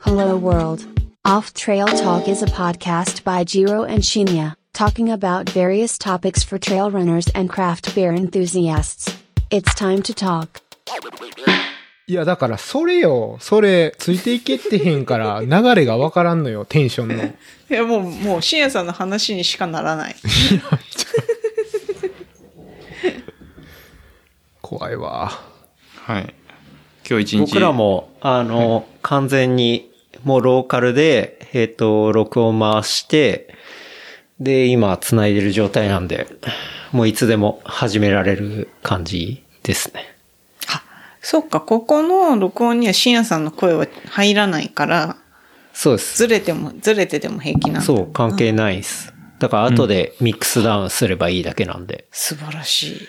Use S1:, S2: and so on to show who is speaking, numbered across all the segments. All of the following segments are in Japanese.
S1: Hello World. Off Trail Talk is a podcast by Jiro and Shinya, talking about various topics for trail runners and craft beer enthusiasts. It's time to talk.
S2: いや、だから、それよ、それ、ついていけってへん から、流れがわからんのよ、テンションの。
S3: いや、もう、もう、深夜さんの話にしかならない。
S2: 怖いわ。
S4: はい。今日一日。
S5: 僕ら。も、あの、完全に、もうローカルで、えっ、と、録音回して、で、今、繋いでる状態なんで、もういつでも始められる感じですね。
S3: そっか、ここの録音には深夜さんの声は入らないから、
S5: そうです。
S3: ずれても、ずれてても平気なんだ
S5: そう、関係ないです。だから、後でミックスダウンすればいいだけなんで。
S3: 素晴らしい。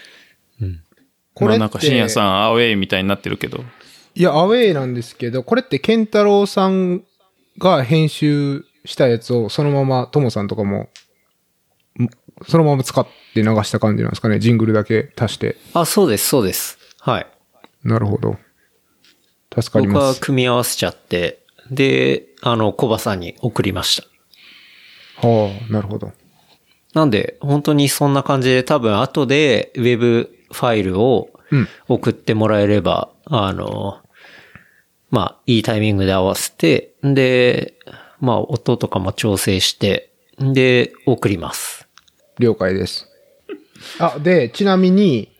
S2: これって、
S4: なんか深夜さん、アウェイみたいになってるけど。
S2: いや、アウェイなんですけど、これってケンタロウさんが編集したやつをそのままトモさんとかも、んそのまま使って流した感じなんですかね。ジングルだけ足して。
S5: あ、そうです、そうです。はい。
S2: なるほど。助かり
S5: 僕
S2: ま
S5: は
S2: す。
S5: 組み合わせちゃって、で、あの、コバさんに送りました。
S2: はあ、なるほど。
S5: なんで、本当にそんな感じで多分後でウェブファイルを
S2: うん
S5: 送ってもらえれば、あの、まあ、いいタイミングで合わせて、で、まあ、音とかも調整して、で、送ります。
S2: 了解です。あ、で、ちなみに、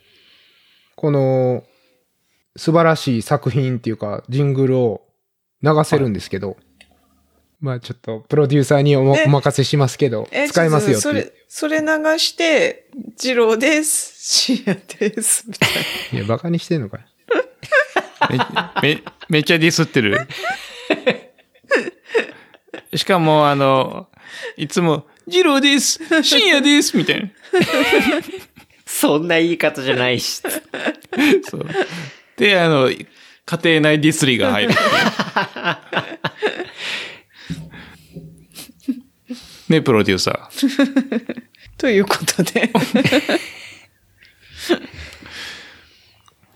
S2: この、素晴らしい作品っていうか、ジングルを流せるんですけど、まあちょっと、プロデューサーにおま
S3: え
S2: お任せしますけど、使いますよ
S3: ち
S2: って
S3: ょっ
S2: い
S3: と
S2: う。
S3: それ、それ流して、二郎です、深夜です、みたい
S2: いや、バカにしてんのかよ。
S4: め、め、めっちゃディスってる。しかも、あの、いつも、ジローです深夜ですみたいな。
S5: そんな言い方じゃないし。
S4: そう。で、あの、家庭内ディスリが入る。ね、プロデューサ
S3: な。
S4: ー。
S3: ということ で。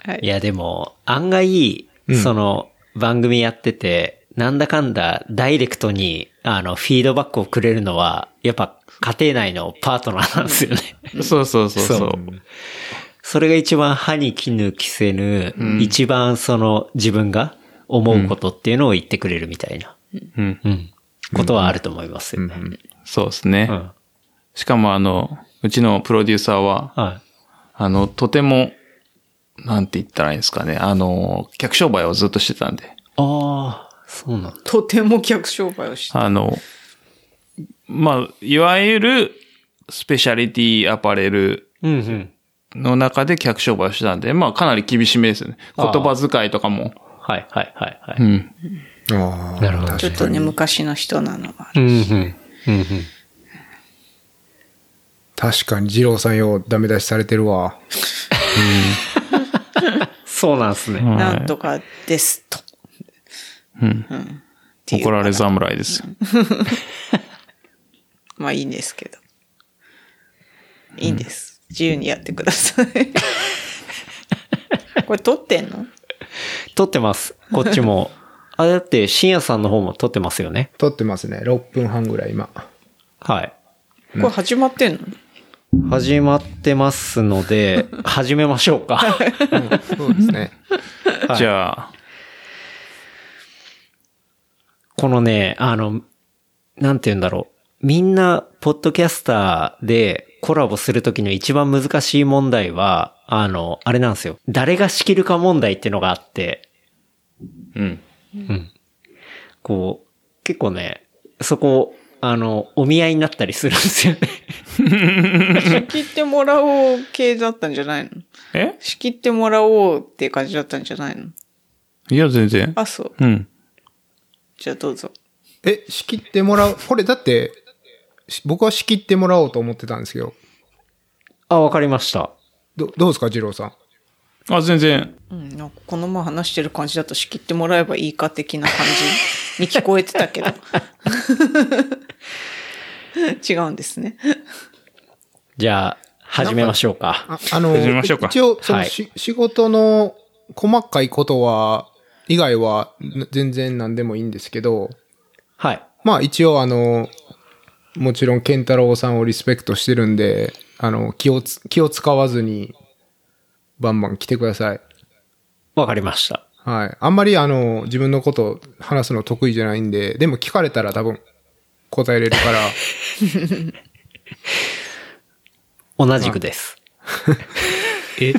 S3: はいい。
S5: や、でも、案外、その、番組やってて、なんだかんだ、ダイレクトに、あの、フィードバックをくれるのは、やっぱ、家庭内のパートナーなんですよね。
S4: そうそうそうそう。
S5: それが一番歯に衣着せぬ、一番その自分が思うことっていうのを言ってくれるみたいな、
S4: うん。
S5: うん、ことはあると思いますよね。
S4: そうですね。
S5: うん
S4: しかも、あの、うちのプロデューサーは、
S5: は
S4: あの、とても、なんて言ったらいいんですかね。あの、客商売をずっとしてたんで。
S5: い。ああ、そうなんだ。
S3: とても客商売をして。
S4: あの、まあ、いわゆる、スペシャリティアパレル
S5: うんうん。
S4: の中で客商売をしてたんで、まあ、かなり厳しめですよね。言
S5: あー
S4: 葉遣いとかも。
S5: はいはいはいは
S4: う
S5: い。
S4: ん。
S2: ああ。
S5: なるほど
S3: ちょっとね、昔の人なのは。
S5: うんうん。うんうん。
S2: 確かに、二郎さんよ、ダメ出しされてるわ。
S5: そうなんですね。
S3: なんとかですと。
S4: うん。
S3: ていう
S4: 怒られ侍ですよ。
S3: まあいいんですけど。いいんです。自由にやってくださ い。これ撮ってんの
S5: 撮ってます。こっち も。あ、だって、深夜さんの方も撮ってますよね。
S2: 撮ってますね。6分半ぐらい、今。
S5: はい。
S3: これ始まってんの、
S5: 始まってますので、始めましょうか。
S2: そうですね。
S5: はい
S4: じゃあ、
S5: このね、あの、なんて言うんだろう。みんな、ポッドキャスターでコラボするときの一番難しい問題は、あの、あれなんですよ。誰が仕切るか問題っていうのがあって、
S4: うん。
S5: こう、結構ね、そこ、あの、お見合いになったりするんですよね。
S3: 仕切ってもらおう系だったんじゃないの
S4: え
S3: 仕切ってもらおうっていう感じだったんじゃないの
S4: いや、全然。
S3: あ、そう。
S4: うん。
S3: じゃあどうぞ。
S2: え、仕切ってもらう。これ、だって、し僕は仕切ってもらおうと思ってたんですけど、
S5: あ、わかりました。
S2: どどうですか、二郎さん。
S4: あ、全然。
S3: うん、なんかこの前話してる感じだと仕切ってもらえばいいか的な感じ に聞こえてたけど。違うんですね。
S5: じゃあ、始めましょうか。
S2: ああの、
S4: 始めましょうか
S2: 一応、その、
S5: はい
S2: し仕事の細かいことは、以外はん全然何でもいいんですけど、
S5: はい。
S2: まあ一応あの、もちろん健太郎さんをリスペクトしてるんで、あの、気をつ、気を使わずに、バンバン来てください。
S5: わかりました。
S2: はい。あんまりあの、自分のこと話すの得意じゃないんで、でも聞かれたら多分答えれるから、
S5: 同じくです。
S4: え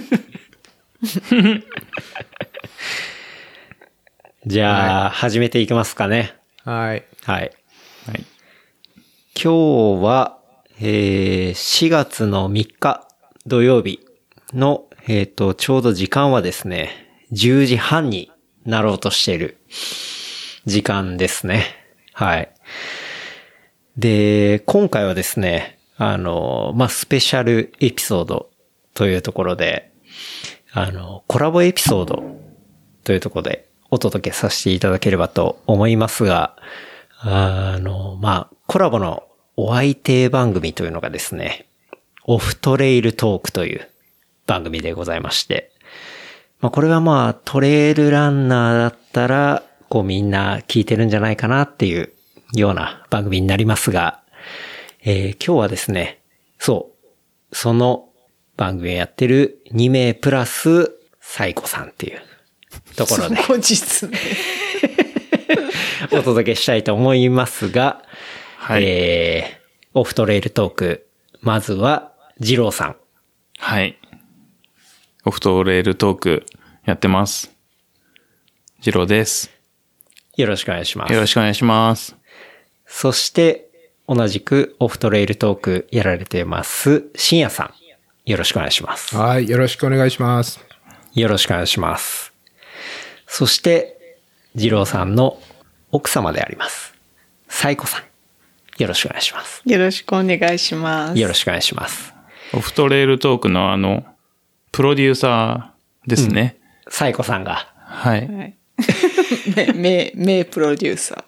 S5: じゃあ、始めていきますかね。
S2: はい。
S5: はい。
S4: はい。
S5: 今日は、えー4月の3日土曜日の、えっ、と、ちょうど時間はですね、10時半になろうとしている時間ですね。はい。で、今回はですね、あの、まあ、スペシャルエピソードというところで、あの、コラボエピソードというところでお届けさせていただければと思いますが、あの、まあ、コラボのお相手番組というのがですね、オフトレイルトークという番組でございまして、まあ、これはまあ、トレイルランナーだったら、こうみんな聞いてるんじゃないかなっていうような番組になりますが、えー今日はですね、そう、その番組をやってる2名プラス、サイコさんっていうとこ ろで。
S3: 後日ね。
S5: お届けしたいと思いますが、
S4: はい
S5: えー、オフトレイルトーク、まずは、二郎さん。
S4: はい。オフトレールトークやってます。ジローです。
S5: よろしくお願いします。
S4: よろしくお願いします。
S5: そして、同じくオフトレイルトークやられてます、深夜さん。よろしくお願いします。
S2: はい。よろしくお願いします。
S5: よろしくお願いします。そして、二郎さんの奥様であります。サイコさん。よろしくお願いします。
S3: よろしくお願いします。
S5: よろしくお願いします。
S4: オフトレールトークのあの、プロデューサーですね。
S5: サイコさんが、
S4: はい。
S3: はい。 名、名、名プロデューサ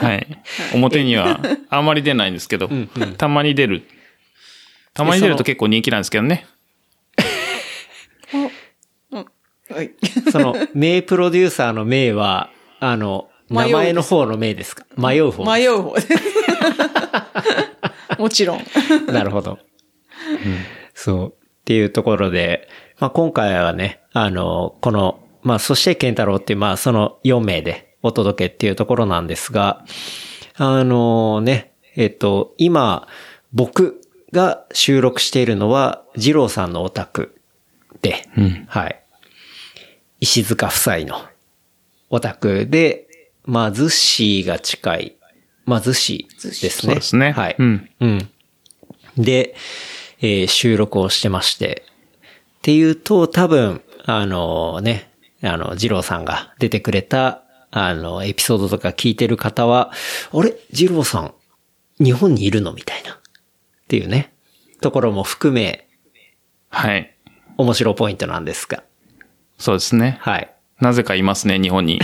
S4: はい。表にはあんまり出ないんですけど、たまに出る。たまに出ると結構人気なんですけどね。
S3: ー。はい。
S5: その、名プロデューサーの名は、あの、
S3: 迷う
S5: 名前の方の名ですか迷う方。
S3: 迷う方 です。もちろん。
S5: なるほど。そう。っていうところで、まあ、今回はね、あの、この、まあ、そして健太郎っていう、まあ、その4名でお届けっていうところなんですが、あのね、えっと、今、僕が収録しているのは、二郎さんのお宅で、はい。石塚夫妻のお宅で、まあ、寿司が近い、まあ、寿司です
S4: そ
S5: ね。
S4: うですね
S5: はい。
S4: うん
S5: うん。で、えー収録をしてまして。っていうと、多分、あのね、あの、二郎さんが出てくれた、あの、エピソードとか聞いてる方は、あれ二郎さん、日本にいるのみたいな。っていうね、ところも含め、
S4: はい。
S5: 面白いポイントなんですが。
S4: そうですね。
S5: はい。
S4: なぜかいますね、日本に。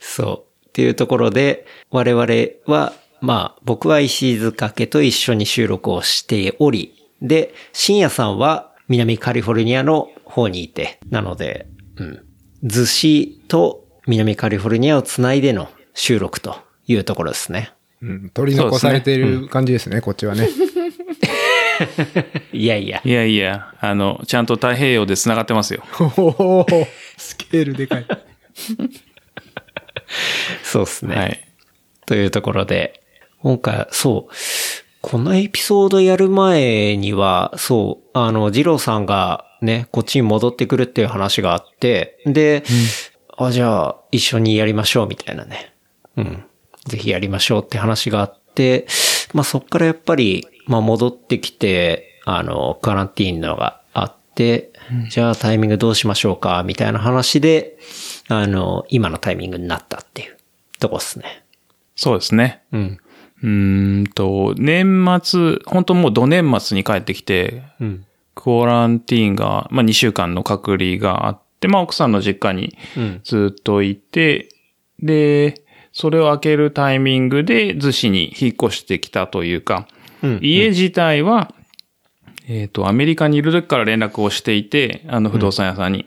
S5: そう。っていうところで、我々は、まあ、僕は石塚家と一緒に収録をしており、で、深夜さんは南カリフォルニアの方にいて、なので、うん。逗子と南カリフォルニアをつないでの収録というところですね。
S2: うん。取り残されている感じですね、こっちはね。
S5: いやいや。
S4: いやいや、あの、ちゃんと太平洋で繋がってますよ。
S2: おおスケールでかい。
S5: そうですね。
S4: はい。
S5: というところで、今回、そう、このエピソードやる前には、そう、あの、二郎さんがね、こっちに戻ってくるっていう話があって、で、あ、じゃあ、一緒にやりましょう、みたいなね。うん。ぜひやりましょうって話があって、まあそっからやっぱり、まあ戻ってきて、あの、カランティーンのがあって、じゃあタイミングどうしましょうか、みたいな話で、あの、今のタイミングになったっていうとこですね。
S4: そうですね。
S5: うん。
S4: うーんと、年末、本当もう土年末に帰ってきて、
S5: うん。
S4: クランティーンが、まあ2週間の隔離があって、まあ奥さんの実家に
S5: うん。
S4: ずっといて、で、それを開けるタイミングで逗子に引っ越してきたというか、
S5: うん
S4: 家自体は、えっ、と、アメリカにいる時から連絡をしていて、あの、不動産屋さんに。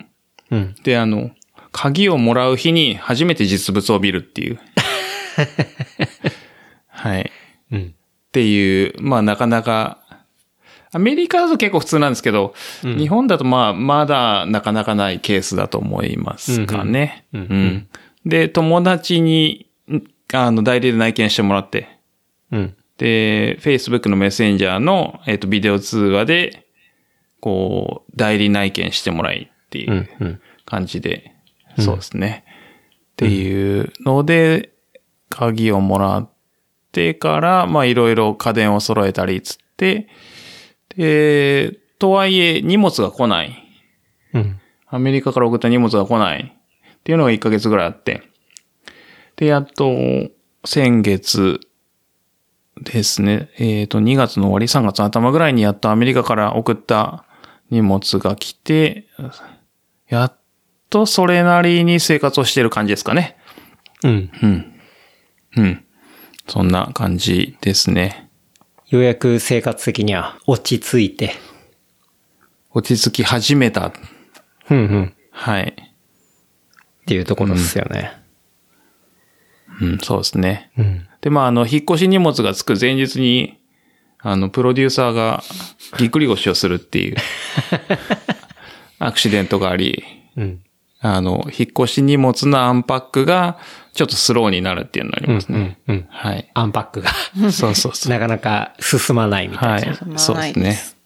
S5: うん。
S4: で、あの、鍵をもらう日に初めて実物を見るっていう。はい。
S5: うん。
S4: っていう、まあなかなか、アメリカだと結構普通なんですけど、日本だとまあまだなかなかないケースだと思いますかね。
S5: うんうん
S4: うんで、友達に、んあの、代理で内見してもらって、
S5: うん。
S4: で、Facebook のメッセンジャーの、えっ、と、ビデオ通話で、こう、代理内見してもらいっていう。
S5: うん。うん。
S4: 感じで、そうですね。っていうので、鍵をもらってから、まあいろいろ家電を揃えたりつって、で、とはいえ荷物が来ない。
S5: うん。
S4: アメリカから送った荷物が来ない。っていうのが1ヶ月ぐらいあって。で、やっと、先月ですね。えっ、と、2月の終わり、3月の頭ぐらいにやっとアメリカから送った荷物が来て、やっとそれなりに生活をしてる感じですかね。
S5: うん。
S4: うん。うん。そんな感じですね。
S5: ようやく生活的には落ち着いて。
S4: 落ち着き始めた。
S5: うんうん。
S4: はい。
S5: っていうところですよね。
S4: うん、そうですね。
S5: うん。
S4: で、まあ、あの、引っ越し荷物がつく前日に、あの、プロデューサーがぎっくり腰をするって いう、アクシデントがあり、
S5: うん。
S4: あの、引っ越し荷物のアンパックが、ちょっとスローになるっていうのがあり
S5: うん。う
S4: ますね。
S5: ん。うん。
S4: はい。
S5: アンパックが、
S4: そうそうそう。
S5: なかなか進まないみた
S4: は
S5: い
S4: い
S3: ま。あ
S4: そうです
S3: ないで
S4: ね。
S3: す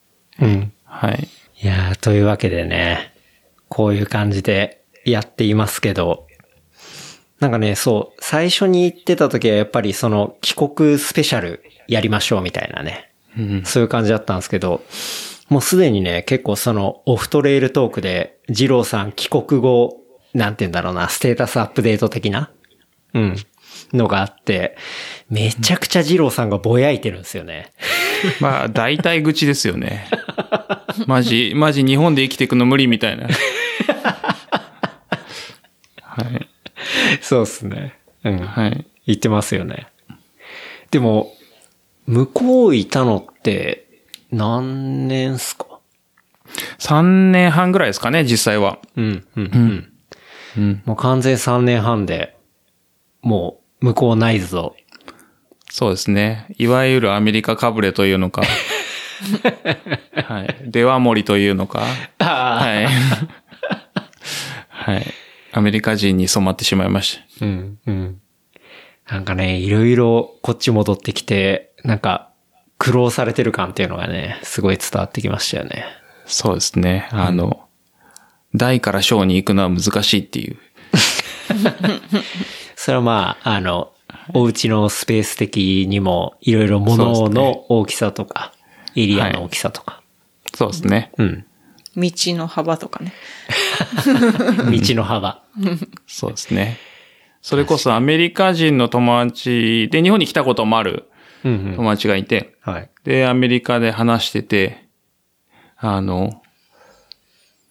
S5: うん。
S4: はい。
S5: いやー、というわけでね、こういう感じでやっていますけど、なんかね、そう、最初に言ってた時はやっぱりその帰国スペシャルやりましょうみたいなね、
S4: うん。
S5: そういう感じだったんですけど、もうすでにね、結構そのオフトレイルトークで、二郎さん帰国後、なんて言うんだろうな、ステータスアップデート的なうん。のがあって、めちゃくちゃ二郎さんがぼやいてるんですよね。
S4: まあ、大体愚痴ですよね。マジ、マジ日本で生きていくの無理みたい な。はい。
S5: そうですね。うん。
S4: はい。
S5: 言ってますよね。でも、向こういたのって、何年っすか
S4: 3年半ぐらいですかね、実際は。
S5: うん、うん、うん。
S4: うん。
S5: もう完全3年半で、もう、向こうないぞ。
S4: そうですね。いわゆるアメリカかぶれというのか。 はい。デワモリというのか。
S5: あ
S4: はい。はい。アメリカ人に染まってしまいまし
S5: あ。うん、うん。なんかね、いろいろこっち戻ってきて、なんか、苦労されてる感っていうのがね、すごい伝わってきましたよね。
S4: た。そうですね。あの、大から小に行くのは難しいっていう。
S5: それはまあ、あの、お家のスペース的にも、いろいろ物の大きさとか、エリアの大きさとか。
S4: そうですね。
S5: うん。
S3: 道の幅とかね。
S5: 道の幅。
S4: そうですね。それこそアメリカ人の友達で日本に来たこともある
S5: うんうん。
S4: 友達がいて、
S5: はい。
S4: で、アメリカで話してて、あの、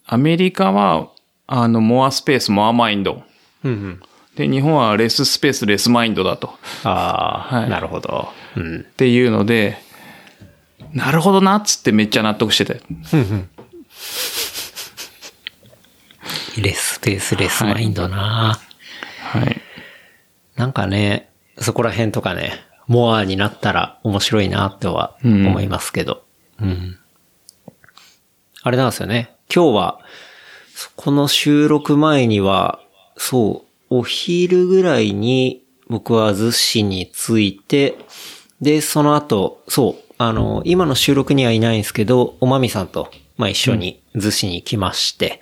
S4: アメリカは、あの、モアスペース、モアマインド。
S5: うんうん。
S4: で、日本はレススペース、レスマインドだと。
S5: ああ、
S4: はい
S5: なるほど。うん。
S4: っていうので、なるほどなっつってめっちゃ納得してて。
S5: レスペース、レスマインドな、
S4: はい。
S5: なんかね、そこら辺とかね、モアになったら面白いなとは
S4: うん
S5: 思いますけど。うん。あれなんですよね。今日は、そこの収録前には、そう、お昼ぐらいに僕は逗子に着いて、で、その後、そう、あの、今の収録にはいないんですけど、おまみさんと、まあ、一緒に逗子に来まして、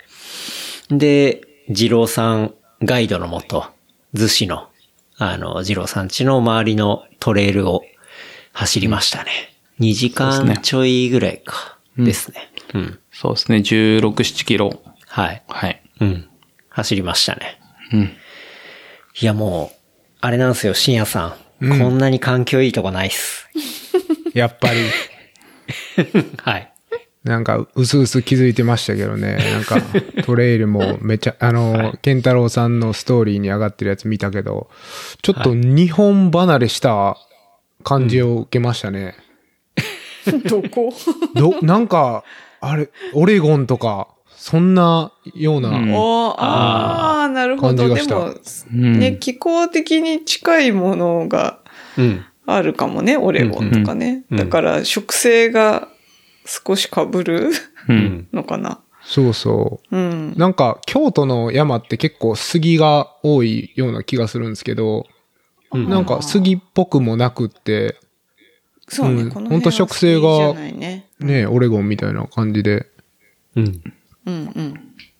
S5: で、二郎さんガイドのもと、逗子の、あの、二郎さん家の周りのトレイルを走りましたね。2時
S4: そうです
S5: 間
S4: ね
S5: ちょいぐらいか。ですね。うん。
S4: そうですね。16、7キロ。
S5: はい。
S4: はい。
S5: うん。走りましたね。
S4: うん。
S5: いやもう、あれなんですよ、深夜さん。こんなに環境いいとこないっす。
S2: やっぱり、
S5: はい。
S2: なんか、うすうす気づいてましたけどね。なんか、トレイルもめちゃ、あの、ケンタロウさんのストーリーに上がってるやつ見たけど、ちょっと日本離れした感じを受けましたね。
S3: どこ
S2: ど、なんか、あれ、オレゴンとか、そんなような、
S4: うん
S3: おーああ、なるほ
S2: 感
S3: ど。
S2: じ
S3: で
S2: がした
S3: も、
S4: うん
S3: ね、気候的に近いものが
S5: うん。
S3: あるかもね、オレゴンとかね。
S5: うんうん
S3: だから、植生が少し被る
S4: う。。
S5: うん
S3: のかな。
S2: そうそうう。
S3: ん。
S2: なんか、京都の山って結構杉が多いような気がするんですけど、
S5: うん
S2: なんか杉っぽくもなくって、
S3: そうね、
S2: うん
S3: この
S2: ほん
S3: 辺
S2: と
S3: は
S2: 植生が
S3: 好きじゃないね。
S2: ね、オレゴンみたいな感じで。
S5: うん。
S3: うん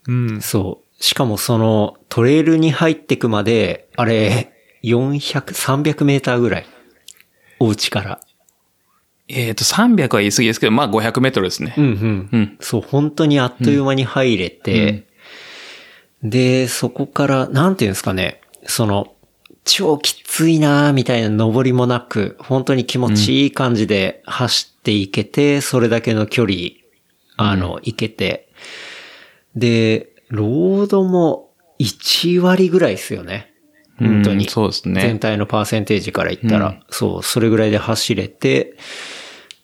S3: うん。
S2: うん。
S5: そう。しかもそのトレイルに入ってくまで、あれ、400、300メーターぐらい。お家から。
S4: えっと、300は言い過ぎですけど、まあ500メートルですね
S5: う。んうん。
S4: うん
S5: そう、本当にあっという間に入れて、で、そこから、なんていうんですかね、その、超きついなーみたいな登りもなく、本当に気持ちいい感じで走っていけて、それだけの距離、あの、いけて。で、ロードも1割ぐらいですよね。本当
S4: う
S5: に。
S4: んそうですね
S5: 全体のパーセンテージから言ったら、
S4: うん
S5: そう、それぐらいで走れて、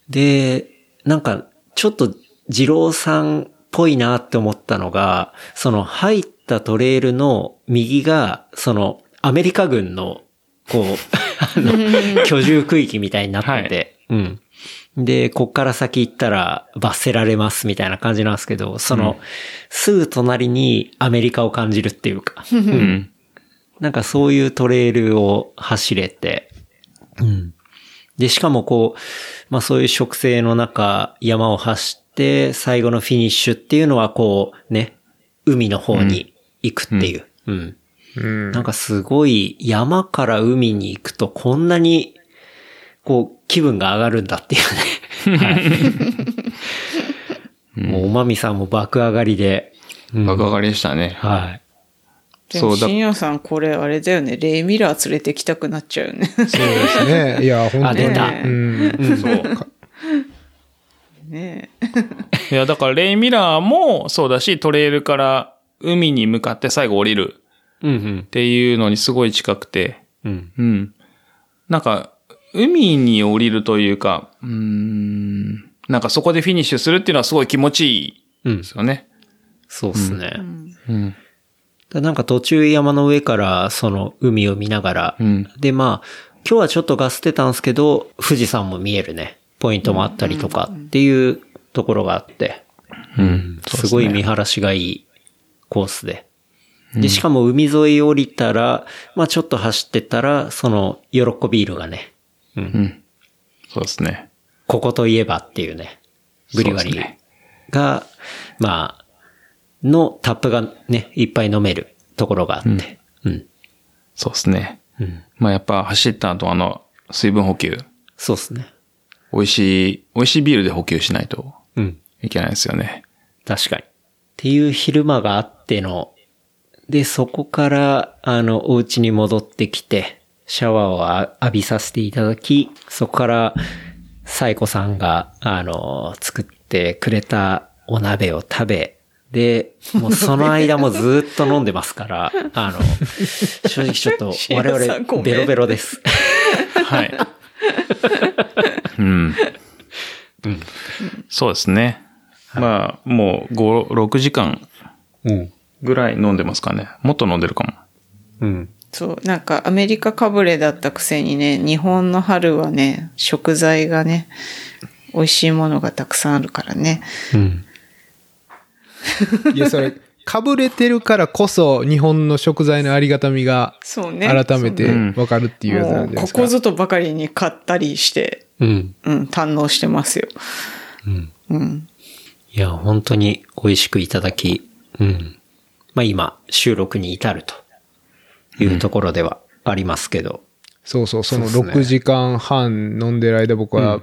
S5: で、なんか、ちょっと、二郎さんっぽいなって思ったのが、その入ったトレイルの右が、その、アメリカ軍の、 こう、あの、居住区域みたいになってて、うん。で、こっから先行ったら罰せられますみたいな感じなんですけど、その、すぐ隣にアメリカを感じるっていうか、
S4: うん。
S5: なんかそういうトレイルを走れて、うん。で、しかもこう、まあそういう植生の中、山を走って、最後のフィニッシュっていうのはこう、ね、海の方に行くっていう。うん。
S2: うん
S5: なんかすごい、山から海に行くとこんなに、こう、気分が上がるんだっていうね。はい。 もう、おまみさんも爆上がりで。うん
S4: 爆上がりでしたね。
S5: はい。
S3: で
S4: そ
S3: も、
S4: うだ
S3: 深夜さん、これあれだよね。レイミラー連れてきたくなっちゃうよね。
S2: そうですね。いや、本当
S5: あ、
S2: に。
S5: 出た。
S2: うん。
S4: そう。
S3: ね
S4: いや、だからレイミラーもそうだし、トレイルから海に向かって最後降りる
S5: うんうん
S4: っ。ていうのにすごい近くて、
S5: うん。
S4: うん。なんか、海に降りるというか、うーん、なんかそこでフィニッシュするっていうのはすごい気持ちいい
S5: うん
S4: で。すよね。
S5: そうですね。
S4: うん。
S5: だなんか途中山の上からその海を見ながら、
S4: うん。
S5: でまあ、今日はちょっとガスってたんですけど、富士山も見えるね。ポイントもあったりとかっていうところがあって、
S4: うん。
S5: すごい見晴らしがいいコースで。で、しかも海沿い降りたら、まあちょっと走ってたら、その、喜び色がね、
S4: うん。そうですね。
S5: ここといえばっていうね、ブリュワリ
S4: そうです
S5: ー
S4: ね
S5: が、まあ、のタップがね、いっぱい飲めるところがあって、うん。
S4: そうですね。
S5: うん。
S4: まあやっぱ走った後あの、水分補給、
S5: そうっすね。
S4: 美味しい、美味しいビールで補給しないと
S5: うん。
S4: いけないですよね。
S5: 確かに。っていう昼間があっての、で、そこから、あの、お家に戻ってきて、シャワーをあ浴びさせていただき、そこから、サイコさんが、あの、作ってくれたお鍋を食べ、で、もうその間もずっと飲んでます から、あの、正直ちょっと
S3: シエ
S5: 我
S3: ラさんごめん
S5: 々ベロベロです。
S4: はい。うん。そうですね。まあ、もう5、6時間
S5: うん。
S4: ぐらい飲んでますかね。もっと飲んでるかも。
S5: うん。
S3: そう、なんかアメリカかぶれだったくせにね、日本の春はね、食材がね、美味しいものがたくさんあるからね。
S5: うん。
S2: いや、それ、かぶれてるからこそ、日本の食材のありがたみが、
S3: そうね。
S2: 改めて
S4: そうね
S2: わかるっていうやつなんじゃない
S3: もう
S2: で
S3: こ
S2: すか。
S3: こぞとばかりに買ったりして、
S5: うん。
S3: うん、堪能してますよ。
S5: いや、本当に美味しくいただき、うん。まあ今、収録に至るというところではありますけど、
S2: そうそう、その
S5: そうっすね
S2: 6時間半飲んでる間、僕は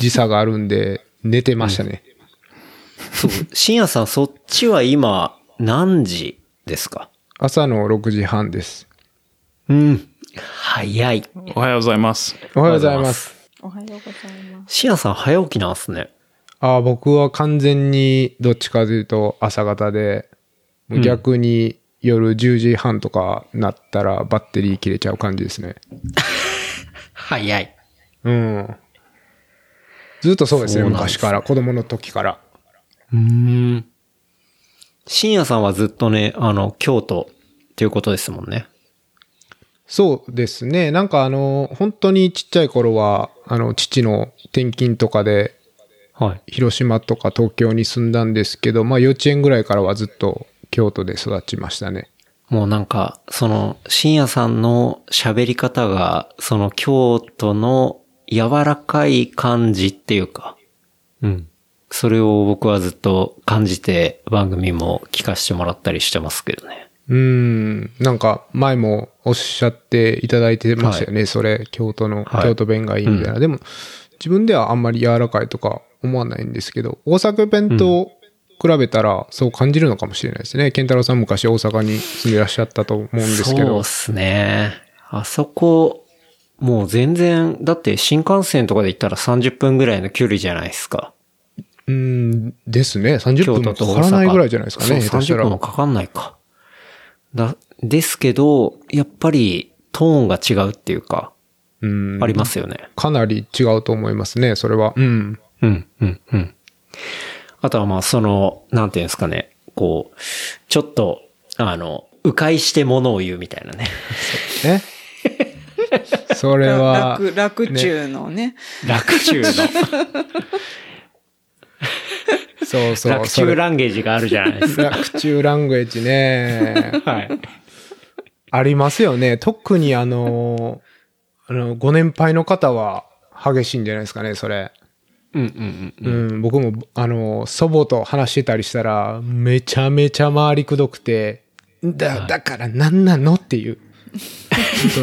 S2: 時差があるんで、寝てましたね。
S5: そう、深夜さん、そっちは今、何時ですか
S2: 朝の6時半です。
S5: うん。早い。
S4: おはようございます。
S2: おはようございます。
S3: おはようございます。
S5: 深夜さん、早起きなんすね。
S2: ああ、僕は完全にどっちかというと朝方で、もう逆に夜10時半とかなったらバッテリー切れちゃう感じですね。
S5: 早い。
S2: うん。ずっとそうですね、
S5: そうなんです
S2: 昔から、子供の時から。
S5: うん。深夜さんはずっとね、あの、京都っていうことですもんね。
S2: そうですね。なんかあの、本当にちっちゃい頃は、あの、父の転勤とかで、
S5: はい。
S2: 広島とか東京に住んだんですけど、まあ幼稚園ぐらいからはずっと京都で育ちましたね。
S5: もうなんか、その、深夜さんの喋り方が、その京都の柔らかい感じっていうか、うん。それを僕はずっと感じて番組も聞かせてもらったりしてますけどね。
S2: うーん。なんか前もおっしゃっていただいてましたよね。それ、京都の、
S5: はい
S2: 京都弁がいいみたいな。でも、自分ではあんまり柔らかいとか思わないんですけど、大阪弁と比べたらそう感じるのかもしれないですね。健太郎さん昔大阪に住んでらっしゃったと思うんですけ
S5: そう
S2: ど
S5: っ。すね。あそこ、もう全然、だって新幹線とかで行ったら30分ぐらいの距離じゃないですか。
S2: うーん、ですね。30
S5: 京
S2: 分
S5: 都
S2: も
S5: と
S2: か
S5: 大阪。
S2: からないぐらいじゃないですかね。
S5: そ
S2: 下
S5: う、
S2: 手した
S5: 30
S2: ら
S5: 分もかかんないか。だ、ですけど、やっぱりトーンが違うっていうか、
S2: うん
S5: ありますよね。
S2: かなり違うと思いますね、それは。うん。
S5: うん、うん、うん。あとはまあ、その、なんていうんですかね、こう、ちょっと、あの、迂回して物を言うみたいな ね。
S2: ね。それは、
S3: 楽、楽中のね。
S5: 楽中の、
S2: そうそう、
S5: 楽
S2: そ
S5: 中
S2: れ
S5: ランゲージがあるじゃな いですか。
S2: 楽中ラングエッジね。
S5: はい。
S2: ありますよね。特にあの、あの、ご年配の方は激しいんじゃないですかね、それ。
S5: うんうんうん。
S2: うん、僕も、あの、祖母と話してたりしたら、めちゃめちゃ回りくどくて、だ、だからなんなのっていう。 そ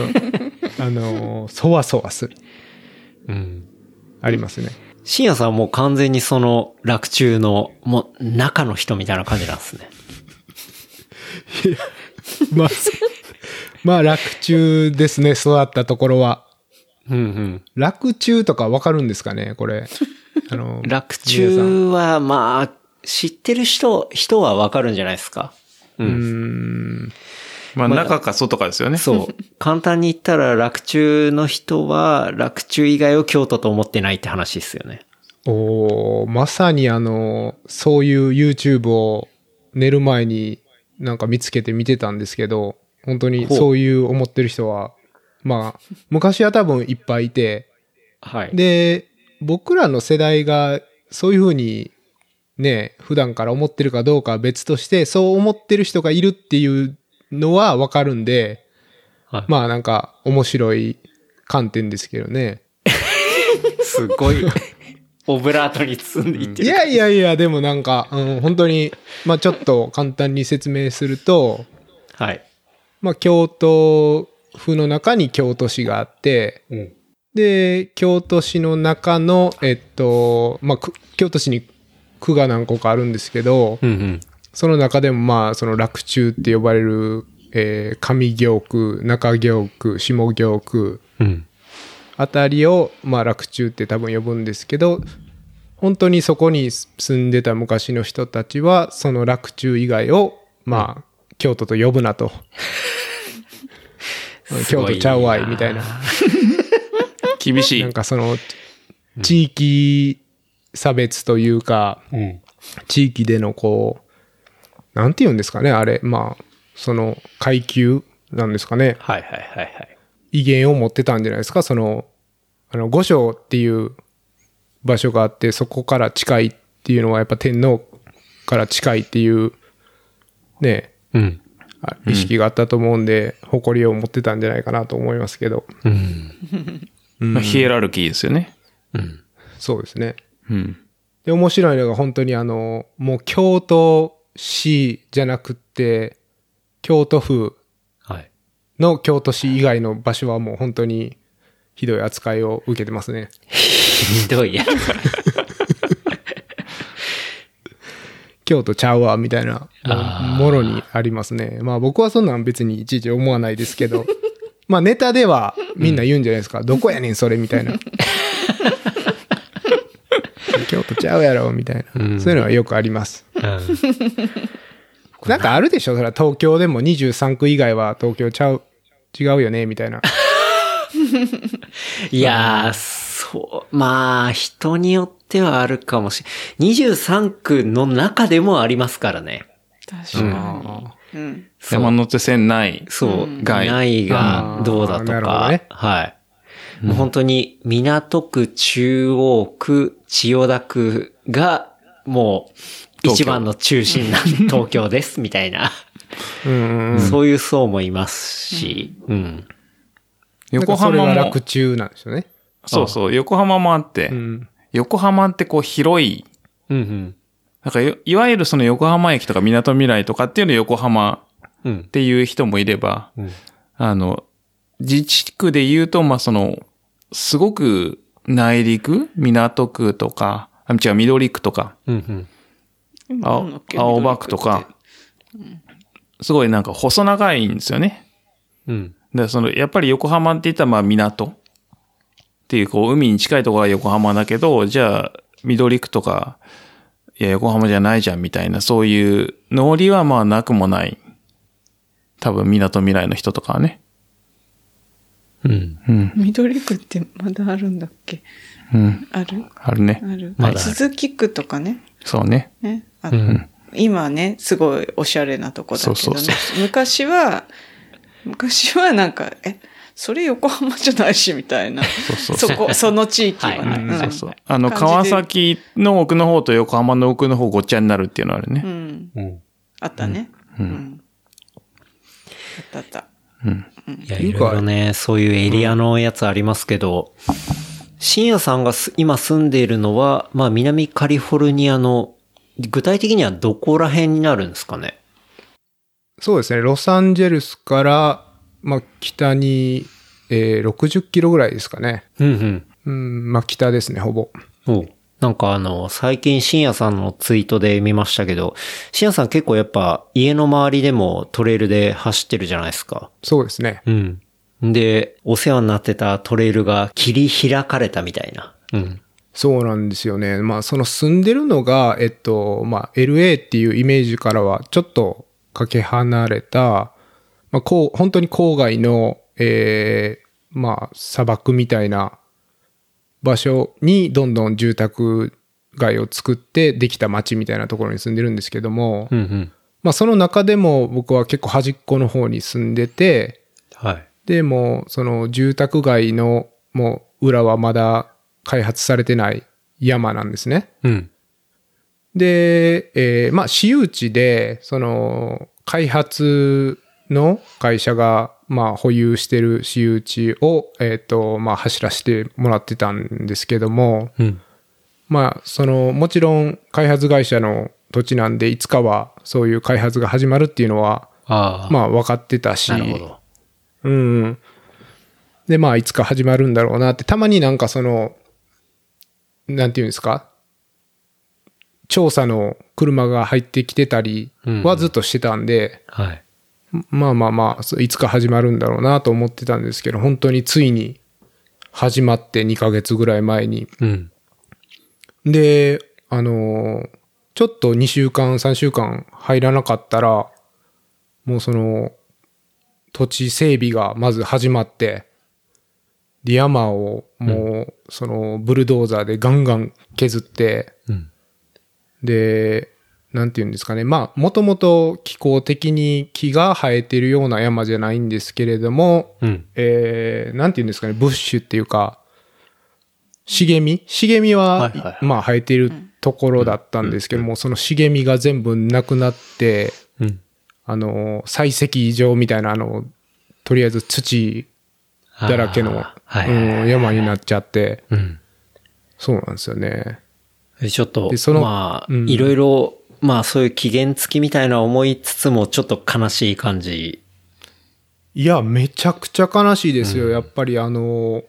S2: うあの、そわそわする。
S5: うん。
S2: ありますね。
S5: 深夜さんはもう完全にその、楽中の、もう、中の人みたいな感じなんですね。
S2: まあ、そうまあ、楽中ですね、育ったところは。
S5: うんうん。
S2: 楽中とかわかるんですかね、これ。あの、
S5: 楽
S2: 皆さん
S5: 中は、まあ、知ってる人、人はわかるんじゃないですか。う。
S2: うんん。
S4: まあ、中か外かですよね。
S5: そう。簡単に言ったら、楽中の人は、楽中以外を京都と思ってないって話ですよね。
S2: おーまさにあの、そういう YouTube を寝る前になんか見つけて見てたんですけど、本当に
S5: ほう
S2: そういう思ってる人は、まあ、昔は多分いっぱいいて、
S5: はい。
S2: で、僕らの世代がそういうふうにね、普段から思ってるかどうかは別として、そう思ってる人がいるっていうのはわかるんで、
S5: はい
S2: まあなんか面白い観点ですけどね。
S5: すごい、オブラートに包んでいって
S2: い
S5: る。
S2: やいやいや、でもなんか、うん、本当に、まあちょっと簡単に説明すると、
S5: はい。
S2: まあ京都府の中に京都市があって、
S5: うん。
S2: で、京都市の中の、えっと、まあ、く京都市に区が何個かあるんですけど、
S5: うんうん。
S2: その中でもまあ、その洛中って呼ばれる、えー上行区、中行区、下行区
S5: うん。
S2: あたりを、まあ、洛中って多分呼ぶんですけど、本当にそこに住んでた昔の人たちは、その洛中以外を、まあ、京都と呼ぶな と。京都ちゃうわい、みたいな。
S4: 厳しい
S2: なん。かその、地域差別というか、
S5: うん。
S2: 地域でのこう、なんて言うんですかね、あれ、まあ、その階級なんですかね、
S5: はいはいはいはい。
S2: 威厳を持ってたんじゃないですか、その、あの、五章っていう場所があって、そこから近いっていうのはやっぱ天皇から近いっていう、ね、
S5: うん。
S2: あ意識があったと思うんで、誇りを持ってたんじゃないかなと思いますけど、
S5: うん。
S4: まあヒエラルキーですよね。
S5: うん。
S2: そうですね。
S4: うん。
S2: で、面白いのが本当にあの、もう京都市じゃなくって、京都府
S5: はい。
S2: の京都市以外の場所はもう本当にひどい扱いを受けてますね。
S5: ひどいや。
S2: 京都ちゃうわ、みたいな、
S5: あー
S2: もろにありますね。まあ僕はそんなん別にいちいち思わないですけど、 まあネタではみんな言うんじゃないですか。どこやねん、それ、みたいな。京都ちゃうやろ、みたいな。
S5: うん
S2: そういうのはよくあります。
S5: うん。
S2: なんかあるでしょそれは東京でも23区以外は東京ちゃう、違うよねみたいな。
S5: いやー、そう。まあ、人によってはあるかもしれない。23区の中でもありますからね。
S3: 確か
S4: あ
S3: に。うん。
S4: ー山手線ない。
S5: そうう、
S3: ん
S5: が
S4: 外
S5: ない
S2: あ
S5: が
S2: ー
S5: どうだと
S2: なるほど
S5: か、
S2: ね
S5: はい。もう本当に港区、中央区、千代田区がもう
S4: 東京
S5: 一番の中心なん東京ですみたいな、
S2: うんうんうん。
S5: そういう層もいますし、うん。
S4: 横浜
S2: なんかそれが
S4: も
S2: 楽、中なんですよね。
S4: そうそう、横浜もあって
S2: う、ん。
S4: 横浜ってこう広い、
S5: うんうん。
S4: なんかよいわゆるその横浜駅とか港未来とかっていうの横浜
S5: うん
S4: っ。ていう人もいれば、
S5: うん
S4: あの、自治区で言うと、まあ、その、すごく内陸港区とか、あ、違う、緑区とか、
S5: うんうん。
S4: 青青葉区とか、すごいなんか細長いんですよね。
S5: うん。
S4: で、その、やっぱり横浜って言ったら、まあ、港っていう、こう、海に近いところが横浜だけど、じゃあ、緑区とか、いや、横浜じゃないじゃん、みたいな、そういう、ノリはまあ、なくもない。多分、港未来の人とかはね。
S5: うん。
S4: うん。
S3: 緑区ってまだあるんだっけ
S4: うん。
S3: ある
S4: あるね。
S3: ある。
S5: まだある
S3: 鈴木区とかね。
S4: そうね。
S3: ね。あ
S5: う
S3: の
S5: ん。
S3: 今ね、すごいおしゃれなとこだけどね。
S4: そうそう
S3: 昔は、昔はなんか、え、それ横浜じゃないし、みたいな。
S4: そうそう
S3: そこ、その地域はね。
S5: はい
S3: ん
S4: そうそう。あの、
S3: 感じで
S4: 川崎の奥の方と横浜の奥の方ごっちゃになるっていうのはある
S3: う
S4: ね。
S3: ん。
S5: うん
S3: あったね。
S4: う
S3: うんん。あったあった。
S4: うん。
S5: いや、
S2: い
S5: い
S2: いか
S5: ろいろね、そういうエリアのやつありますけど、深夜さんがす今住んでいるのは、まあ南カリフォルニアの、具体的にはどこら辺になるんですかね
S2: そうですね。ロサンゼルスから、まあ、北に、えー、60キロぐらいですかね。
S5: うん
S2: うん、まあ、北ですね、ほぼ。
S5: うん。おなんかあの、最近深夜さんのツイートで見ましたけど、深夜さん結構やっぱ家の周りでもトレイルで走ってるじゃないですか。
S2: そうですね。
S5: うん。で、お世話になってたトレイルが切り開かれたみたいな。うん。
S2: そうなんですよね。まあ、その住んでるのが、えっと、まあ、LA っていうイメージからはちょっとかけ離れた、まあ、こう、本当に郊外の、えーまあ、砂漠みたいな場所にどんどん住宅街を作ってできた街みたいなところに住んでるんですけども、
S5: うんうん。
S2: まあ、その中でも僕は結構端っこの方に住んでて、
S5: はい。
S2: で、もうその住宅街のもう裏はまだ開発されてない山なんですね。
S5: うん。
S2: で、えーまあ私有地で、その開発の会社がまあ保有してる私有地を、えっ、と、まあ走らせてもらってたんですけども、
S5: うん。
S2: まあ、その、もちろん開発会社の土地なんで、いつかはそういう開発が始まるっていうのは、
S5: ああ。
S2: まあ分かってたし、
S5: なるほど。
S2: うんうん。で、まあ、いつか始まるんだろうなって、たまになんかその、なんていうんですか、調査の車が入ってきてたりはずっとしてたんで、
S5: はい。
S2: まあまあまあ、そういつか始まるんだろうなと思ってたんですけど、本当についに始まって2ヶ月ぐらい前に。
S5: うん。
S2: で、あのーちょっと2週間、3週間入らなかったら、もうその、土地整備がまず始まって、で、山をもう、その、ブルドーザーでガンガン削って、
S5: うん。
S2: で、なんて言うんですかね。まあ、もともと気候的に木が生えてるような山じゃないんですけれども、
S5: うん。
S2: えー、なんて言うんですかね、ブッシュっていうか、茂み茂みは、
S5: はいはいはい
S2: まあ生えてるところだったんですけども、その茂みが全部なくなって、
S5: うん。
S2: あの、採石場みたいな、あの、とりあえず土だらけの、
S5: あーはいはいは
S2: うん
S5: い。
S2: 山になっちゃって、
S5: うん。
S2: そうなんですよね。
S5: ちょっと
S2: でそ、の
S5: まあ、
S2: うん
S5: いろいろ、まあそういう期限付きみたいな思いつつも、ちょっと悲しい感じ。
S2: いや、めちゃくちゃ悲しいですよ。やっぱりあの、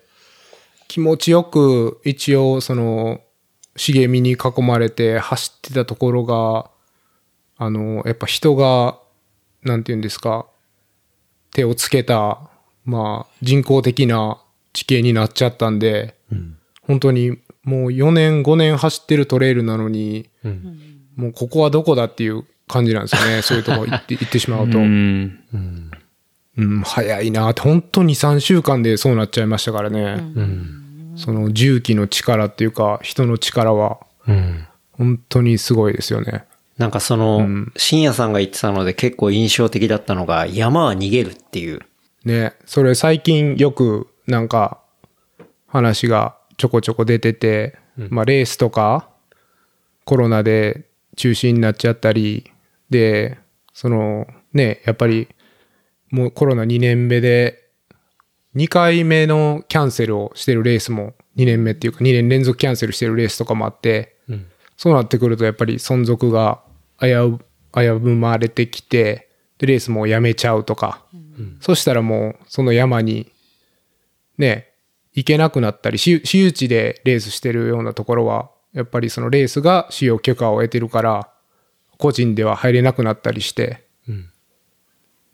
S2: 気持ちよく一応その、茂みに囲まれて走ってたところが、あの、やっぱ人が、なんて言うんですか、手をつけた、まあ、人工的な地形になっちゃったんで、
S5: うん。
S2: 本当にもう4年、5年走ってるトレイルなのに、
S5: うん。
S2: もうここはどこだっていう感じなんですよね。そういうとこ行って行ってしまうと。
S4: うん。
S5: うん。
S2: うん、早いなって、本当に3週間でそうなっちゃいましたからね。
S5: うん。
S2: その重機の力っていうか、人の力は、
S5: うん。
S2: 本当にすごいですよね。
S5: なんかその、深夜さんが言ってたので結構印象的だったのが、山は逃げるっていう。
S2: ね、それ最近よくなんか話がちょこちょこ出てて、まあレースとかコロナで中止になっちゃったり、で、そのね、やっぱりもうコロナ2年目で2回目のキャンセルをしてるレースも2年目っていうか2年連続キャンセルしてるレースとかもあって、そうなってくるとやっぱり存続が危う、危ぶまれてきて、で、レースもうやめちゃうとか、そしたらもうその山にね、行けなくなったり、私私有地でレースしてるようなところは、やっぱりそのレースが使用許可を得てるから、個人では入れなくなったりして、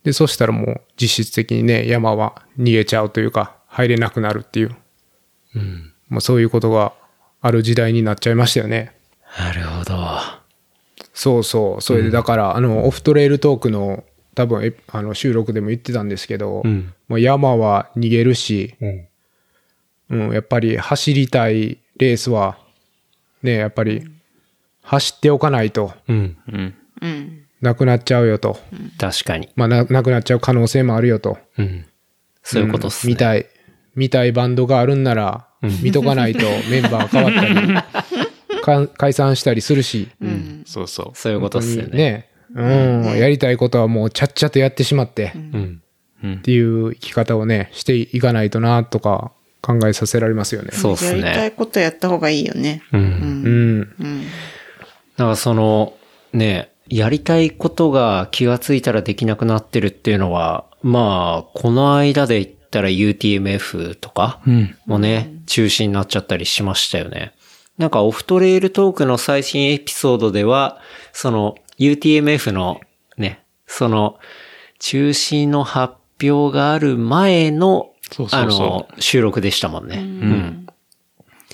S2: で、そしたらもう実質的にね、山は逃げちゃうというか、入れなくなるっていう、まあそういうことがある時代になっちゃいましたよね。
S5: なるほど。
S2: そうそう。それでだから、あの、オフトレイルトークの多分えあの収録でも言ってたんですけど、
S5: ん
S2: もう山は逃げるし、
S5: うん。
S2: うん、やっぱり走りたいレースは、ね、やっぱり走っておかないと
S5: うん。
S4: うん。
S3: うん。
S2: なくなっちゃうよと。
S5: 確かに。
S2: まあな、なくなっちゃう可能性もあるよと。
S5: うん。そういうことっすね。
S2: 見たい、見たいバンドがあるんなら、見とかない とメンバー変わったり、か解散したりするし、
S3: うん。
S4: そうそう。
S5: そういうことっすよね。
S2: ね、うん、やりたいことはもうちゃっちゃとやってしまって、
S5: うん。
S2: っていう生き方をね、していかないとなとか考えさせられますよね。
S5: そうっす
S3: やりた
S5: ね。
S3: いことやった方がいいよね。
S5: うん。
S2: うん。
S3: うん。
S5: なんかその、ね、やりたいことが気がついたらできなくなってるっていうのは、まあ、この間で言ったら UTMF とか
S4: うん。
S5: もね、中止になっちゃったりしましたよね。なんかオフトレイルトークの最新エピソードでは、その UTMF のね、その中止の発表がある前の、
S4: そうそうそう
S5: あの、収録でしたもんね。うん。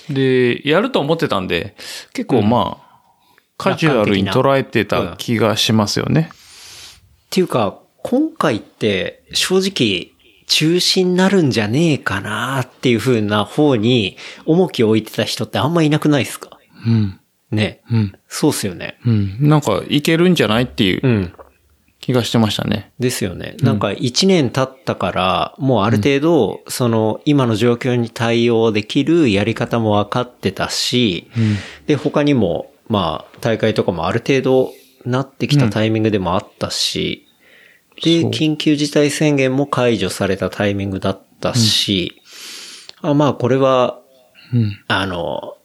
S4: で、やると思ってたんで、結構まあ、カジュアルに捉えてた気がしますよね。
S5: っていうか、今回って正直中止になるんじゃねえかなっていう風な方に重きを置いてた人ってあんまいなくないですか
S4: うん。
S5: ね。
S4: うん。
S5: そうっすよね。。
S4: うん。なんか、いけるんじゃないっていううん気がしてましたね。
S5: ですよね。なんか一年経ったから、もうある程度、その今の状況に対応できるやり方も分かってたし、で、他にも、まあ、大会とかもある程度なってきたタイミングでもあったし、で、緊急事態宣言も解除されたタイミングだったし、あまあ、これは、
S4: うん。
S5: あの、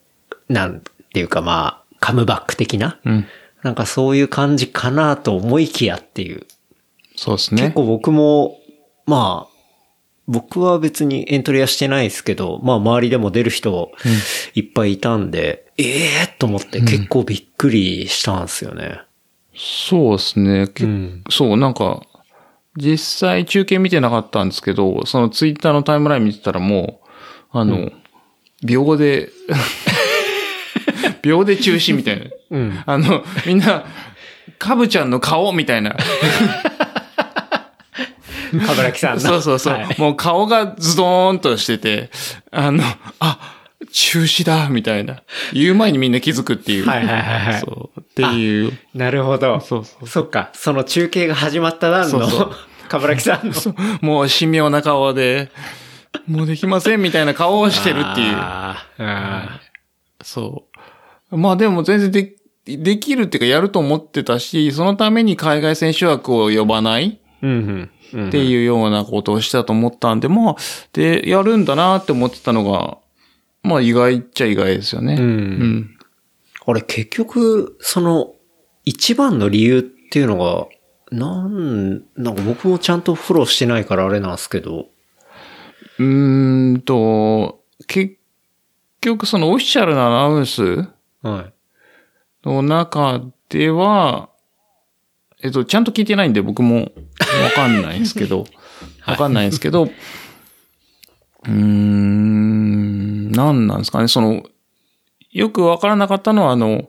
S5: なんていうかまあ、カムバック的な、
S4: うん。
S5: なんかそういう感じかなと思いきやっていう。
S4: そうですね。
S5: 結構僕も、まあ、僕は別にエントリーはしてないですけど、まあ周りでも出る人いっぱいいたんで、ええと思って結構びっくりしたんですよね。
S4: そうですね。け
S5: ん
S4: そう、なんか、実際中継見てなかったんですけど、そのツイッターのタイムライン見てたらもう、あの、秒で、 秒で中止みたいな。
S5: うん。
S4: あの、みんな、カブちゃんの顔みたい な。
S5: かぶらきさんの。
S4: そうそうそう。
S5: はい
S4: もう顔がズドーンとしてて、あの、あ、中止だ、みたいな。言う前にみんな気づくっていう。
S5: はいはいはいはい
S4: そう。っていう。
S5: なるほど。
S4: そうそう
S5: そっか。その中継が始まった段
S4: そうそ
S5: の、かぶらきさんの。
S4: そうもう神妙な顔で、もうできませんみたいな顔をしてるっていう。
S5: あーあ
S4: そう。まあでも全然で、できるっていうかやると思ってたし、そのために海外選手枠を呼ばない
S5: ー。うんうん。うん
S4: っていうようなことをしたと思ったんで、まあ、で、やるんだなって思ってたのが、まあ意外っちゃ意外ですよね。
S5: うん
S4: うん。
S5: あれ結局、その、一番の理由っていうのが、なん、なんか僕もちゃんとフォローしてないからあれなんですけど。
S4: うーんと、結局そのオフィシャルなアナウンス
S5: はい。
S4: の中では、えっと、ちゃんと聞いてないんで僕もわかんないんですけど、わかんないんですけど、うーん、なんなんですかね、その、よくわからなかったのは、あの、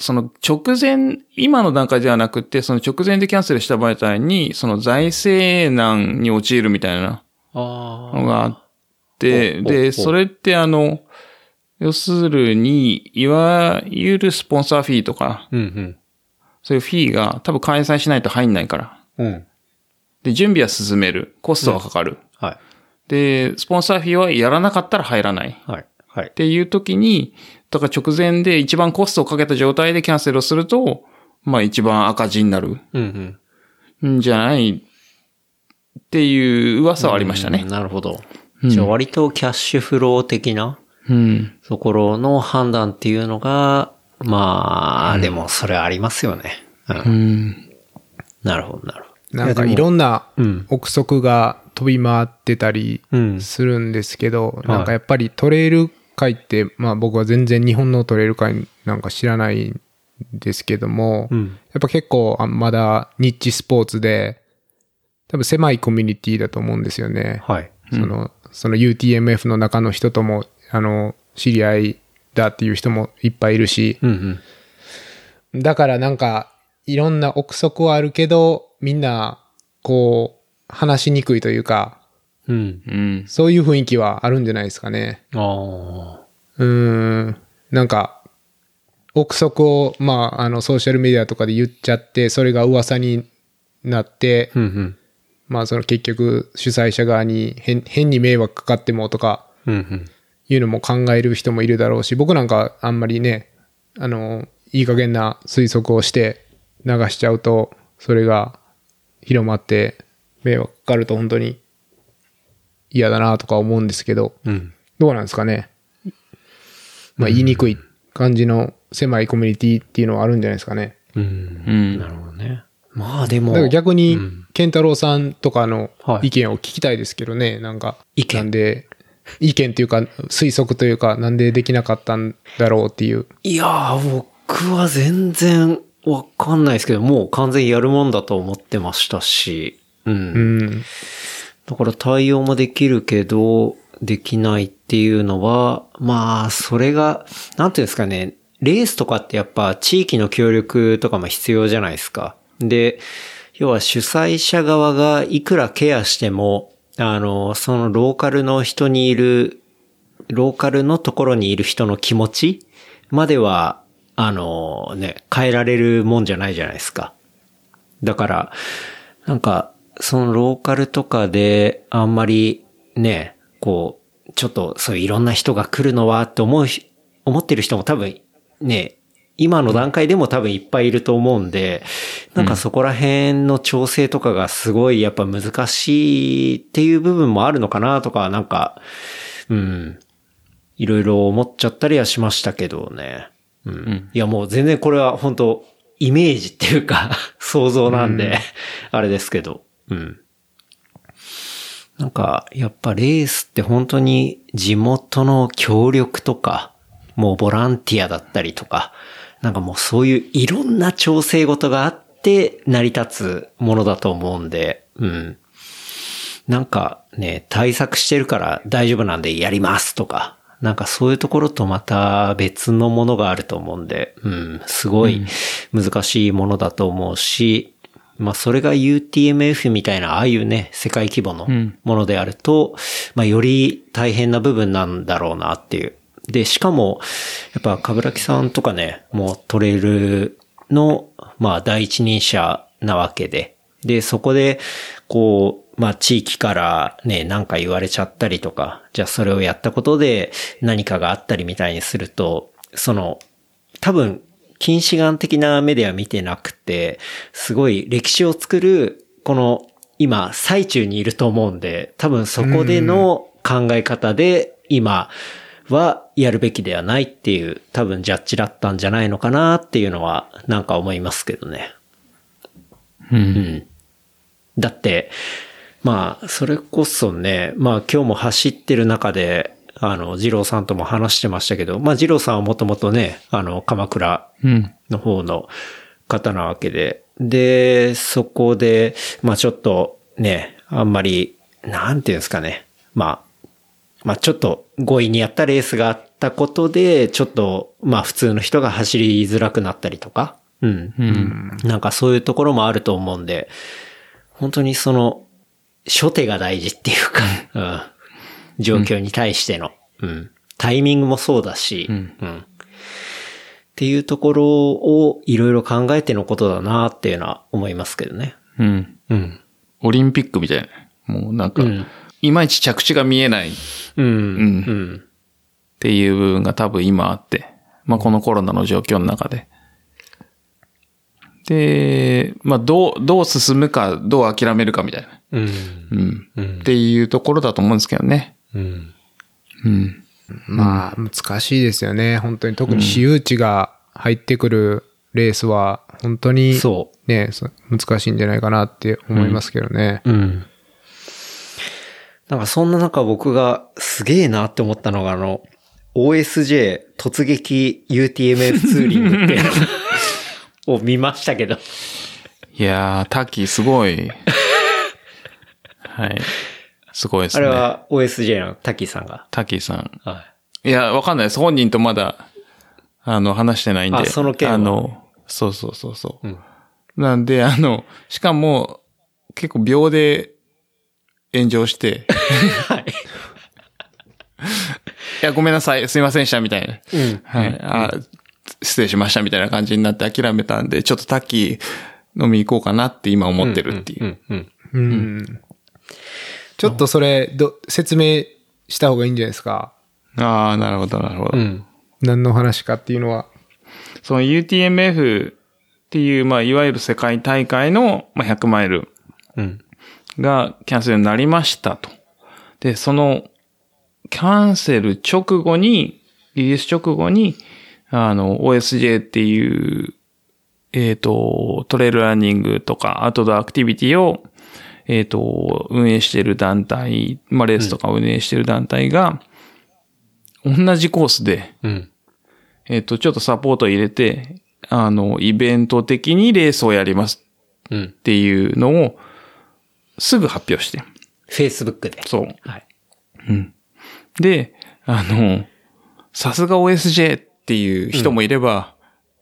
S4: その直前、今の段階ではなくて、その直前でキャンセルした場合に、その財政難に陥るみたいな
S5: あ
S4: のがあって、
S5: おおお
S4: で、それってあの、要するに、いわゆるスポンサーフィーとか、
S5: うん
S4: そういうフィーが多分開催しないと入んないから。
S5: うん。うん。
S4: で、準備は進める。コストはかかる。
S5: は
S4: で、スポンサーフィーはやらなかったら入らない。
S5: い。はい。はい
S4: っ。ていう時に、だから直前で一番コストをかけた状態でキャンセルをすると、まあ一番赤字になる
S5: うんうん。
S4: んじゃないっていう噂はありました
S5: う
S4: ね
S5: ん。なるほど。じゃあ割とキャッシュフロー的な
S4: うん。
S5: ところの判断っていうのが、まあ、でもそれありますよね。うん
S4: うん。
S5: なるほど、なるほ
S2: なんかいろんな
S5: うん
S2: 憶測が飛び回ってたり
S5: ど。うん。
S2: するんですけど、なん
S5: は
S2: か
S5: い
S2: やっぱりトレイル界って、まあ僕は全然日本のトレイル界なんか知らないんですけども、
S5: うん。
S2: やっぱ結構あまだニッチスポーツで、多分狭いコミュニティだと思うんですよね。
S5: はい。
S2: その、その UTMF の中の人とも、あの、知り合いだっていう人もいっぱいいるし、
S5: うんうん。
S2: だからなんか、いろんな憶測はあるけど、みんな、こう、話しにくいというか、
S5: うん。
S4: うん。
S2: そういう雰囲気はあるんじゃないですかね。
S5: ああ。
S2: うーん。なんか、憶測を、まあ、あの、ソーシャルメディアとかで言っちゃって、それが噂になって、
S5: うんうん。
S2: まあ、その結局、主催者側に変、変に迷惑かかってもとか、
S5: うんうん。
S2: いうのも考える人もいるだろうし、僕なんかあんまりね、あの、いい加減な推測をして流しちゃうと、それが広まって迷惑かかると本当に嫌だなとか思うんですけど、
S5: うん。
S2: どうなんですかね。まあ言いにくい感じの狭いコミュニティっていうのはあるんじゃないですかね。
S5: うん。
S4: うん
S5: な。るほどね。まあで
S2: だ
S5: も
S2: か、ら逆に、健太郎さんとかの
S5: はい
S2: 意見を聞きたいですけどね、なんか。
S5: 意見
S2: なんで、意見というか、推測というか、なんでできなかったんだろうっていう。
S5: いやー、僕は全然わかんないですけど、もう完全にやるもんだと思ってましたし、うん
S2: うん。
S5: だから対応もできるけど、できないっていうのは、まあ、それが、なんていうんですかね、レースとかってやっぱ地域の協力とかも必要じゃないですか。で、要は主催者側がいくらケアしても、あの、そのローカルの人にいる、ローカルのところにいる人の気持ちまでは、あのね、変えられるもんじゃないじゃないですか。だから、なんか、そのローカルとかで、あんまりね、こう、ちょっとそういういろんな人が来るのはって思うひ、思ってる人も多分、ね、今の段階でも多分いっぱいいると思うんで、なんかそこら辺の調整とかがすごいやっぱ難しいっていう部分もあるのかなとか、なんか、うん、いろいろ思っちゃったりはしましたけどね。うん。いや、もう全然これは本当イメージっていうか、 想像なんで、あれですけど。うん。なんか、やっぱレースって本当に地元の協力とか、もうボランティアだったりとか、なんかもうそういういろんな調整事があって成り立つものだと思うんで、うん。なんかね、対策してるから大丈夫なんでやりますとか、なんかそういうところとまた別のものがあると思うんで、うん、すごい難しいものだと思うし、まあそれが UTMF みたいな、ああいうね、世界規模のものであると、まあより大変な部分なんだろうなっていう。で、しかも、やっぱ、かぶらきさんとかね、もうトレイルの、まあ、第一人者なわけで。で、そこで、こう、まあ、地域からね、なんか言われちゃったりとか、じゃあそれをやったことで何かがあったりみたいにすると、その、多分、近視眼的な目では見てなくて、すごい歴史を作る、この、今、最中にいると思うんで、多分そこでの考え方で、今はやるべきではないっていう、多分ジャッジだったんじゃないのかなっていうのは、なんか思いますけどね。うん。だって、まあ、それこそね、まあ今日も走ってる中で、あの、二郎さんとも話してましたけど、まあ二郎さんはもともとね、あの、鎌倉
S4: うん。
S5: の方の方なわけで、で、そこで、まあちょっとね、あんまり、なんていうんですかね、まあ、まあちょっと強引にやったレースがあったことで、ちょっと、まあ普通の人が走りづらくなったりとか、うん、
S4: うん。
S5: なんかそういうところもあると思うんで、本当にその、初手が大事っていうか、うん。状況に対しての。うん。タイミングもそうだし、
S4: うん
S5: うん。っていうところをいろいろ考えてのことだなっていうのは思いますけどね。
S4: うん。
S5: うん。
S4: オリンピックみたいな。もうなんか、
S5: うん
S4: いまいち着地が見えないっ
S5: う
S4: ん
S5: ん。うん。
S4: ていう部分が多分今あって、まあこのコロナの状況の中で。で、まあどう、どう進むか、どう諦めるかみたいな。
S5: うん。
S4: うん。
S5: うん
S4: っていうところだと思うんですけどね。
S5: うん。
S4: うん。
S2: まあ、難しいですよね。本当に。特に私有地が入ってくるレースは、本当に、
S5: そ
S2: ね、そ難しいんじゃないかなって思いますけどね。
S5: う。うん。なんかそんな中僕がすげえなって思ったのがあの、OSJ 突撃 UTMF ツーリングっていう のを見ましたけど。
S4: いやー、ターキーすご い。はい。すごいです
S5: あ
S4: ね。
S5: れは OSJ の滝さんが。
S4: ターキーさん。
S5: はい
S4: や、わかんないです。本人とまだ、あの、話してないんで。
S5: あその件は
S4: あの、そうそうそうそう。
S5: うん。
S4: なんで、あの、しかも、結構秒で炎上して。 はいいや、ごめんなさい。すいませんでした、みたいな。
S5: い。うん。
S4: はい。あ、失礼しました、みたいな感じになって諦めたんで、ちょっとタッキー飲み行こうかなって今思ってるっていう。
S5: うん。うん。
S2: うん。ちょっとそれど、説明した方がいいんじゃないですか。
S4: ああ、なるほど、なるほど。
S5: うん。
S2: 何の話かっていうのは。
S4: その UTMF っていう、まあ、いわゆる世界大会の、まあ、100マイル
S5: うん。
S4: がキャンセルになりましたと。で、その、キャンセル直後に、リリース直後に、あの、OSJ っていう、えっ、と、トレイルランニングとか、アウトドアアクティビティを、えっ、と、運営している団体、まあ、レースとかを運営している団体が、同じコースで、
S5: うん。
S4: えっ、と、ちょっとサポートを入れて、あの、イベント的にレースをやります
S5: うん
S4: っ。ていうのを、すぐ発表して。
S5: Facebook で。
S4: そう。
S5: はい。
S4: で、あの、さすが OSJ っていう人もいれば、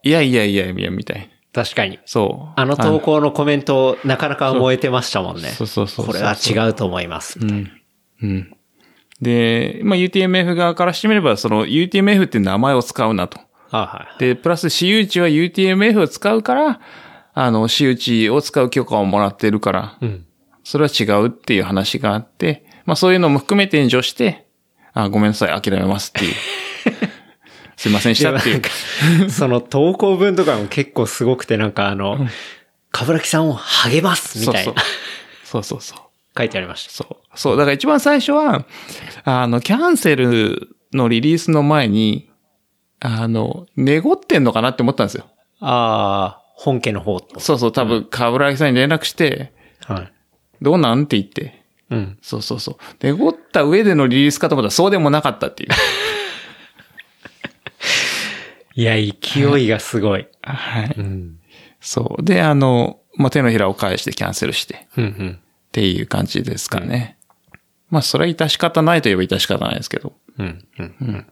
S4: いやいやいやいや、みたいな。
S5: 確かに。
S4: そう。
S5: あの投稿のコメント、なかなか燃えてましたもんね。
S4: そうそうそうそう
S5: これは違うと思います。
S4: うん。で、まあ、UTMF 側からしてみれば、その UTMF って名前を使うなと。
S5: はいはい。
S4: で、プラス私有地は UTMF を使うから、あの、私有地を使う許可をもらってるから、
S5: うん。
S4: それは違うっていう話があって、まあそういうのも含めて炎上して、あ、ごめんなさい、諦めます っていう。すいませんでしたっていう。
S5: その投稿文とかも結構すごくて、なんかあの、かぶらきさんを励ますみたいな
S4: そうそう。そうそうそう。
S5: 書いてありました。
S4: そう。そう。だから一番最初は、あの、キャンセルのリリースの前に、あの、寝ごってんのかなって思ったんですよ。
S5: ああ、本家の方と。
S4: そうそう、多分、かぶらぎさんに連絡して、
S5: はい。
S4: どうなんって言って。
S5: うん。
S4: そうそうそう。寝ごった上でのリリースかと思ったら、そうでもなかったっていう。
S5: いや、勢いがすごい。
S4: はい。
S5: うん。
S4: そう。で、あの、まあ、手のひらを返してキャンセルして、
S5: うんうん。
S4: っていう感じですかね。まあ、それは致し方ないといえば致し方ないですけど。
S5: うんうんうん。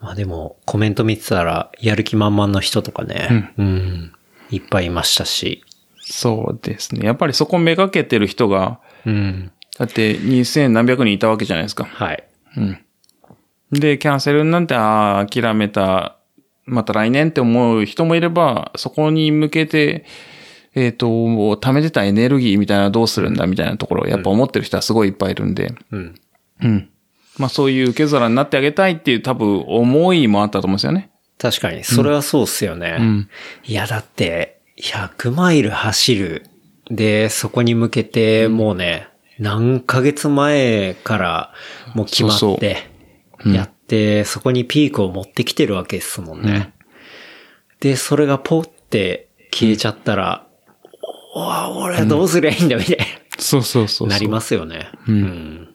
S5: まあでも、コメント見てたら、やる気満々の人とかね、うん、いっぱいいましたし、
S4: そうですね。やっぱりそこめがけてる人が、
S5: うん。
S4: だって2000何百人いたわけじゃないですか。
S5: はい。
S4: うん。で、キャンセルになって、ああ、諦めた、また来年って思う人もいれば、そこに向けて、えっ、と、貯めてたエネルギーみたいなのどうするんだみたいなところをやっぱ思ってる人はすごいいっぱいいるんで、
S5: うん。
S4: うん。まあそういう受け皿になってあげたいっていう多分思いもあったと思うんですよね。
S5: 確かに、それはそうっすよね。
S4: ん
S5: いや、だって、100マイル走る。で、そこに向けて、もうね、何ヶ月前から、もう決ま
S4: そう
S5: っ
S4: そう
S5: て、やって、そこにピークを持ってきてるわけですもんね。で、それがポって消えちゃったら、おわ、俺はどうすりゃいいんだ、みたい
S4: そうそうそ。
S5: な、なりますすよね。うん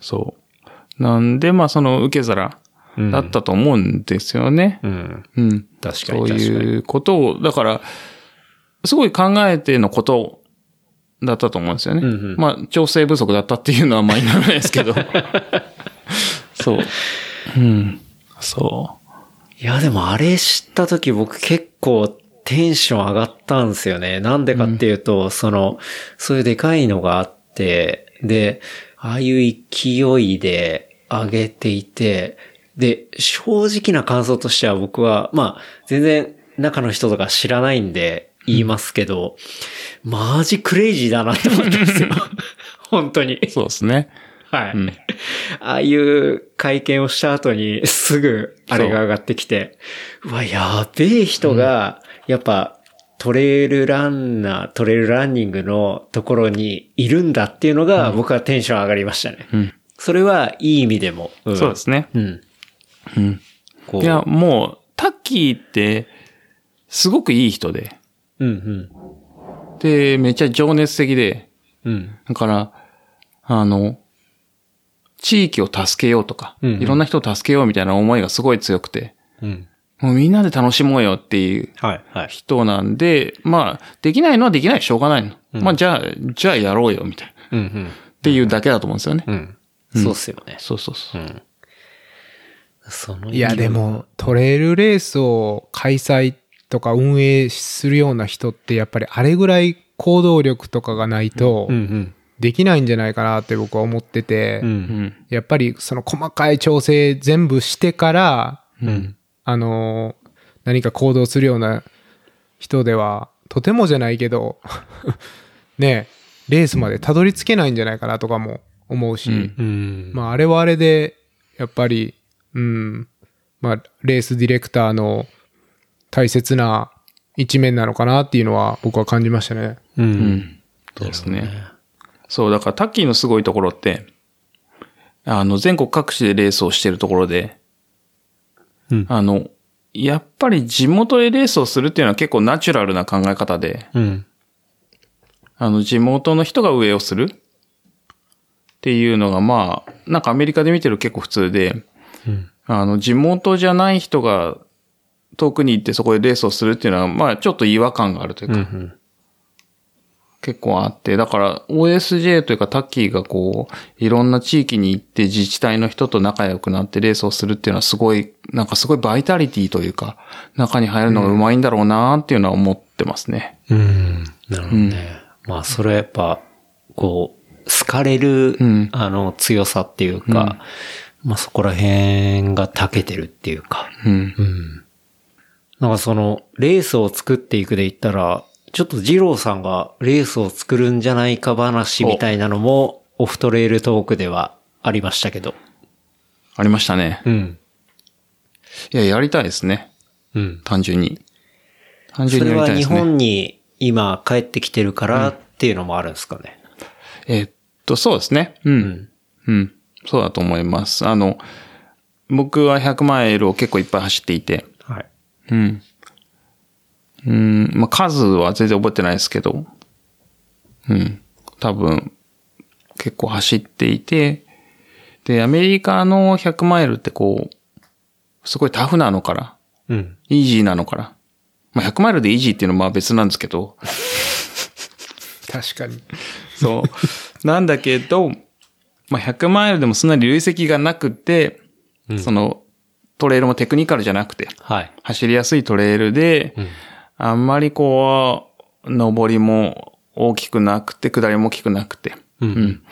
S4: そう。なんで、まあその受け皿だったと思うんですよね。
S5: うん。
S4: うん
S5: 確か
S4: そ
S5: に、
S4: う
S5: 確かに。
S4: いうことを、だから、すごい考えてのことだったと思うんですよね。
S5: んうん
S4: まあ、調整不足だったっていうのはまあ否めないですけど。そう。うん。そ
S5: いや、でもあれ知った時僕結構テンション上がったんですよね。なんでかっていうと、その、そういうでかいのがあって、で、ああいう勢いで上げていて、で、正直な感想としては僕は、まあ、全然中の人とか知らないんで言いますけど、マジクレイジーだなって思ったんで すよ。本当に。
S4: そうですね。
S5: はい。
S4: うん
S5: ああいう会見をした後にすぐあれが上がってきて、うわ、やべえ人が、やっぱトレイルランナー、トレイルランニングのところにいるんだっていうのが僕はテンション上がりましたね。
S4: ん
S5: それはいい意味でも。ん
S4: そうで。すね。
S5: うん。
S4: うん。
S5: こう。
S4: いや、もう、タッキーって、すごくいい人で、
S5: うんうん。
S4: で、めっちゃ情熱的で、
S5: うん。
S4: だから、あの、地域を助けようとか、
S5: うんうん
S4: いろんな人を助けようみたいな思いがすごい強くて、
S5: うん。
S4: もうみんなで楽しもうよっていう
S5: はい、はい。
S4: 人なんで、まあ、できないのはできないしょうがないの。まあ、じゃあ、じゃあやろうよ、みたいな。
S5: うんうん。
S4: っていうだけだと思うんですよね。
S5: うん。そうっすよね。
S4: そうそうそうう。
S5: ん。その
S2: いやで。もトレイルレースを開催とか運営するような人ってやっぱりあれぐらい行動力とかがないと
S5: うん
S2: できないんじゃないかなって僕は思ってて、
S5: うん。う。
S4: うんん。
S2: やっぱりその細かい調整全部してから、
S5: うん。
S2: あのー何か行動するような人ではとてもじゃないけど ねえレースまでたどり着けないんじゃないかなとかも思うし、
S4: うん
S5: うん。
S2: まあ、あれはあれで、やっぱり、うん、まあ、レースディレクターの大切な一面なのかなっていうのは僕は感じましたね。
S4: う
S5: う。
S4: んん。そうですね。そう、だからタッキーのすごいところって、あの、全国各地でレースをしてるところで、
S5: うん
S4: あの、やっぱり地元でレースをするっていうのは結構ナチュラルな考え方で、
S5: うん。
S4: あの、地元の人が上をするっていうのが、まあ、なんかアメリカで見てる結構普通で、
S5: うん
S4: あの、地元じゃない人が遠くに行ってそこでレースをするっていうのは、まあ、ちょっと違和感があるというか、
S5: うん。
S4: 結構あって、だから OSJ というかタッキーがこう、いろんな地域に行って自治体の人と仲良くなってレースをするっていうのはすごい、なんかすごいバイタリティというか、中に入るのがうまいんだろうなっていうのは思ってますね。
S5: うん。なるほどね。まあ、それはやっぱ、こう、好かれる、
S4: うん
S5: あの、強さっていうか、まあ、そこら辺が長けてるっていうか。
S4: うん。
S5: うん。なんかその、レースを作っていくで言ったら、ちょっと二郎さんがレースを作るんじゃないか話みたいなのも、オフトレールトークではありましたけど。
S4: ありましたね。
S5: うん。
S4: いや、やりたいですね。
S5: うん。
S4: 単純に。単純
S5: そ
S4: に
S5: れ
S4: やりたで
S5: はい日
S4: すね。
S5: 本に今帰ってきてるからっていうのもあるんですかね。
S4: えっと、そうですね。う。
S5: うんん。
S4: うん。そうだと思います。あの、僕は100マイルを結構いっぱい走っていて、
S5: はい。
S4: うん。うん、まあ、数は全然覚えてないですけど、うん。多分、結構走っていて、で、アメリカの100マイルってこう、すごいタフなのから、
S5: うん。
S4: イージーなのから。まあ、100マイルでイージーっていうのはまあ別なんですけど、
S2: 確かに。
S4: そう。なんだけど、まあ、100マイルでもそんなに累積がなくて、その、トレイルもテクニカルじゃなくて、
S5: はい。
S4: 走りやすいトレイルで、あんまりこう、上りも大きくなくて、下りも大きくなくて。うん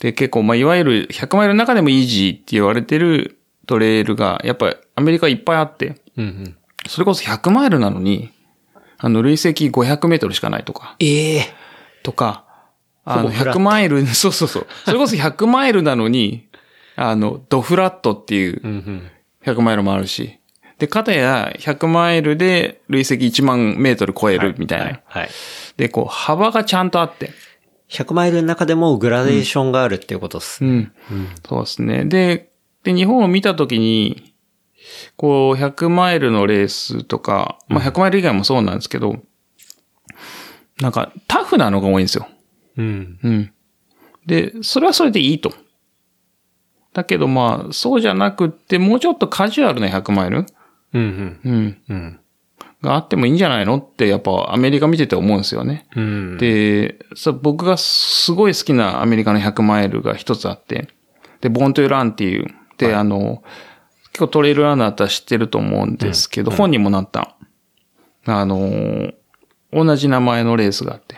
S4: で、結構、まあ、いわゆる100マイルの中でもイージーって言われてるトレイルが、やっぱアメリカいっぱいあって、
S5: うんうん。
S4: それこそ100マイルなのに、あの、累積500メートルしかないとか。
S5: ええ
S4: とか、あ
S5: ほぼ
S4: の、
S5: フラット
S4: 100マイル、 そうそうそう。それこそ100マイルなのに、あの、ドフラットっていう
S5: うんうん。
S4: 100マイルもあるし。で、かたや100マイルで累積1万メートル超えるみたいな。
S5: はい。はい。
S4: で、こう、幅がちゃんとあって。
S5: 100マイルの中でもグラデーションがあるっていうことっす
S4: う
S5: ね。
S4: ん。そうですね。で、で、日本を見たときに、こう、100マイルのレースとか、まあ、100マイル以外もそうなんですけど、なんか、タフなのが多いんですよ。
S5: うん。
S4: うん。で、それはそれでいいと。だけどまあ、そうじゃなくって、もうちょっとカジュアルな100マイル
S5: う
S4: う
S5: ん
S4: ん。
S5: うん。うん。
S4: があってもいいんじゃないのって、やっぱアメリカ見てて思うんですよね。
S5: うん。
S4: で、そう僕がすごい好きなアメリカの100マイルが一つあって、で、ボーントゥーランっていう、で、あの、結構トレイルランナーだったら知ってると思うんですけど、本にもなった、あの、同じ名前のレースがあって、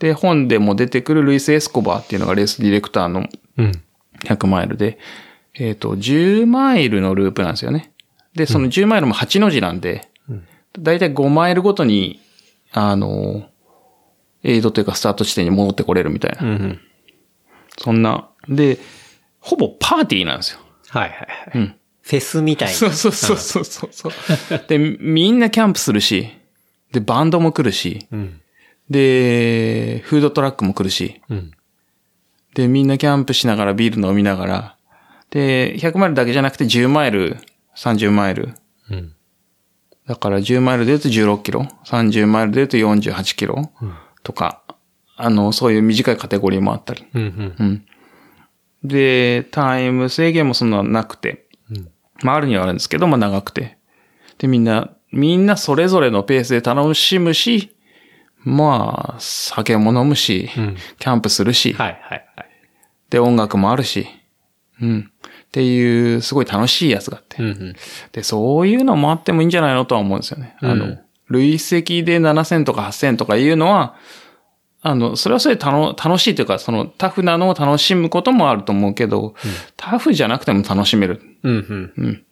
S4: で、本でも出てくるルイス・エスコバーっていうのがレースディレクターの
S5: うん。
S4: 100マイルで、えっ、と、10マイルのループなんですよね。で、その10マイルも8の字なんで、だいたい5マイルごとに、あの、エイドというかスタート地点に戻ってこれるみたいな。
S5: うんうん。
S4: そんな。で、ほぼパーティーなんですよ。
S5: はいはいはい。
S4: うん。
S5: フェスみたいな。
S4: そうそうそうそうそうそう。 で、みんなキャンプするし、で、バンドも来るし、
S5: うん。
S4: で、フードトラックも来るし、
S5: うん。
S4: で、みんなキャンプしながらビール飲みながら、で、100マイルだけじゃなくて10マイル、30マイル。
S5: うん。
S4: だから10マイルで言うと16キロ、30マイルで言うと48キロとか、あの、そういう短いカテゴリーもあったり。
S5: うんうん。
S4: うん。で、タイム制限もそんななくて。
S5: うん
S4: まああるにはあるんですけど、まあ長くて。で、みんな、みんなそれぞれのペースで楽しむし、まあ、酒も飲むし、
S5: うん
S4: キャンプするし、
S5: はいはいはい。
S4: で、音楽もあるし、うん。っていう、すごい楽しいやつがあって。
S5: うんうん。
S4: で、そういうのもあってもいいんじゃないのとは思うんですよね。あ
S5: う
S4: の
S5: ん、
S4: 累積で7000とか8000とかいうのは、あの、それはそれで楽楽しいというか、そのタフなのを楽しむこともあると思うけど、タフじゃなくても楽しめる。
S5: うん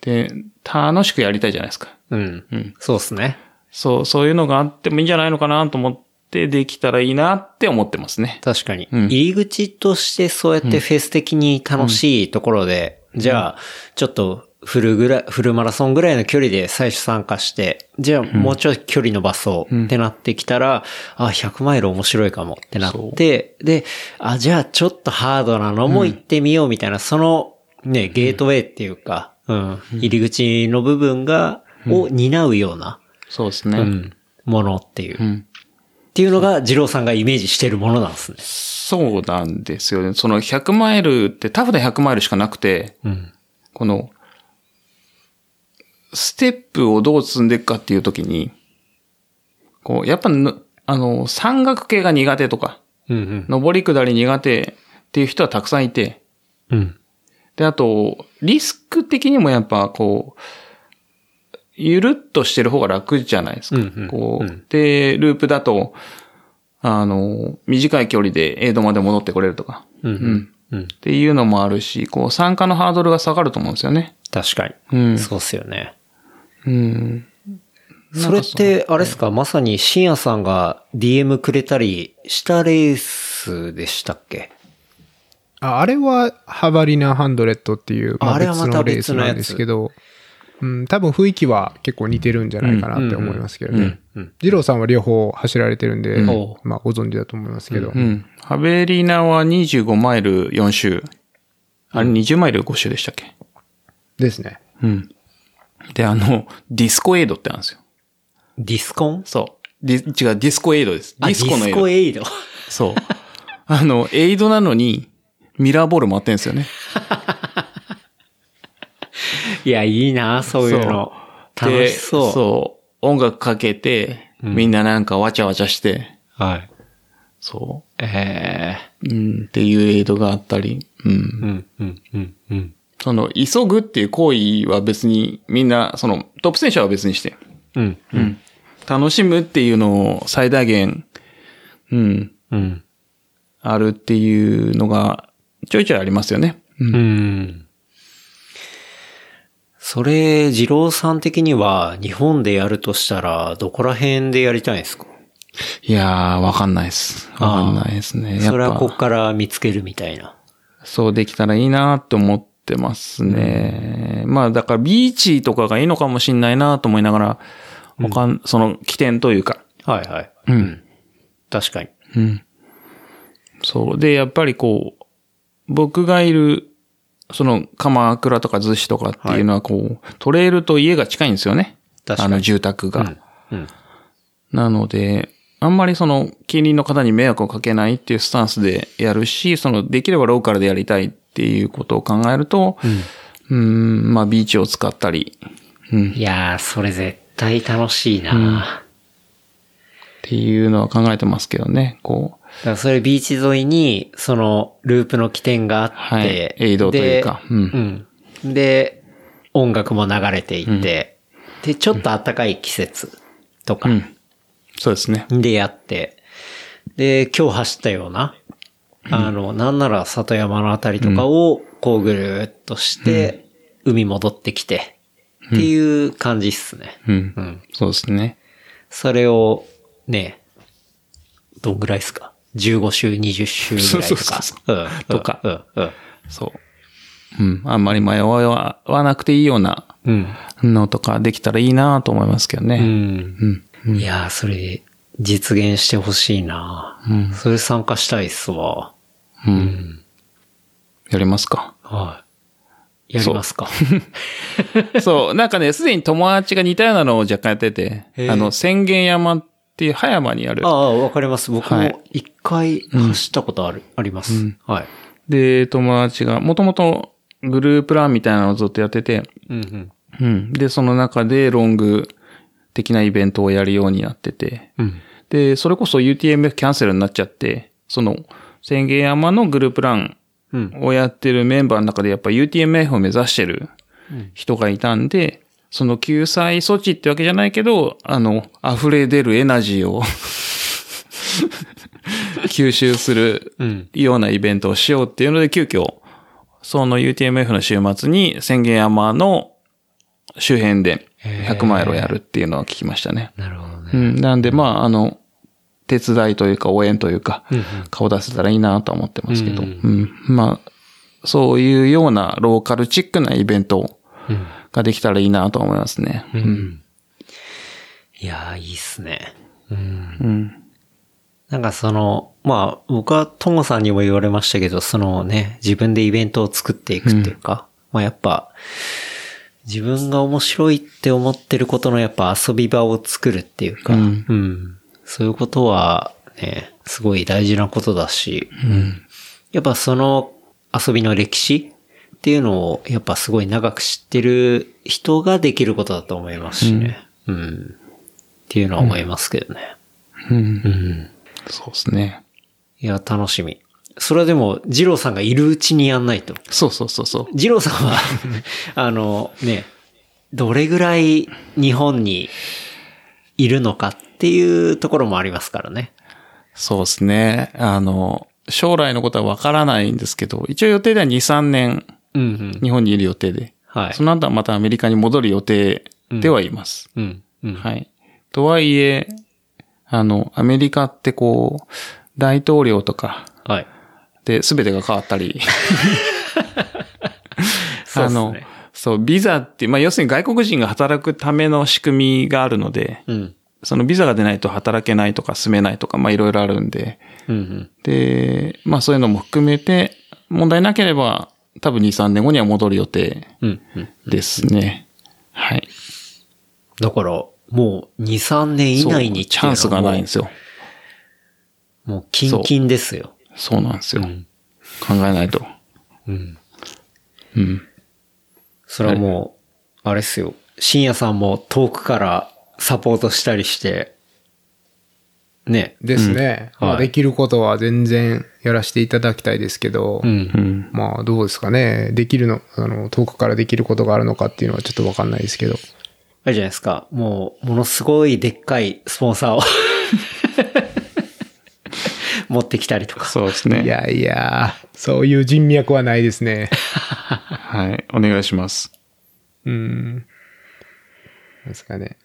S4: で、楽しくやりたいじゃないですか。
S5: うん。う
S4: うんん。
S5: そうっすね。
S4: そう、そういうのがあってもいいんじゃないのかなと思って、できたらいいなって思ってますね。
S5: 確かに。
S4: うん
S5: 入り口としてそうやってフェス的に楽しいところで、じゃあ、ちょっとフルぐらい、フルマラソンぐらいの距離で最初参加して、じゃあもうちょい距離伸ばそうってなってきたら、あ、100マイル面白いかもってなって、で、あ、じゃあちょっとハードなのも行ってみようみたいな、そのね、ゲートウェイっていうか、うん、入り口の部分が、を担うような、
S4: そうですね。
S5: うん、ものっていう。
S4: うん
S5: っていうのが、二郎さんがイメージしてるものなんですね。
S4: そうなんですよね。その100マイルってタフな100マイルしかなくて、
S5: うん。
S4: この、ステップをどう積んでいくかっていう時に、こう、やっぱぬ、あの、山岳系が苦手とか、
S5: うん
S4: 上り下り苦手っていう人はたくさんいて、
S5: うん。うん。
S4: で、あと、リスク的にもやっぱこう、ゆるっとしてる方が楽じゃないですか。
S5: うんうん
S4: こ
S5: うん
S4: う、で、ループだと、あの、短い距離でエイドまで戻ってこれるとか、
S5: うんうん。うん。
S4: っていうのもあるし、こう、参加のハードルが下がると思うんですよね。
S5: 確かに。
S4: うん。
S5: そうっすよね。
S4: うん。
S5: それって、あれっすか、まさに、深夜さんが DM くれたりしたレースでしたっけ
S2: ああれは、ハバリナ100っていう、ま
S5: あ
S2: あ、
S5: れは
S2: 別
S5: また
S2: のレースなんですけど、うん、多分雰囲気は結構似てるんじゃないかなって思いますけどね。二郎さんは両方走られてるんで、
S5: うん
S2: まあ、ご存知だと思いますけど。
S4: うん。ハベリナは25マイル4周。あれ20マイル5周でしたっけ
S2: ですね。
S4: うん。で、あの、ディスコエイドってあるんですよ。
S5: ディスコン
S4: そう。ディ違う、ディスコエイドです。デ
S5: あ
S4: ィスコのエイ
S5: ディスコ
S4: ド。
S5: エイド。
S4: そう。 あの、エイドなのに、ミラーボールもあってんですよね。
S5: いや、いいなそういうの。
S4: で
S5: 楽しそう。
S4: そう。音楽かけて、みんななんかわちゃわちゃして、
S5: はい。
S4: そ
S5: え
S4: う。うん、っていうエイドがあったり。うん
S5: え。うん、うん、うん、うん。
S4: その、急ぐっていう行為は別に、みんな、その、トップ選手は別にして、
S5: うん、
S4: うん。楽しむっていうのを最大限、うん、
S5: うん。
S4: あるっていうのが、ちょいちょいありますよね。うん
S5: うん。それ、二郎さん的には、日本でやるとしたら、どこら辺でやりたいんですか
S4: いやー、わかんないです。わかんないですね。や
S5: それ
S4: っ
S5: はこ
S4: ぱ
S5: っ、から見つけるみたいな。
S4: そうできたらいいなって思ってますね。まあ、だから、ビーチとかがいいのかもしんないなと思いながら、わかん、その、起点というか、
S5: はいはい。
S4: うん。
S5: 確かに。
S4: うん。そう。で、やっぱりこう、僕がいる、その、鎌倉とか逗子とかっていうのはこう、トレイルと家が近いんですよね。
S5: 確か
S4: あ
S5: に
S4: の、住宅が。
S5: うん。
S4: なので、あんまりその、近隣の方に迷惑をかけないっていうスタンスでやるし、その、できればローカルでやりたいっていうことを考えると、うん、ん、まあ、ビーチを使ったり、うん、
S5: いやー、それ絶対楽しいな、だ
S4: っていうのは考えてますけどね、こう、
S5: からそれビーチ沿いに、その、ループの起点があって、
S4: はいエイドというか
S5: でうん。で、音楽も流れていて、で、ちょっと暖かい季節とか
S4: うん。そうですね。
S5: でやって、で、今日走ったような、あの、なんなら里山のあたりとかを、こうぐるーっとして、海戻ってきて、っていう感じっすね。
S4: うん。
S5: うん。
S4: そうですね。
S5: それを、ね、どんぐらいっすか ?15 周、20周ぐらいですか
S4: そうそう
S5: うん。
S4: とか
S5: うん。うん。
S4: そう。うん。あんまり迷わなくていいような
S5: うん。
S4: のとかできたらいいなと思いますけど
S5: う
S4: ね。
S5: ん。
S4: うん。
S5: いやー、それ、実現してほしいな、
S4: うん
S5: それ参加したいっすわ。
S4: うん。
S5: うん。
S4: やります か。
S5: はい。やりますか。
S4: そう。なんかね、すでに友達が似たようなのを若干やってて、
S5: へー
S4: あの、千元山っていう葉山にある
S5: あ。あ、わかります。僕
S4: はい
S5: も一回走ったことある、あります。はい。
S4: で、友達が、もともとグループランみたいなのをずっとやってて、
S5: うんうん。
S4: うん。で、その中でロング的なイベントをやるようになってて、
S5: うん。
S4: で、それこそ UTMF キャンセルになっちゃって、その、千元山のグループラン
S5: うん。
S4: をやってるメンバーの中でやっぱ UTMF を目指してる人がいたんで、その救済措置ってわけじゃないけど、あの、溢れ出るエナジー を吸収する
S5: うん。
S4: ようなイベントをしようっていうので、急遽、その UTMF の週末に宣言山の周辺で100マイルをやるっていうのは聞きましたね。
S5: なるほどね。
S4: うん。なんで、まあ、あの、手伝いというか応援というか、
S5: うんうん
S4: 顔出せたらいいなとは思ってますけど、
S5: う
S4: うんん。まあ、そういうようなローカルチックなイベント
S5: うん。
S4: ができたらいいなと思いますね。う。
S5: うんん。いやー、いいっすね。うん。
S4: うん。
S5: なんかその、まあ、僕はともさんにも言われましたけど、そのね、自分でイベントを作っていくっていうか、まあやっぱ、自分が面白いって思ってることのやっぱ遊び場を作るっていうか、
S4: うん
S5: うんそういうことはね、すごい大事なことだし、やっぱその遊びの歴史っていうのをやっぱすごい長く知ってる人ができることだと思いますしね。うん。っていうのは思いますけどね。
S4: うん。
S5: うん。
S4: そうですね。
S5: いや、楽しみ。それはでも、二郎さんがいるうちにやんないと。
S4: そうそうそうそう。
S5: 二郎さん は、あの、ね、どれぐらい日本にいるのかっていうところもありますからね。
S4: そうですね。あの、将来のことはわからないんですけど、一応予定では2、3年
S5: うんうん。
S4: 日本にいる予定で、
S5: はい
S4: そ。の後はまたアメリカに戻る予定ではいます。
S5: うん。うん。
S4: はい。とはいえ、あの、アメリカってこう、大統領とか
S5: はい。
S4: で全てが変わったり、
S5: そうで
S4: あ
S5: す
S4: の
S5: ね。、
S4: そう、ビザって、まあ要するに外国人が働くための仕組みがあるので、
S5: うん。
S4: そのビザが出ないと働けないとか住めないとか、まあいろいろあるんで、
S5: うんうん。
S4: で、まあそういうのも含めて、問題なければ、多分2、3年後には戻る予定
S5: うんうん。
S4: ですね。はい。
S5: だから、もう2、3年以
S4: そう
S5: 内にって
S4: チ
S5: う
S4: ャ
S5: のは
S4: ンスがないんですよ。
S5: もう、もうキンキンですよ。
S4: そうなんですよ。
S5: うん
S4: 考えないと。
S5: うん。
S4: うん。
S5: それはもう、あれっすよ。深夜さんも遠くからサポートしたりして、ね。
S2: ですね。
S5: うん
S2: まあ、
S5: はい
S2: できることは全然やらせていただきたいですけど、
S5: うん
S4: う。ん。
S2: まあ、どうですかね。できるの、あの、遠くからできることがあるのかっていうのはちょっとわかんないですけど。
S5: あれじゃないですか。もう、ものすごいでっかいスポン サーを持ってきたりとか。
S4: そうです
S2: い
S4: ね。
S2: やいや、そういう人脈はないですね。
S4: はい。お願いします。
S2: うん。なんですかね。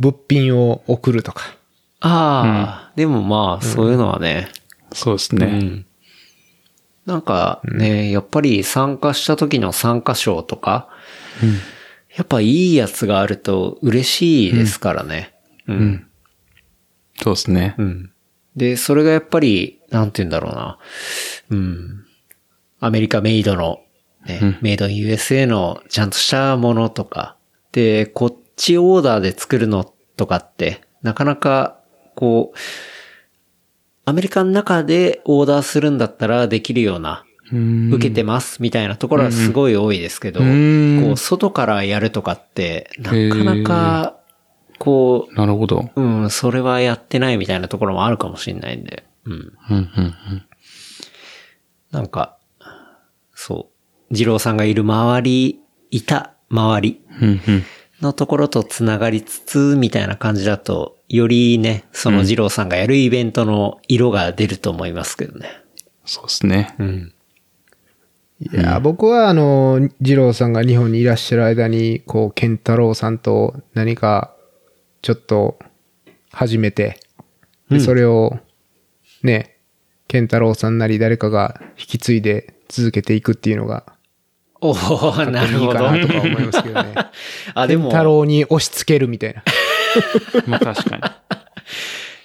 S2: 物品を送るとか。
S5: ああ、でもまあ、そういうのはね。
S4: そうです
S5: う
S4: ね。
S5: ん。なんかね、やっぱり参加した時の参加賞とか、やっぱいいやつがあると嬉しいですからね。うん
S4: そうですね。
S5: うん。で、それがやっぱり、なんて言うんだろうな。うん。アメリカメイドの、ね、メイドイン USA のちゃんとしたものとか、で、こっちオーダーで作るのとかって、なかなか、こう、アメリカの中でオーダーするんだったらできるような、
S4: うん
S5: 受けてますみたいなところはすごい多いですけど、
S4: うん
S5: こう、外からやるとかって、なかなか、こう、
S4: なるほど。
S5: うん、それはやってないみたいなところもあるかもしれないんで。うん。
S4: うん、うん、
S5: なんか、そう。二郎さんがいる周り、いた周り
S4: うん。うん、
S5: のところとつながりつつ、みたいな感じだと、よりね、その二郎さんがやるイベントの色が出ると思いますけどね。
S4: そうですね。
S5: うん。
S2: いやー、僕はあの、二郎さんが日本にいらっしゃる間に、こう、健太郎さんと何か、ちょっと、始めて、でそれを、ね、健太郎さんなり誰かが引き継いで続けていくっていうのが、
S5: おおな
S2: い
S5: る
S2: い
S5: ほ
S2: か
S5: ど。
S2: なとか思いますけどね。
S5: あ、で
S2: 健太
S5: も、
S2: 郎に押し付けるみ たいな。
S4: まあ確かに。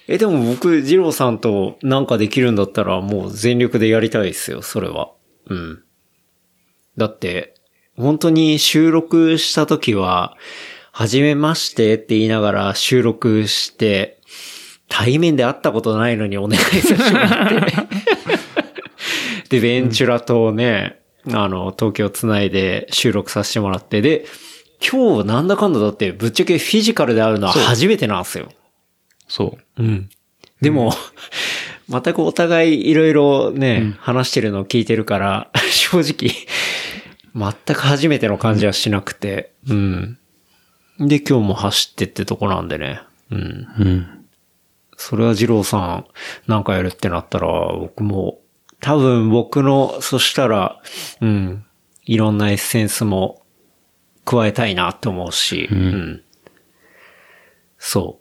S5: え、でも僕、二郎さんとなんかできるんだったら、もう全力でやりたいですよ、それは。うん。だって、本当に収録した時は、はじめましてって言いながら収録して、対面で会ったことないのにお願いさせてもらって。で、ベンチュラとね、あの、東京つないで収録させてもらって、で、今日なんだかんだだって、ぶっちゃけフィジカルで会うのは初めてなんですよ。
S4: そう。
S5: うん。でも、 全くお互いいろいろね、話してるのを聞いてるから、 正直、全く初めての感じはしなくて、うん。で、今日も走ってってとこなんでね。うん。
S4: うん。
S5: それは二郎さんなんかやるってなったら、僕も、多分僕の、そしたら、うん、いろんなエッセンスも加えたいなと思うし、うん。そ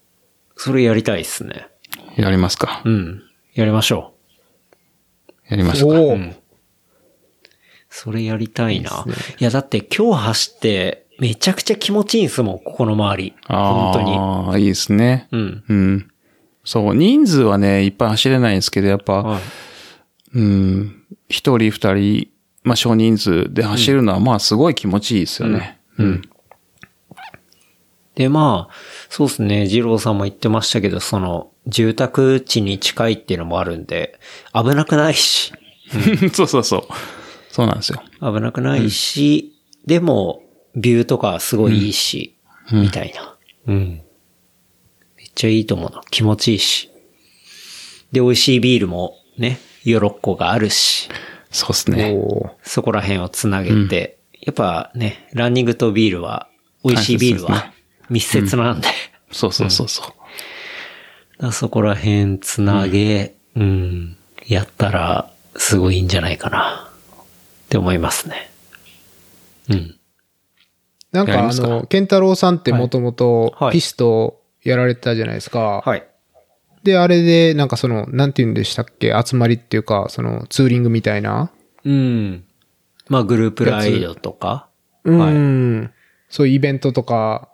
S5: う。それやりたいっすね。
S4: やりますか
S5: う。ん。やりましょう。
S4: やりましょうか。
S2: おお、
S5: それやりたいな。いや、だって今日走って、めちゃくちゃ気持ちいいんすもん、ここの周り。本当に。
S4: ああ、いいですね。
S5: うん。
S4: うん。そう、人数はね、いっぱい走れないんですけど、やっぱ、
S5: はい
S4: うん、一人二人、まあ少人数で走るのは、まあすごい気持ちいいですよね。うん。
S5: で、まあ、そうですね、二郎さんも言ってましたけど、その、住宅地に近いっていうのもあるんで、危なくないし、
S4: そうそうそう。そうなんですよ。
S5: 危なくないし、でも、ビューとかすごいいいし、みたいな。うん。めっちゃいいと思うな。気持ちいいし。で、美味しいビールもね、ヨロッコがあるし。
S4: そうですね。
S2: おー
S5: そこら辺をつなげて、やっぱね、ランニングとビールは、美味しいビール
S4: 大切です
S5: は
S4: ね
S5: 密接なんで、
S4: そうそうそうそう。
S5: だからそこら辺つなげ、うん、やったら、すごいいいんじゃないかな、って思いますね。うん。
S2: なん
S4: やり
S2: か
S4: ま
S2: あ
S4: すか
S2: の、健太郎さんってもともと
S5: はい
S2: ピストやられてたじゃないですか。
S5: はい。
S2: で、あれで、なんかその、なんて言うんでしたっけ、集まりっていうか、その、ツーリングみたいな。
S5: うん。まあ、グループライドとか、
S2: うん。そういうイベントとか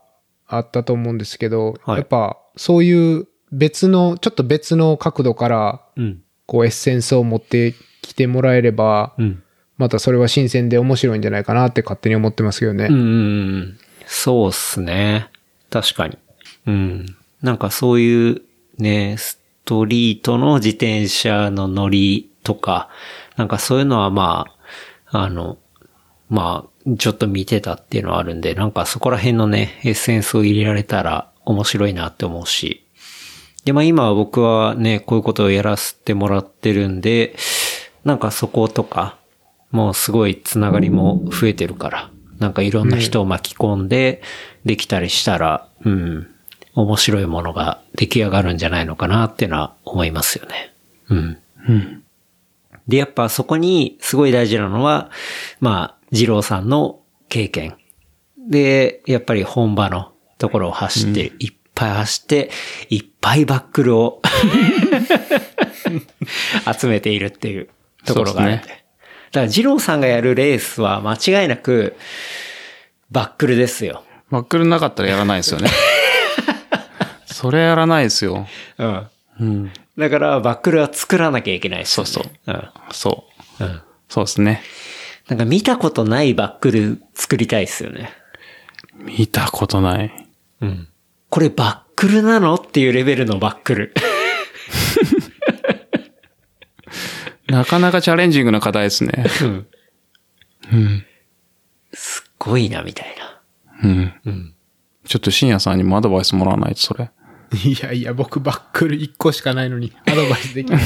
S2: あったと思うんですけど、
S5: はい
S2: やっぱ、そういう別の、ちょっと別の角度から、
S5: うん。
S2: こう、エッセンスを持ってきてもらえれば、
S5: うん。
S2: またそれは新鮮で面白いんじゃないかなって勝手に思ってますけどね。
S5: うんうんうん。そうっすね。確かに。うん。なんかそういうね、ストリートの自転車の乗りとか、なんかそういうのはまあ、あの、まあ、ちょっと見てたっていうのはあるんで、なんかそこら辺のね、エッセンスを入れられたら面白いなって思うし。で、まあ今は僕はね、こういうことをやらせてもらってるんで、なんかそことか、もうすごいつながりも増えてるから、なんかいろんな人を巻き込んでできたりしたら、うん、面白いものが出来上がるんじゃないのかなってのは思いますよね。うん。で、やっぱそこにすごい大事なのは、まあ、二郎さんの経験。で、やっぱり本場のところを走って、いっぱい走って、いっぱいバックルを 集めているっていうところがあるんで。
S4: そうです
S5: だから二郎さんがやるレースは間違いなく、バックルですよ。
S4: バックルなかったらやらないですよ ね。それやらないですよ。
S5: うん。
S4: うん。
S5: だから、バックルは作らなきゃいけないですよね、
S4: そうそう
S5: うん。
S4: そう。
S5: うん。
S4: そうですね。
S5: なんか見たことないバックル作りたいですよね。
S4: 見たことない。
S5: うん。これバックルなのっていうレベルのバックル。
S4: なかなかチャレンジングな課題ですね。
S5: うん。
S4: うん。
S5: すっごいな、みたいな。
S4: うん。
S5: うん。
S4: ちょっと深夜さんにもアドバイスもらわないと、それ。
S2: いやいや、僕バックル1個しかないのに、アドバイスできない。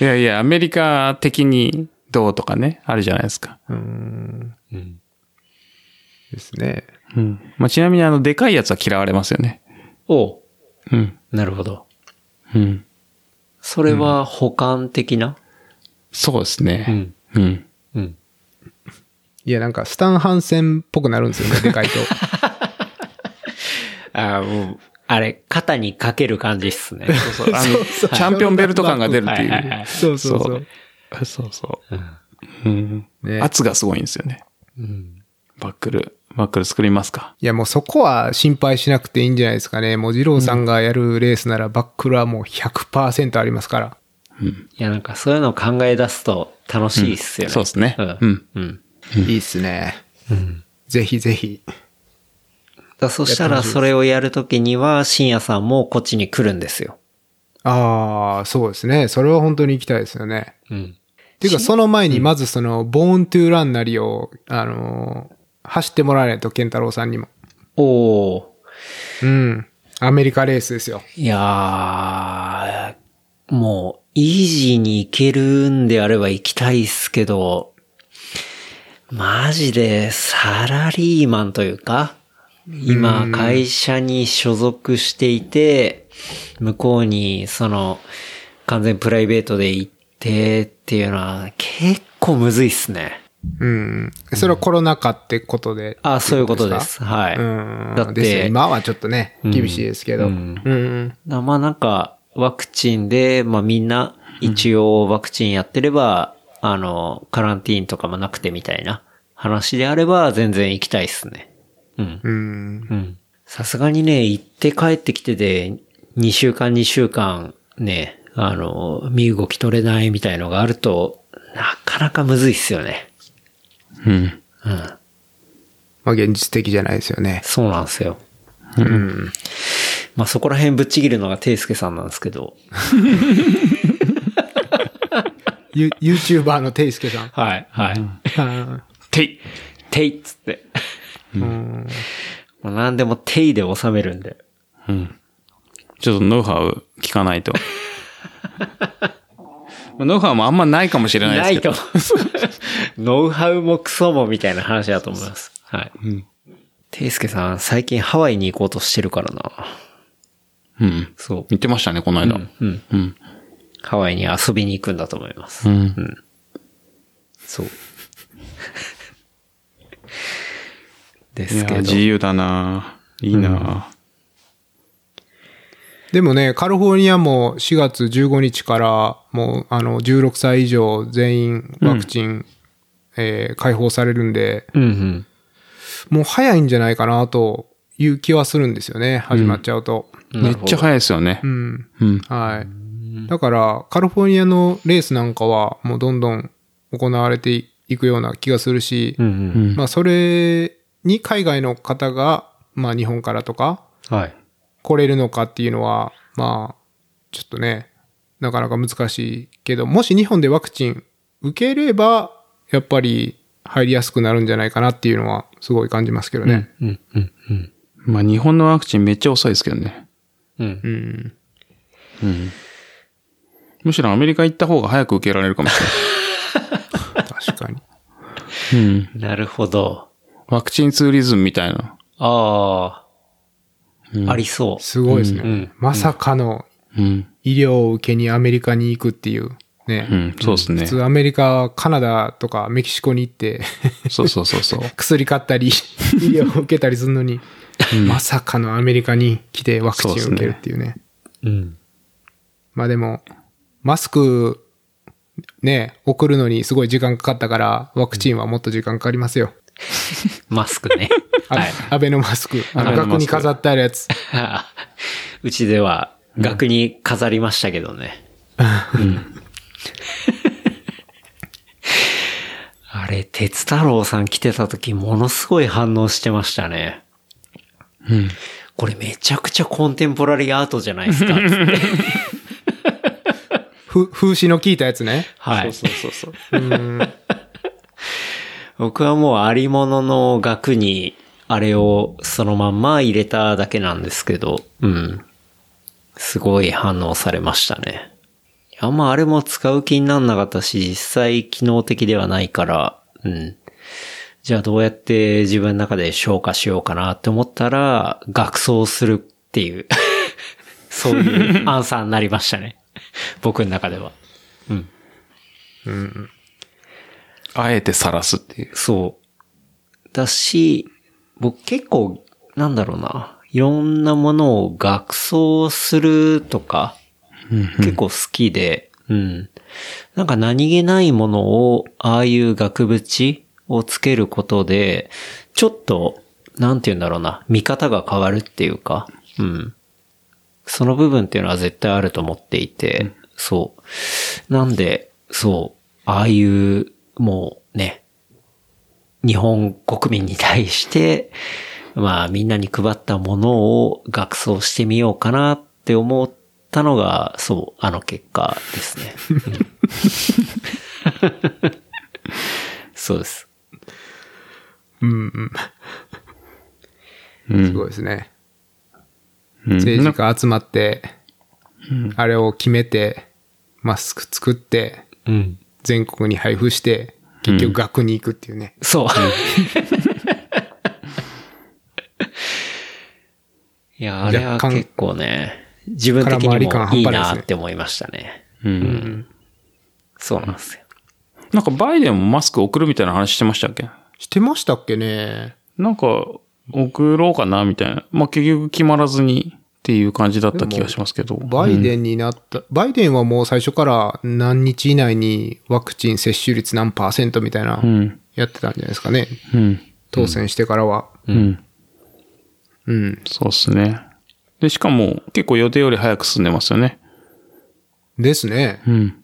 S4: いやいや、アメリカ的にどうとかね、あるじゃないですか。
S2: うん。
S5: うん。
S2: ですね。
S5: うん。
S4: まあ、ちなみにあの、でかいやつは嫌われますよね。
S5: おう
S4: うん。
S5: なるほど。
S4: うん。
S5: それは補完的な、
S4: そうですね。うん。
S5: うん、
S2: いや、なんか、スタンハンセンっぽくなるんですよ ね、でかいと。
S5: ああ、もう、あれ、肩にかける感じっすね。
S4: そうそう。あの、チャンピオンベルト感が出るってい
S5: はいはいは
S4: う
S5: い。
S2: そうそうそう。
S4: そう。そうそ
S5: うん
S4: う。うん。
S2: ね
S4: 圧がすごいんですよね。
S5: うん。
S4: バックル、バックル作りますか。
S2: いや、もうそこは心配しなくていいんじゃないですかね。もう二郎さんがやるレースならバックルはもう100%ありますから。
S4: うん。
S5: いや、なんかそういうのを考え出すと楽しいっすよね。
S4: そうですね。
S5: うん
S4: うん。
S5: うん。
S2: いいっすね。ぜひぜひ。
S5: だそしたらそれをやるときには、深夜さんもこっちに来るんですよ。
S2: ああ、そうですね。それは本当に行きたいですよね。
S5: うん。
S2: っていうか、その前にまずその、ボーントゥーランなりを、あのー走ってもらわないと、健太郎さんにも。
S5: おー。
S2: うん。アメリカレースですよ。
S5: いやー、もう、イージーに行けるんであれば行きたいっすけど、マジでサラリーマンというか、今会社に所属していて、向こうにその、完全プライベートで行ってっていうのは結構むずいっすね。
S2: うん。それはコロナ禍ってことで。
S5: あ、そういうことです。はい。
S2: うん。
S5: だって
S2: ですよ今はちょっとね、厳しいですけど。う
S5: うんん。
S2: うん。
S5: なまあなんか、ワクチンで、まあみんな一応ワクチンやってれば、あの、カランティーンとかもなくてみたいな話であれば全然行きたいっすね。うん。
S2: うん。
S5: うん。さすがにね、行って帰ってきてで、2週間2週間ね、あの、身動き取れないみたいのがあると、なかなかむずいっすよね。
S4: うん。
S5: うん。
S2: まあ、現実的じゃないですよね。
S5: そうなんですよ。まあそこら辺ぶっちぎるのがていすけさんなんですけど。
S2: ユ YouTuber のていすけさん。
S5: はい、はい。
S2: あ
S4: てい
S5: ていっつって。
S2: ーうん
S5: もう何でもていで収めるんで。
S4: うん。ちょっとノウハウ聞か ないと。ノウハウもあんまないかもしれないで
S5: な
S4: すけど。
S5: いと。ノウハウもクソもみたいな話だと思います。はい。
S4: うん。
S5: ていすけさん、最近ハワイに行こうとしてるからな。
S4: うん。
S5: そ
S4: 言ってましたね、この間。
S5: う。うん。
S4: うん。
S5: ハワイに遊びに行くんだと思います。
S4: うん。
S5: そう。で
S4: い
S5: す
S4: や、
S5: けど
S4: 自。由だないいな、
S2: でもね、カリフォルニアも4月15日から、もう、あの、16歳以上全員ワクチン、えー解放されるんで、
S5: うんうん。
S2: もう早いんじゃないかなという気はするんですよね、始まっちゃうと。
S4: めっちゃ早いですよね
S2: う。ん
S4: うん。
S2: はい。だから、カリフォルニアのレースなんかは、もうどんどん行われていくような気がするし、
S5: うんうん。
S4: うん
S2: まあ、それに海外の方が、まあ、日本からとか、
S5: はい。
S2: 来れるのかっていうのは、まあ、ちょっとね、なかなか難しいけど、もし日本でワクチン受ければ、やっぱり入りやすくなるんじゃないかなっていうのは、すごい感じますけどね。
S5: うんうんうん。
S4: まあ、日本のワクチンめっちゃ遅いですけどね。
S5: うん
S2: うん。
S4: むしろアメリカ行った方が早く受けられるかもし
S2: 確かに。
S4: れない。うん。
S5: なるほど。
S4: ワクチンツーリズムみたいな。
S5: ああ、ありそう。
S2: すごいですね。
S5: ん
S2: まさかの
S4: うん。
S2: 医療を受けにアメリカに行くっていう。ね。
S4: うん。そうですね
S2: 普。通アメリカ、カナダとかメキシコに行って、
S4: そうそうそうそう。
S2: 薬買ったり、医療を受けたりするのに、まさかのアメリカに来てワクチンを受けるっていうね
S5: うん。
S2: まあでも、マスク、ね、送るのにすごい時間かかったから、ワクチンはもっと時間かかりますよ。
S5: マスクね。
S2: あアベノマスク。あの、
S4: アベノマスク
S2: 額に飾ってあるやつ。
S5: うちでは、額に飾りましたけどね。 あれ、鉄太郎さん来てた時、ものすごい反応してましたね。
S4: うん。
S5: これめちゃくちゃコンテンポラリーアートじゃないですか。つって
S2: ふ風刺の効いたやつね。
S5: はい。
S4: そうそうそう。
S5: 僕はもうありものの額に、あれをそのまんま入れただけなんですけど、うん。すごい反応されましたね。あんまあれも使う気になんなかったし、実際機能的ではないから、うん。じゃあどうやって自分の中で消化しようかなって思ったら、学装するっていう、 そういうアンサーになりましたね。僕の中では。うん。
S4: あえて晒すっていう。
S5: そう。だし、僕結構、なんだろうな。いろんなものを学装するとか、結構好きで、うん。なんか何気ないものを、ああいう額縁をつけることで、ちょっと、なんて言うんだろうな、見方が変わるっていうか、うん。その部分っていうのは絶対あると思っていて、そう。なんで、そう、ああいう、もうね、日本国民に対して、まあみんなに配ったものを学装してみようかなって思ったのが、そう、あの結果ですね。うん そうです。
S2: うん
S4: う
S2: うん。す
S4: ん。
S2: ごいですね。
S4: うん
S2: 政治家集まって、あれを決めて、マスク作って、
S5: うん。
S2: 全国に配布して、結局学に行くっていうね。
S5: そう。いや、あれは
S2: 若干
S5: 結構ね、自分的にもいいなって思いましたね。
S4: うん。
S5: そうなんですよ。
S4: なんかバイデンもマスク送るみたいな話してましたっけ
S2: してましたっけね
S4: なんか、送ろうかなみたいな。まあ、結局決まらずにっていう感じだった気がしますけど。
S2: バイデンになった、バイデンはもう最初から何日以内にワクチン接種率何パーセントみたいな
S4: うん。
S2: やってたんじゃないですかね。
S4: うん。
S2: 当選してからは。
S4: うん。
S2: うん。
S4: そうっすね。で、しかも、結構予定より早く進んでますよね。
S2: ですね。
S4: うん。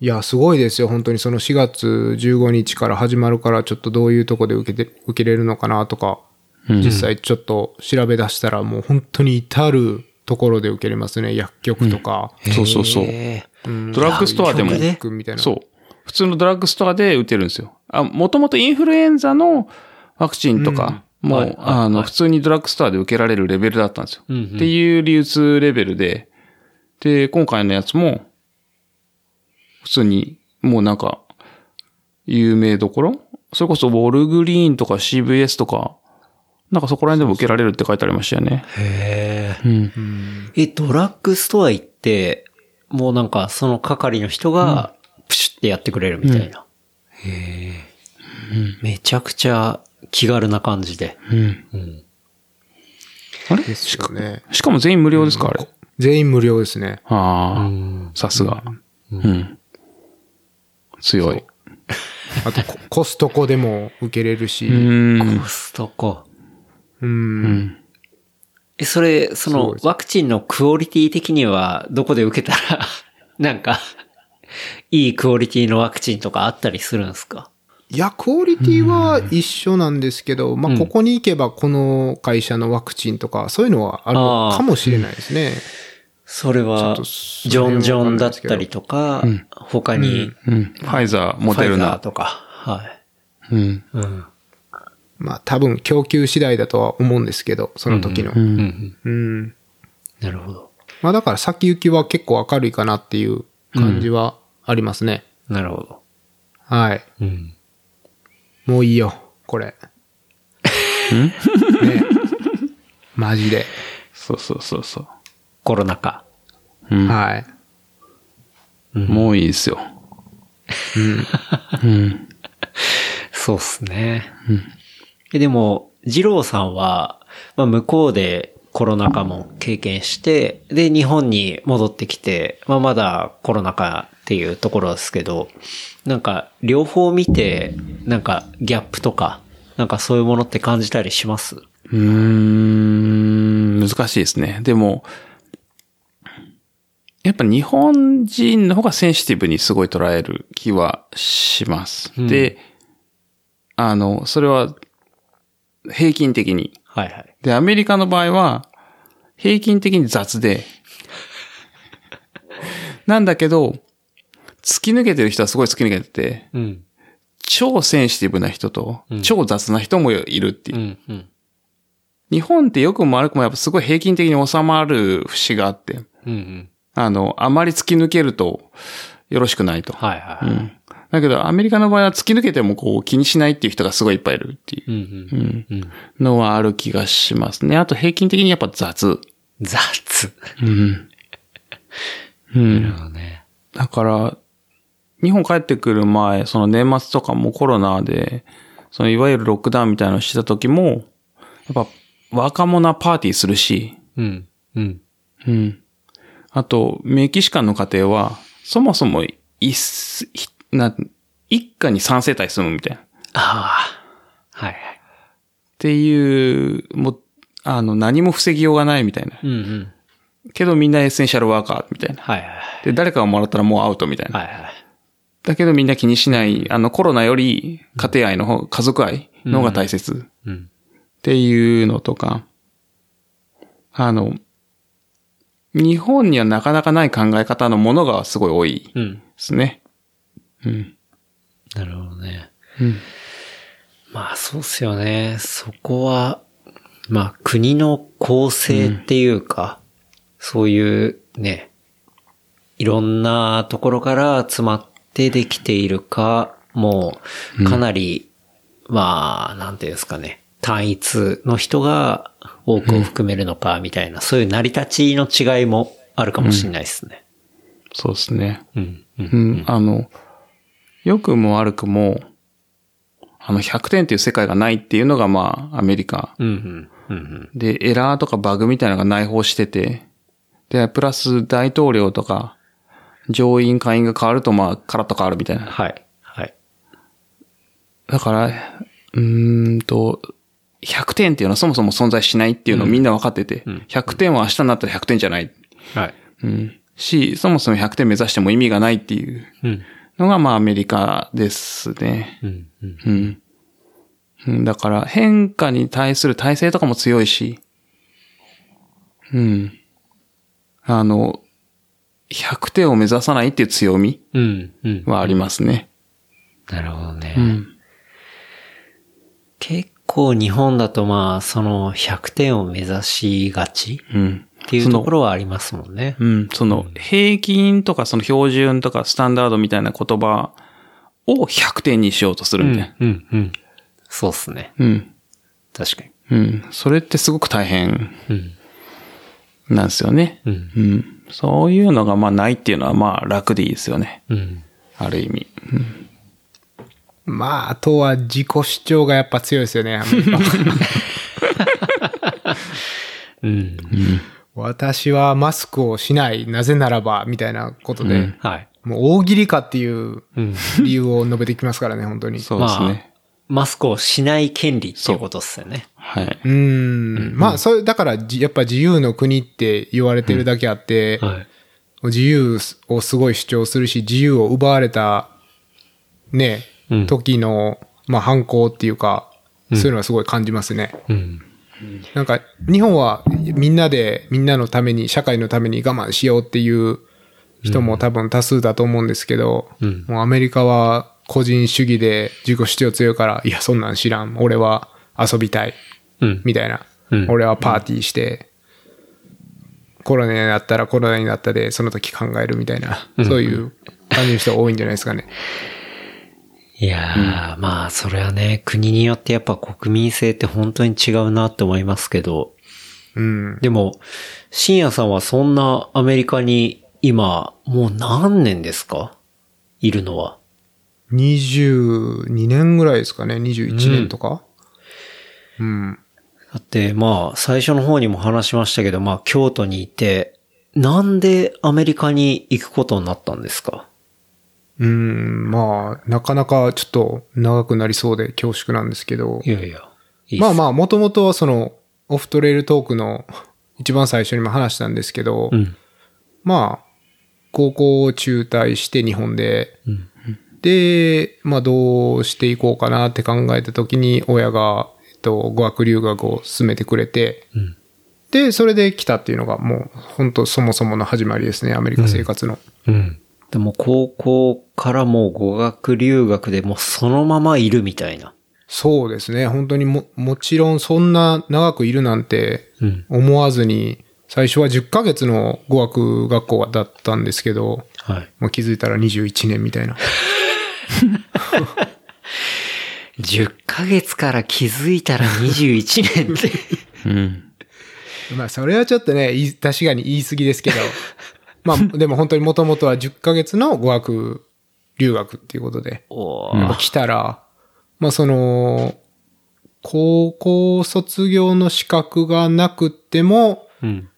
S2: いや、すごいですよ。本当にその4月15日から始まるから、ちょっとどういうとこで受けて、受けれるのかなとか、実際ちょっと調べ出したら、もう本当に至るところで受けれますね。薬局とか、
S4: そうそうそう。
S5: え
S4: ドラッグストアでも
S5: あ、
S2: 薬局みたいな。
S4: そう。普通のドラッグストアで打てるんですよ。あ、もともとインフルエンザのワクチンとか、もう、あの、普通にドラッグストアで受けられるレベルだったんですよ。
S5: んうん
S4: っていう流通レベルで、で、今回のやつも、普通に、もうなんか、有名どころそれこそウォルグリーンとか CVS とか、なんかそこら辺でも受けられるって書いてありましたよね。
S5: ーへー
S4: うん。
S5: え、ドラッグストア行って、もうなんかその係の人が、プシュってやってくれるみたいな。へえ。めちゃくちゃ気軽な感じで。
S4: うん。
S5: うん。
S4: あれ
S2: ですよね。
S4: しかも全員無料ですか、あれ。
S2: 全員無料ですね。
S4: ああ。
S5: うん
S4: さすが。うん。強い。
S2: あとコ、コストコでも受けれるし。
S4: うーん
S5: コ。ストコ。
S2: うん
S4: うん。
S5: え、それ、
S2: そ
S5: そ
S2: う
S5: の
S2: で、す
S5: ワクチンのクオリティ的には、どこで受けたら、 なんか、いいクオリティのワクチンとかあったりするんですか
S2: いや、クオリティは一緒なんですけど、まあ、ここに行けばこの会社のワクチンとか、そういうのはあるのかもしれないですね。
S5: それは、
S2: ちょっと
S5: ジョン・ジョンだったりとか、他に、
S4: うん。ファイザー、
S5: フ
S4: モ
S5: ァ
S4: デル
S5: イザー
S4: ナ。
S5: とか、はい。
S4: うん。
S5: うん。
S2: まあ、多分供給次第だとは思うんですけど、その時の。
S4: ん
S5: うんうん。
S2: うん。
S5: なるほど。
S2: まあ、だから先行きは結構明るいかなっていう感じはありますね。
S5: なるほど。
S2: はい。
S5: うん。
S2: もういいよ、これ。ねマジで。
S4: そうそうそうそ
S5: コロナ禍。
S4: う。うん。
S2: はい。
S4: もういいですよ。うん。
S5: そうっすね。えでも、二郎さんは、まあ、向こうでコロナ禍も経験して、で、日本に戻ってきて、まあ、まだコロナ禍っていうところですけど、なんか、両方見て、なんか、ギャップとか、なんかそういうものって感じたりします
S4: うん。うーん。難しいですね。でも、やっぱ日本人の方がセンシティブにすごい捉える気はします。で、あの、それは平均的に。
S5: はいはい。
S4: で、アメリカの場合は、平均的に雑で、 なんだけど、突き抜けてる人はすごい突き抜けてて、
S5: うん。
S4: 超センシティブな人と、超雑な人もいるっていう
S5: う。ん、うん。
S4: 日本ってよくも悪くもやっぱすごい平均的に収まる節があって、
S5: うん、うん。
S4: あの、あまり突き抜けるとよろしくないと。
S5: はいはい。
S4: うんだけど、アメリカの場合は突き抜けてもこう気にしないっていう人がすごいいっぱいいるっていううんうん
S5: うん。うん。
S4: のはある気がしますね。あと平均的にやっぱ雑。
S5: 雑。
S4: うん。うん。
S5: だね。
S4: だから、日本帰ってくる前、その年末とかもコロナで、そのいわゆるロックダウンみたいなのをしてた時も、やっぱ若者パーティーするし、
S5: うん。うん。
S4: うん。あと、メキシカンの家庭は、そもそも一世、ひな一家に三世帯住むみたいな。っ
S5: ああ。はいはい。
S4: ていう、もう、あの、何も防ぎようがないみたいな。
S5: うんうん。
S4: けどみんなエッセンシャルワーカーみたいな。
S5: はいはい。
S4: で、誰かがもらったらもうアウトみたいな。
S5: はいはい。
S4: だけどみんな気にしない、あのコロナより家庭愛の方、家族愛の方が大切っ
S5: うん。
S4: ていうのとか、あの、日本にはなかなかない考え方のものがすごい多い
S5: うん。
S4: ですね。うん。
S5: なるほどね。
S4: うん。
S5: まあそうっすよね。そこは、まあ国の構成っていうか、そういうね、いろんなところから詰まってできているか、もうかなり、まあ、なんていうんですかね、単一の人が多くを含めるのか、みたいな、そういう成り立ちの違いもあるかもしれないですね。
S4: そうですね。
S5: うん。うん
S4: うん。あの、良くも悪くも、あの、100点っていう世界がないっていうのが、まあ、アメリカ。
S5: うん。うん。うん。
S4: で、エラーとかバグみたいなのが内包してて、で、プラス大統領とか、上院、下院が変わると、まあ、カラッと変わるみたいな。
S5: はい。はい。
S4: だから、うーんと、100点っていうのはそもそも存在しないっていうのをみんな分かってて、100点は明日になったら100点じゃない。
S5: はい。
S4: うん。し、そもそも100点目指しても意味がないっていう
S5: うん。
S4: のが、まあ、アメリカですね。
S5: うん。うん。
S4: うん。うん、だから、変化に対する体制とかも強いし、うん。あの、100点を目指さないっていう強み
S5: うん。うん。
S4: はありますね。
S5: なるほどね。
S4: うん。
S5: 結構日本だとまあ、その100点を目指しがち
S4: うん。
S5: っていうところはありますもんね。
S4: うん。その、平均とかその標準とかスタンダードみたいな言葉を100点にしようとする
S5: うんん
S4: で。い、
S5: うん、うん。そうっすね。
S4: うん。
S5: 確かに。
S4: うん。それってすごく大変
S5: うん。
S4: なんですよね。
S5: うん。
S4: うん。そういうのがまあないっていうのはまあ楽でいいですよね。
S5: うん。
S4: ある意味。
S2: まあ、あとは自己主張がやっぱ強いですよね。アメリカ
S5: うん。
S2: 私はマスクをしない、なぜならば、みたいなことで、
S4: うん
S5: はい。
S2: もう大喜利かっていう理由を述べてきますからね、本当に。
S4: そうですね。
S5: マスクをしない権利っていうことっすよね。
S4: はい。
S2: うーん。まあ、それ、だから、じやっぱ自由の国って言われてるだけあって、
S5: はい。
S2: 自由をすごい主張するし、自由を奪われた、ね、
S5: うん
S2: 時の、まあ、反抗っていうか、そういうのはすごい感じますね。
S5: うん。
S2: なんか、日本はみんなで、みんなのために、社会のために我慢しようっていう人も多分多数だと思うんですけど、
S5: うん
S2: もうアメリカは個人主義で自己主張強いから、いや、そんなん知らん。俺は遊びたい。
S5: うん。
S2: みたいな。
S5: うん
S2: 俺はパーティーして、コロナになったらコロナになったで、その時考えるみたいな、そういう感じの人多いんじゃないですかね。
S5: いやー、まあ、それはね、国によってやっぱ国民性って本当に違うなって思いますけど、
S2: うん。
S5: でも、深夜さんはそんなアメリカに今、もう何年ですかいるのは。
S2: 22年ぐらいですかね。21年とか。うん。
S5: だって、まあ、最初の方にも話しましたけど、まあ、京都にいて、なんでアメリカに行くことになったんですか
S2: うん、まあ、なかなかちょっと長くなりそうで恐縮なんですけど
S5: い。やいや。いいっす
S2: まあまあ、もともとはその、オフトレイルトークの一番最初にも話したんですけど、
S5: うん。
S2: まあ、高校を中退して日本で、
S5: うん。
S2: で、まあどうしていこうかなって考えた時に親が、えっと、語学留学を進めてくれて、
S5: うん
S2: で、それで来たっていうのがもう本当そもそもの始まりですね、アメリカ生活の。
S5: うん。でも、高校からもう語学留学でもうそのままいるみたいな。
S2: そうですね、本当にも、もちろんそんな長くいるなんて
S5: うん。
S2: 思わずに、最初は10ヶ月の語学学校だったんですけど、
S5: はい。
S2: もう気づいたら21年みたいな。
S5: 10ヶ月から気づいたら21年って。
S4: うん。
S2: まあ、それはちょっとね、言い確かに言い過ぎです けど、まあ、でも本当にもともとは10ヶ月の語学留学っていうことで、
S5: お
S4: うん
S5: ー
S2: まあ来たら、まあ、その、高校卒業の資格がなくても、
S5: うん。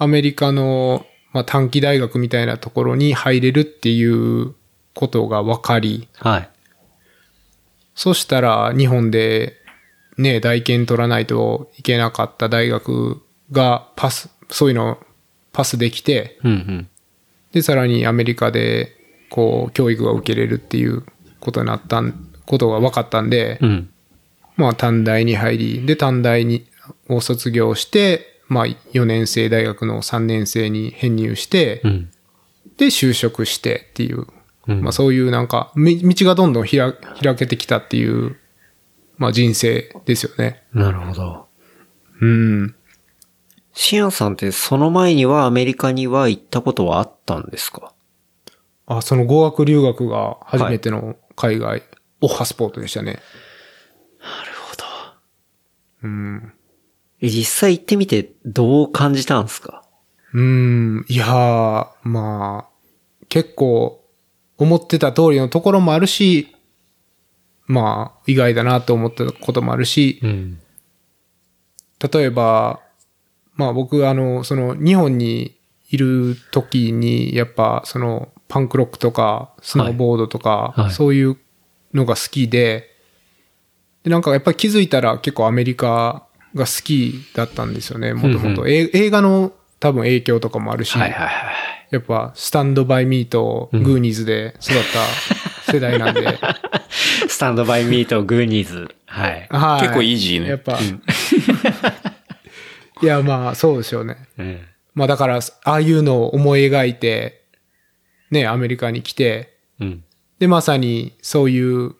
S2: アメリカの、まあ、短期大学みたいなところに入れるっていうことが分かり、
S5: はい。
S2: そしたら日本でね、大研取らないといけなかった大学がパス、そういうのパスできて、
S5: うんうん。
S2: で、さらにアメリカでこう、教育が受けれるっていうことになったん、ことが分かったんで、
S5: うん。
S2: まあ短大に入り、で、短大に、を卒業して、まあ4年生大学の3年生に編入して、
S5: うん。
S2: で、就職してっていう、
S5: うん
S2: まあそういうなんか、み道がどんどん開開けてきたっていう、まあ人生ですよね。
S5: なるほど。
S2: うん。
S5: シアンさんってその前にはアメリカには行ったことはあったんですか
S2: あ、その語学留学が初めての海外、パスポートでしたね。
S5: なるほど。
S2: うん。
S5: え実際行ってみてどう感じたんですか
S2: うん、いやー、まあ、結構、思ってた通りのところもあるし、まあ、意外だなと思ったこともあるし、
S5: うん。
S2: 例えば、まあ僕、あの、その、日本にいる時に、やっぱ、その、パンクロックとか、スノーボードとか、
S5: はいはい
S2: そういうのが好きで、で、なんかやっぱり気づいたら結構アメリカが好きだったんですよね、もとも
S5: うんう
S2: と。え映画の多分影響とかもあるし、
S5: はいはいはい。
S2: やっぱ、スタンドバイミーとグーニーズで育った世代なんで、
S5: スタンドバイミートグーニーズ。はい。
S2: はい
S4: 結構イージーね
S2: やっぱ、 いや、まあ、そうですよね。
S5: うん。
S2: まあだから、ああいうのを思い描いて、ね、アメリカに来て、
S5: うん。
S2: で、まさにそういう、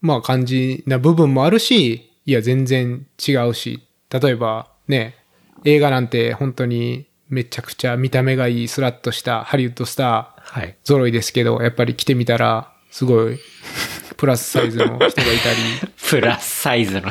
S2: まあ感じな部分もあるし、いや、全然違うし、例えばね、映画なんて本当にめちゃくちゃ見た目がいいスラッとしたハリウッドスター
S5: はい。
S2: 揃いですけど、やっぱり来てみたら、すごい、プラスサイズの人がいたり、
S5: プラスサイズの人。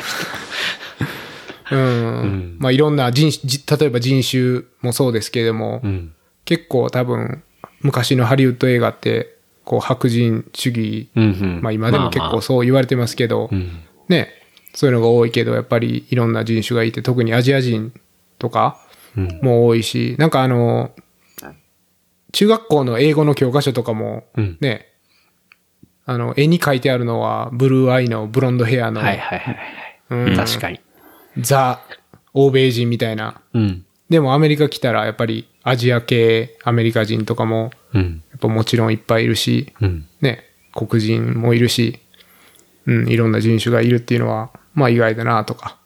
S2: うん、
S5: ん
S2: まあいろんな人種、じ例えば人種もそうですけれども、
S5: ん。
S2: 結構多分昔のハリウッド映画ってこう白人主義、
S5: うんうん。
S2: まあ今でも結構そう言われてますけど、
S5: まあまあうん。
S2: ねそういうのが多いけどやっぱりいろんな人種がいて特にアジア人とか
S5: うん
S2: も多いし、なんかあの中学校の英語の教科書とかも
S5: うん
S2: ね、あの絵に書いてあるのはブルーアイのブロンドヘアの、
S5: はいはいはいはい。
S2: うん
S5: 確かに。
S2: ザ欧米人みたいな
S5: うん。
S2: でもアメリカ来たらやっぱりアジア系アメリカ人とかも
S5: うん。
S2: やっぱもちろんいっぱいいるし、
S5: うん。
S2: ね、黒人もいるし、うん、いろんな人種がいるっていうのは、まあ意外だなとか。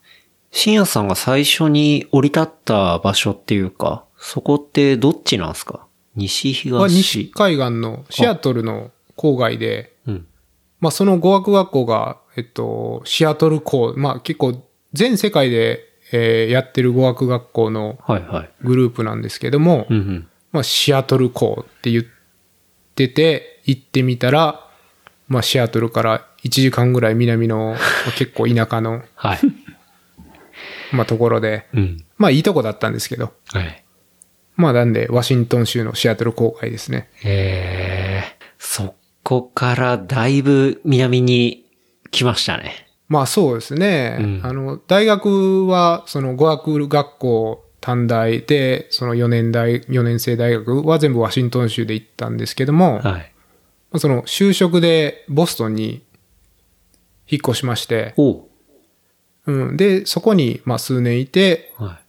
S5: 深夜さんが最初に降り立った場所っていうか、そこってどっちなんですか西
S2: まあ
S5: 東
S2: 西海岸のシアトルの郊外で、
S5: うん。
S2: まあその語学学校が、えっと、シアトル校、まあ結構全世界で、えーやってる語学学校の
S5: はいはい。
S2: グループなんですけども、
S5: うんうん。
S2: まあシアトル校って言ってて、行ってみたら、まあシアトルから1時間ぐらい南の、まあ結構田舎の、
S5: はい。
S2: まあところで、
S5: うん。
S2: まあいいとこだったんですけど。
S5: はい。
S2: まあなんで、ワシントン州のシアトル郊外ですね。
S5: えー、そこからだいぶ南に来ましたね。
S2: まあそうですね。
S5: うん
S2: あの、大学は、その語学学校短大で、その4年大、4年生大学は全部ワシントン州で行ったんですけども、ま
S5: はい。
S2: あその就職でボストンに引っ越しまして、
S5: おう
S2: うん、で、そこにまあ数年いて、
S5: は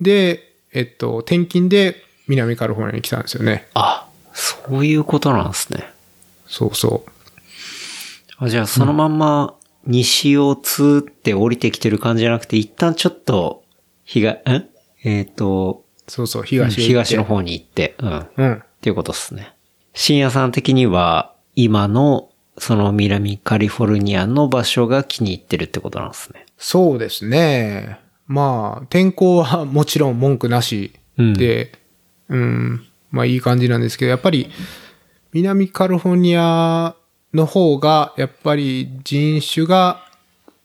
S5: い。
S2: で、えっと、転勤で南カリフォルニアに来たんですよね。
S5: あ、そういうことなんですね。
S2: そうそう。
S5: あじゃあそのまんま西を通って降りてきてる感じじゃなくて、一旦ちょっと、東、んえっ、と、
S2: そうそう、東へ行って
S5: 東の。方に行って、うん。
S2: うん。
S5: っていうことですね。深夜さん的には、今の、その南カリフォルニアの場所が気に入ってるってことなんですね。
S2: そうですね。まあ、天候はもちろん文句なしで、うん、まあいい感じなんですけど、やっぱり南カリフォルニアの方が、やっぱり人種が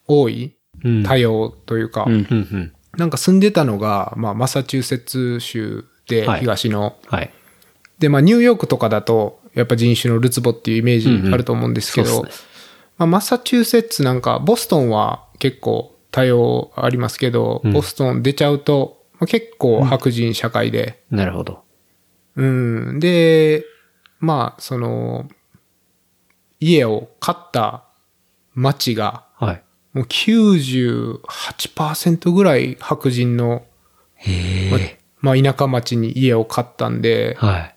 S2: 多い、
S5: うん
S2: 多様というか、
S4: うん
S5: うんうん。
S2: なんか住んでたのが、まあ、マサチューセッツ州で
S5: は、い
S2: 東の、
S5: はい。
S2: で、まあ、ニューヨークとかだと、やっぱ人種のルツボっていうイメージあると思うんですけ
S5: うんう
S2: ど、
S5: んそうっ
S2: まあ、マサチューセッツなんか、ボストンは結構多様ありますけど、
S5: うん
S2: ボストン出ちゃうと、まあ結構白人社会で、
S5: なるほど。
S2: うん、で、まあ、その、家を買った町が、
S5: はい。
S2: もう98%ぐらい白人の、
S5: へ
S2: まあ、田舎町に家を買ったんで
S5: え。、はい。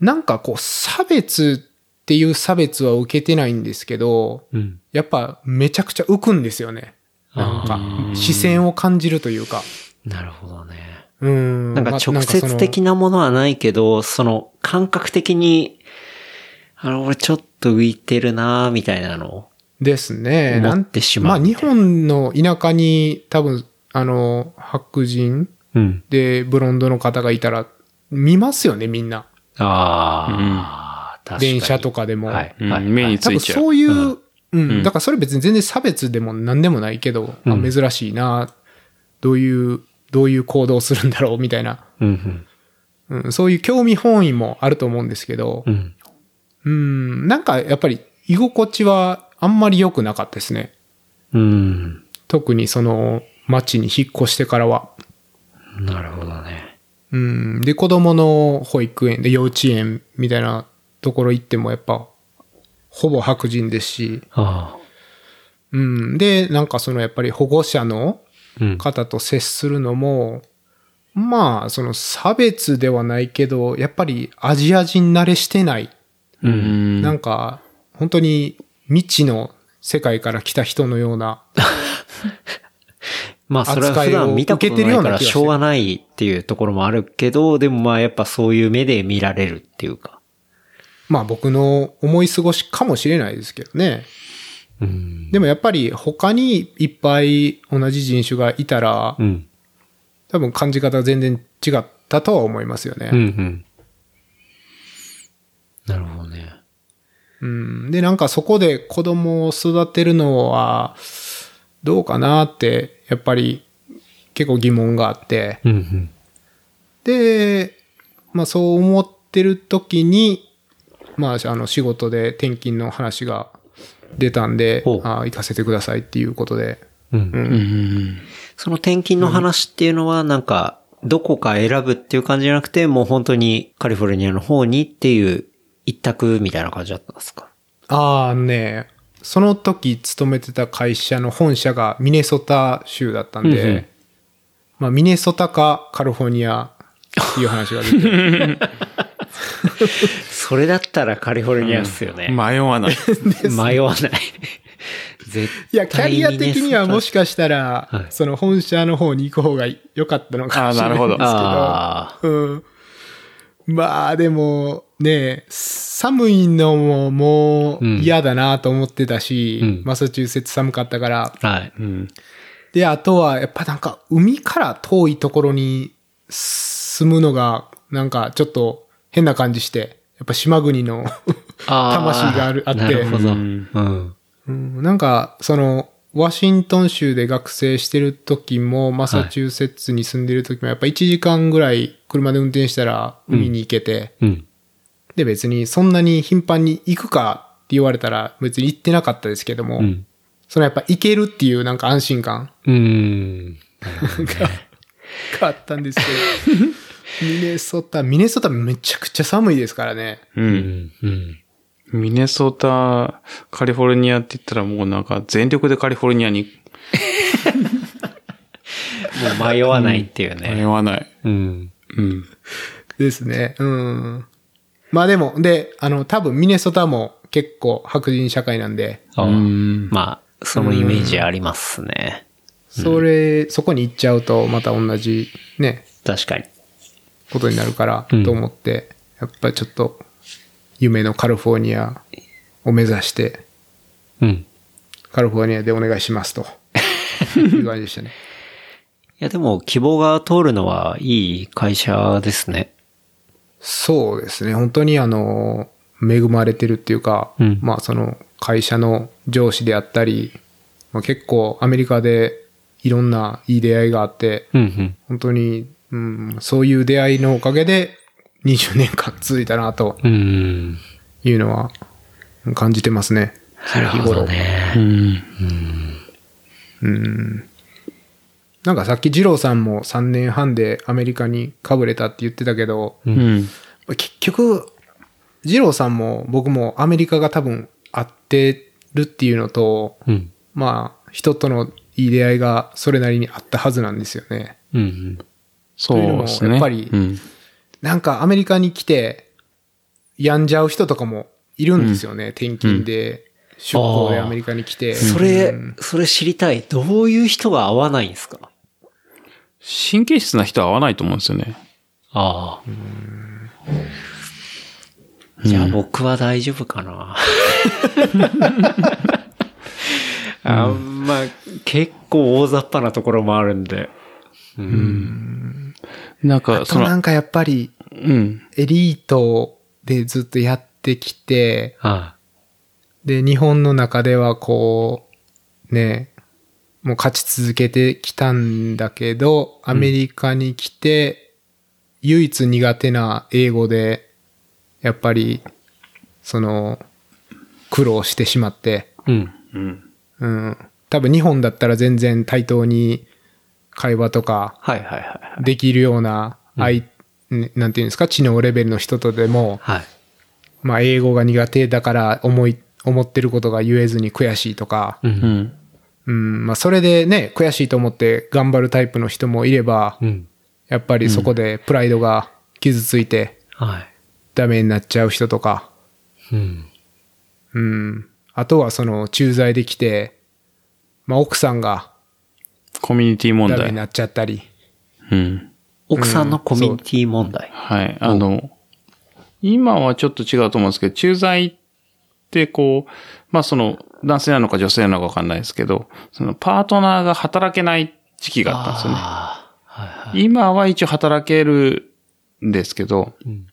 S2: なんかこう差別っていう差別は受けてないんですけど、
S5: うん。
S2: やっぱめちゃくちゃ浮くんですよね。なんか視線を感じるというか。
S5: なるほどね。
S2: うん。
S5: なんか
S2: まあ
S5: 直接的
S2: な
S5: なものはないけど、その感覚的に、あの、俺ちょっと浮いてるなーみたいなのを。
S2: んかそのですね。
S5: 思ってしま
S2: な
S5: う
S2: んまあ日本の田舎に多分、あの、白人
S5: うん。
S2: でブロンドの方がいたら見ますよね、みんな。
S5: ああ、確かに。
S2: 電車とかでも。
S5: はい。
S4: うん
S5: はい。
S4: 目に
S2: 多
S4: つ
S2: 分
S4: いちゃう。
S2: そういう、うん、
S4: うん
S2: だからそれ別に全然差別でも何でもないけど、
S5: うん
S2: あ珍しいな、どういう、どういう行動をするんだろうみたいな、
S5: うんうん。
S2: うん、そういう興味本位もあると思うんですけど
S5: う、ん。
S2: うん、なんかやっぱり居心地はあんまり良くなかったですね。
S5: うん。
S2: 特にその町に引っ越してからは。
S5: なるほどね。
S2: うん、で、子供の保育園で幼稚園みたいなところ行ってもやっぱ、ほぼ白人ですし、
S5: ああ。
S2: うん、で、なんかそのやっぱり保護者の
S5: うん。
S2: 方と接するのも、まあ、その差別ではないけど、やっぱりアジア人慣れしてない。
S4: うん
S2: なんか、本当に未知の世界から来た人のような。
S5: まあ、それは普段見たことないから、しょうがないっていうところもあるけど、でもまあ、やっぱそういう目で見られるっていうか。
S2: まあ僕の思い過ごしかもしれないですけどね。
S5: うん。
S2: でもやっぱり他にいっぱい同じ人種がいたら
S5: う、ん。
S2: 多分感じ方全然違ったとは思いますよ
S5: うんう
S2: ね。
S5: ん。なるほどね。
S2: うん、で、なんかそこで子供を育てるのは、どうかなって、やっぱり結構疑問があって。
S5: うんうん。
S2: で、まあそう思ってる時に、まああの仕事で転勤の話が出たんで
S5: ほう、
S2: あ行かせてくださいっていうことで。
S5: うん
S2: う。
S4: うんん。
S5: その転勤の話っていうのは、なんか、どこか選ぶっていう感じじゃなくて、もう本当にカリフォルニアの方にっていう一択みたいな感じだったんですか
S2: ああね、その時勤めてた会社の本社がミネソタ州だったんで、
S5: うんうん
S2: まあミネソタかカリフォルニアっていう話が出 て、
S5: それだったらカリフォルニアっすよね。
S4: 迷わない。
S5: 迷 わない。絶対
S2: いや、キャリア的にはもしかしたら、
S5: はい
S2: その本社の方に行く方が良かったのかもしれないんですけ
S4: あーなるほど
S2: ど。
S5: ああ
S2: うん。まあでもね、寒いのももう
S5: うん
S2: 嫌だなと思ってたし、
S5: うん
S2: マサチューセッツ寒かったから。
S5: ー。はい。
S4: うん。
S2: で、あとはやっぱなんか海から遠いところに住むのがなんかちょっと変な感じして、やっぱ島国の、
S5: あー
S2: 魂があるあって
S5: なるほど。
S4: う
S5: うんん。
S2: うんなんかその、ワシントン州で学生してる時も、マサチューセッツに住んでる時も、やっぱ1時間ぐらい車で運転したら海に行けて、
S5: うん。
S2: で別にそんなに頻繁に行くかって言われたら別に行ってなかったですけども、
S5: うん。
S2: そのやっぱ行けるっていうなんか安心感
S5: うん。
S2: があったんですけど、 ミネソタ、ミネソタめちゃくちゃ寒いですからね。
S4: う。
S5: うんん。うん。
S4: ミネソタ、カリフォルニアって言ったらもうなんか全力でカリフォルニアに
S5: もう迷わないっていう
S4: 迷
S5: ね。
S4: わない。
S5: うん。
S4: うん。
S2: ですね。うん。まあでも、で、あの多分ミネソタも結構白人社会なんで、
S5: あー
S4: うん
S5: まあ、そのイメージありますね。
S2: それ、そこに行っちゃうとまた同じね、
S5: 確かに。
S2: ことになるから
S5: うん
S2: と思って、やっぱりちょっと夢のカリフォルニアを目指して、
S5: うん。
S2: カリフォルニアでお願いし ますと。いう感じでしたね。
S5: いや、でも、希望が通るのはいい会社ですね。
S2: そうですね。本当にあの、恵まれてるっていうか、
S5: うん
S2: まあその会社の上司であったり、まあ、結構アメリカでいろんないい出会いがあって、
S5: うんうん。
S2: 本当に、うん、そういう出会いのおかげで20年間続いたなと
S5: うん。
S2: いうのは感じてますね。
S5: なるほどね。
S4: うん。
S2: なんかさっき二郎さんも3年半でアメリカにかぶれたって言ってたけど、
S4: うん。
S2: 結局、二郎さんも僕もアメリカが多分合ってるっていうのと、
S5: うん。
S2: まあ、人とのいい出会いがそれなりにあったはずなんですよね。
S5: うん
S4: そうで
S2: という
S4: すね。
S2: のもやっぱり
S4: うん。
S2: なんかアメリカに来て、病んじゃう人とかもいるんですよね。転勤で、出向でアメリカに来て。
S5: うん。それ
S2: うん、
S5: それ知りたい。どういう人が合わないんですか
S4: 神経質な人は合わないと思うんですよね。
S5: ああ。じゃあ僕は大丈夫かな。 あまあ、結構大雑把なところもあるんで。うん。
S4: なんか、
S2: あと
S4: そ
S2: な
S4: の、
S2: んかやっぱり、
S4: うん。
S2: エリートでずっとやってきて、
S5: あ
S2: で、日本の中ではこう、ね、もう勝ち続けてきたんだけど、アメリカに来て、唯一苦手な英語で、やっぱり、その、苦労してしまって、
S5: あ。うん。
S4: うん。
S2: うん。多分日本だったら全然対等に会話とか
S5: はいはいはい。
S2: できるような、あいねなんていうんですか、知能レベルの人とでも、
S5: はい。
S2: まあ英語が苦手だから思い、思ってることが言えずに悔しいとか、
S5: う。
S4: うんん。
S2: うん、まあそれでね、悔しいと思って頑張るタイプの人もいれば
S5: う、ん。
S2: やっぱりそこでプライドが傷ついて
S5: はい。
S2: ダメになっちゃう人とか、
S5: うん。
S2: うん、あとはその駐在できて、まあ奥さんが
S4: コミュニティ問
S2: ダメに
S4: 題。
S2: なっちゃったり、
S4: うん。
S5: 奥さんのコミュニティ問題。
S4: はい。あの、今はちょっと違うと思うんですけど、駐在ってこう、まあその、男性なのか女性なのかわかんないですけど、そのパートナーが働けない時期があったんですよね。
S5: ああ。はいはい。
S4: 今は一応働けるんですけど、
S5: うん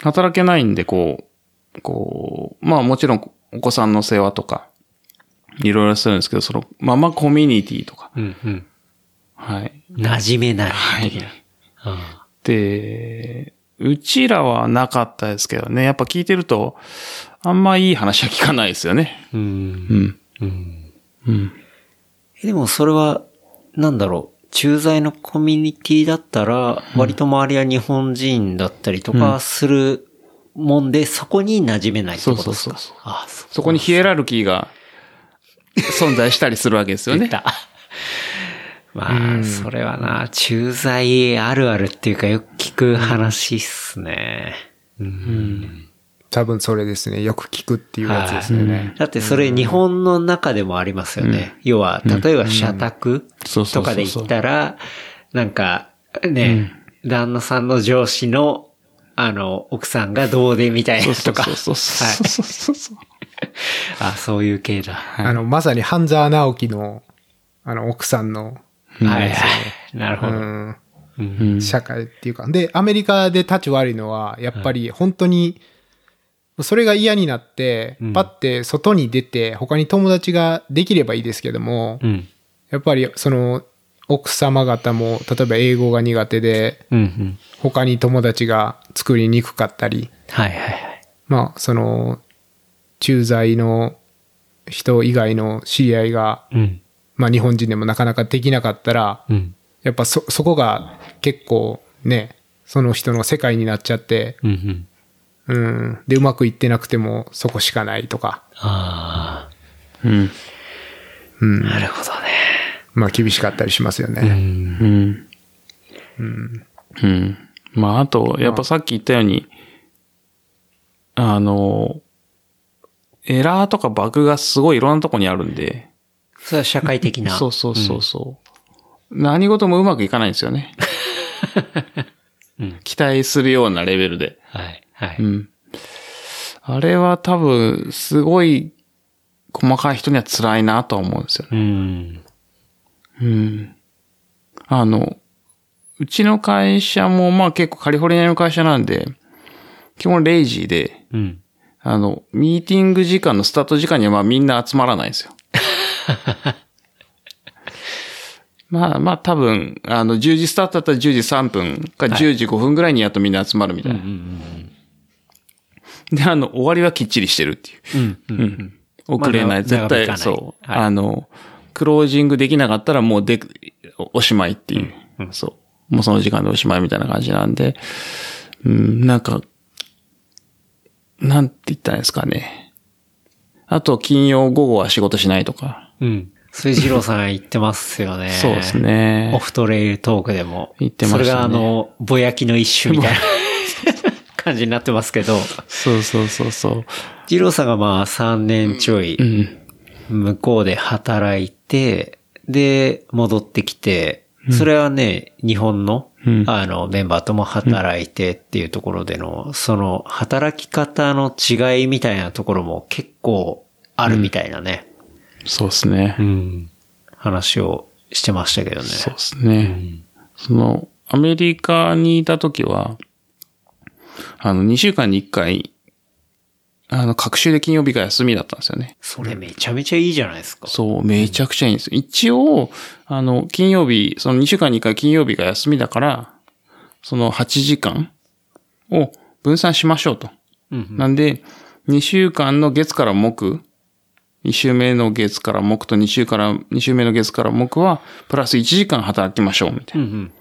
S4: 働けないんで、こう、こう、まあもちろんお子さんの世話とか、いろいろするんですけど、その、ママコミュニティとか、
S5: うんうん。
S4: はい。
S5: 馴染めない。
S4: はい。
S5: あ
S4: で、うちらはなかったですけどね、やっぱ聞いてると、あんまいい話は聞かないですよね。
S5: あうん
S4: う。ん。
S5: うん。
S4: うん。
S5: えでもそれは、なんだろう。駐在のコミュニティだったら、割と周りは日本人だったりとかするもんで、そこに馴染めないってことです
S4: そう
S5: か
S4: そうそう
S5: あ、そ
S4: そこにヒエラルキーが存在したりするわけですよ
S5: う
S4: ね。
S5: だ。まあ、それはな、駐在あるあるっていうかよく聞く話っすね。
S2: 多分それですね。よく聞くっていうやつですよね。
S5: だってそれ日本の中でもありますよね。要は、例えば社宅
S4: そうそ
S5: と
S4: うそ
S5: か
S4: うそ
S5: で
S4: う
S5: 行ったら、なんか、ね、旦那さんの上司の、あの、奥さんがどうでみたいなとか。
S4: そうそうそうそうそうそう。
S5: あ、そういう系だ。は
S2: あの、まさに半沢直樹の、あの、奥さんの、
S5: いはい。なる
S2: う
S5: ほど。
S2: ん、
S4: うん
S2: 社会っていうか。で、アメリカで立ち悪いのは、やっぱり本当に、それが嫌になって
S5: うん、
S2: パッて外に出て、他に友達ができればいいですけども、
S5: うん。
S2: やっぱりその、奥様方も、例えば英語が苦手で、
S5: うんうん。
S2: 他に友達が作りにくかったり、
S5: はいはいはい。
S2: まあ、その、駐在の人以外の知り合いが、
S5: うん。
S2: まあ日本人でもなかなかできなかったら、
S5: うん。
S2: やっぱそ、そこが結構ね、その人の世界になっちゃって、
S5: うんうん。
S2: うん。で、うまくいってなくてもそこしかないとか、
S5: あ
S4: うん。
S5: あ、なるほどね。
S2: まあ厳しかったりしますよね。
S4: うん。うん。まあ、あと、やっぱさっき言ったように、あの、エラーとかバグがすごいいろんなとこにあるんで、
S5: それは社会的な。
S4: そうそうそうそう。何事もうまくいかないんですよね。期待するようなレベルで。
S5: はいは
S4: う
S5: い。
S4: ん。あれは多分、すごい、細かい人には辛いなとは思うんですよね
S5: うん。
S4: うん。あの、うちの会社もまあ結構カリフォルニアの会社なんで、基本レイジーで、
S5: うん。
S4: あの、ミーティング時間のスタート時間にはまあみんな集まらないんですよ。 まあまあ多分、あの、10時スタートだったら10時3分か10時5分ぐらいにやっとみんな集まるみたいな。で、あの、終わりはきっちりしてるっていう。
S5: うん。うん。
S4: 遅れない。
S5: まあ
S4: 絶
S5: 長くいか
S4: 対、
S5: ない
S4: そう。
S5: はい
S4: あの、クロージングできなかったらもうで、おおしまいっていう。そう。もうその時間でおしまいみたいな感じなんで、うん、なんか、なんて言ったらいいんですかね。あと、金曜午後は仕事しないとか。
S5: うん。末次郎さん言ってますよね。
S4: そうです
S5: オ
S4: ね。
S5: フトレイルトークでも。
S4: 言ってましたね
S5: それがあの、ぼやきの一種 みたいな感じになってますけど、
S4: そうそうそうそう。
S5: 二郎さんがまあ3年ちょい、
S4: うん。
S5: 向こうで働いて、で、戻ってきて、それはね、日本の
S4: うん、
S5: あの、メンバーとも働いてっていうところでの、その、働き方の違いみたいなところも結構あるみたいなね、
S4: そうですね。
S5: うん話をしてましたけどね。
S4: そうですね。その、アメリカにいた時は、あの、2週間に1回、あの、各週で金曜日が休みだったんですよね。
S5: それめちゃめちゃいいじゃないですか。
S4: そう、めちゃくちゃいいんです。一応、あの、金曜日、その2週間に1回金曜日が休みだから、その8時間を分散しましょうと。
S5: うんうん
S4: なんで、2週間の月から木、2週目の月から木と2週から、2週目の月から木は、プラス1時間働きましょう、みたいな。
S5: うんうん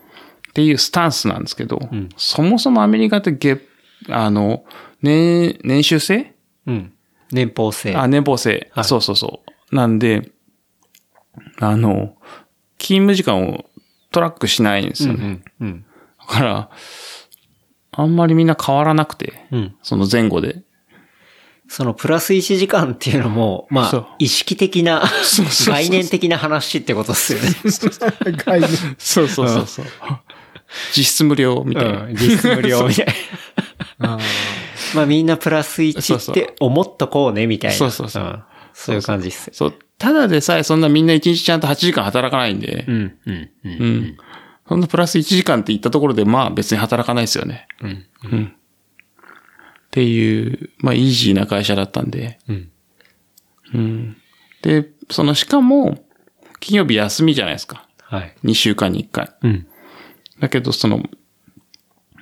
S4: っていうスタンスなんですけど、
S5: ん
S4: そもそもアメリカってゲ、あの、年、年収制
S5: うん。年俸制。
S4: あ、年俸制、
S5: はい
S4: そうそうそう。なんで、あの、勤務時間をトラックしないんです
S5: うん
S4: よ
S5: う
S4: ね。
S5: んうん。
S4: だから、あんまりみんな変わらなくて、
S5: うん。
S4: その前後で。
S5: そのプラス1時間っていうのも、ま
S4: そう
S5: あ、意識的な
S4: そうそうそう、
S5: 概念的な話ってことですよね。
S2: 外人
S4: そうそうそうそう。実質無料みたいな。
S5: うん、実質 無料みたいな。
S2: あ
S5: まあみんなプラス1
S4: そ
S5: っ
S4: うそ
S5: て思っとこうね、みたいな。
S4: そうそうそうん
S5: そういう感じっすよ。
S4: そう。ただでさえそんなみんな1日ちゃんと8時間働かないんで、
S5: うん、うん、うん。
S4: うん。そんなプラス1時間って言ったところで、まあ別に働かないですよね。
S5: うん。
S4: うん。っていう、まあイージーな会社だったんで。
S5: うん。
S4: うん。で、そのしかも、金曜日休みじゃないですか。
S5: はい。
S4: 2週間に1回。
S5: うん。
S4: だけどその、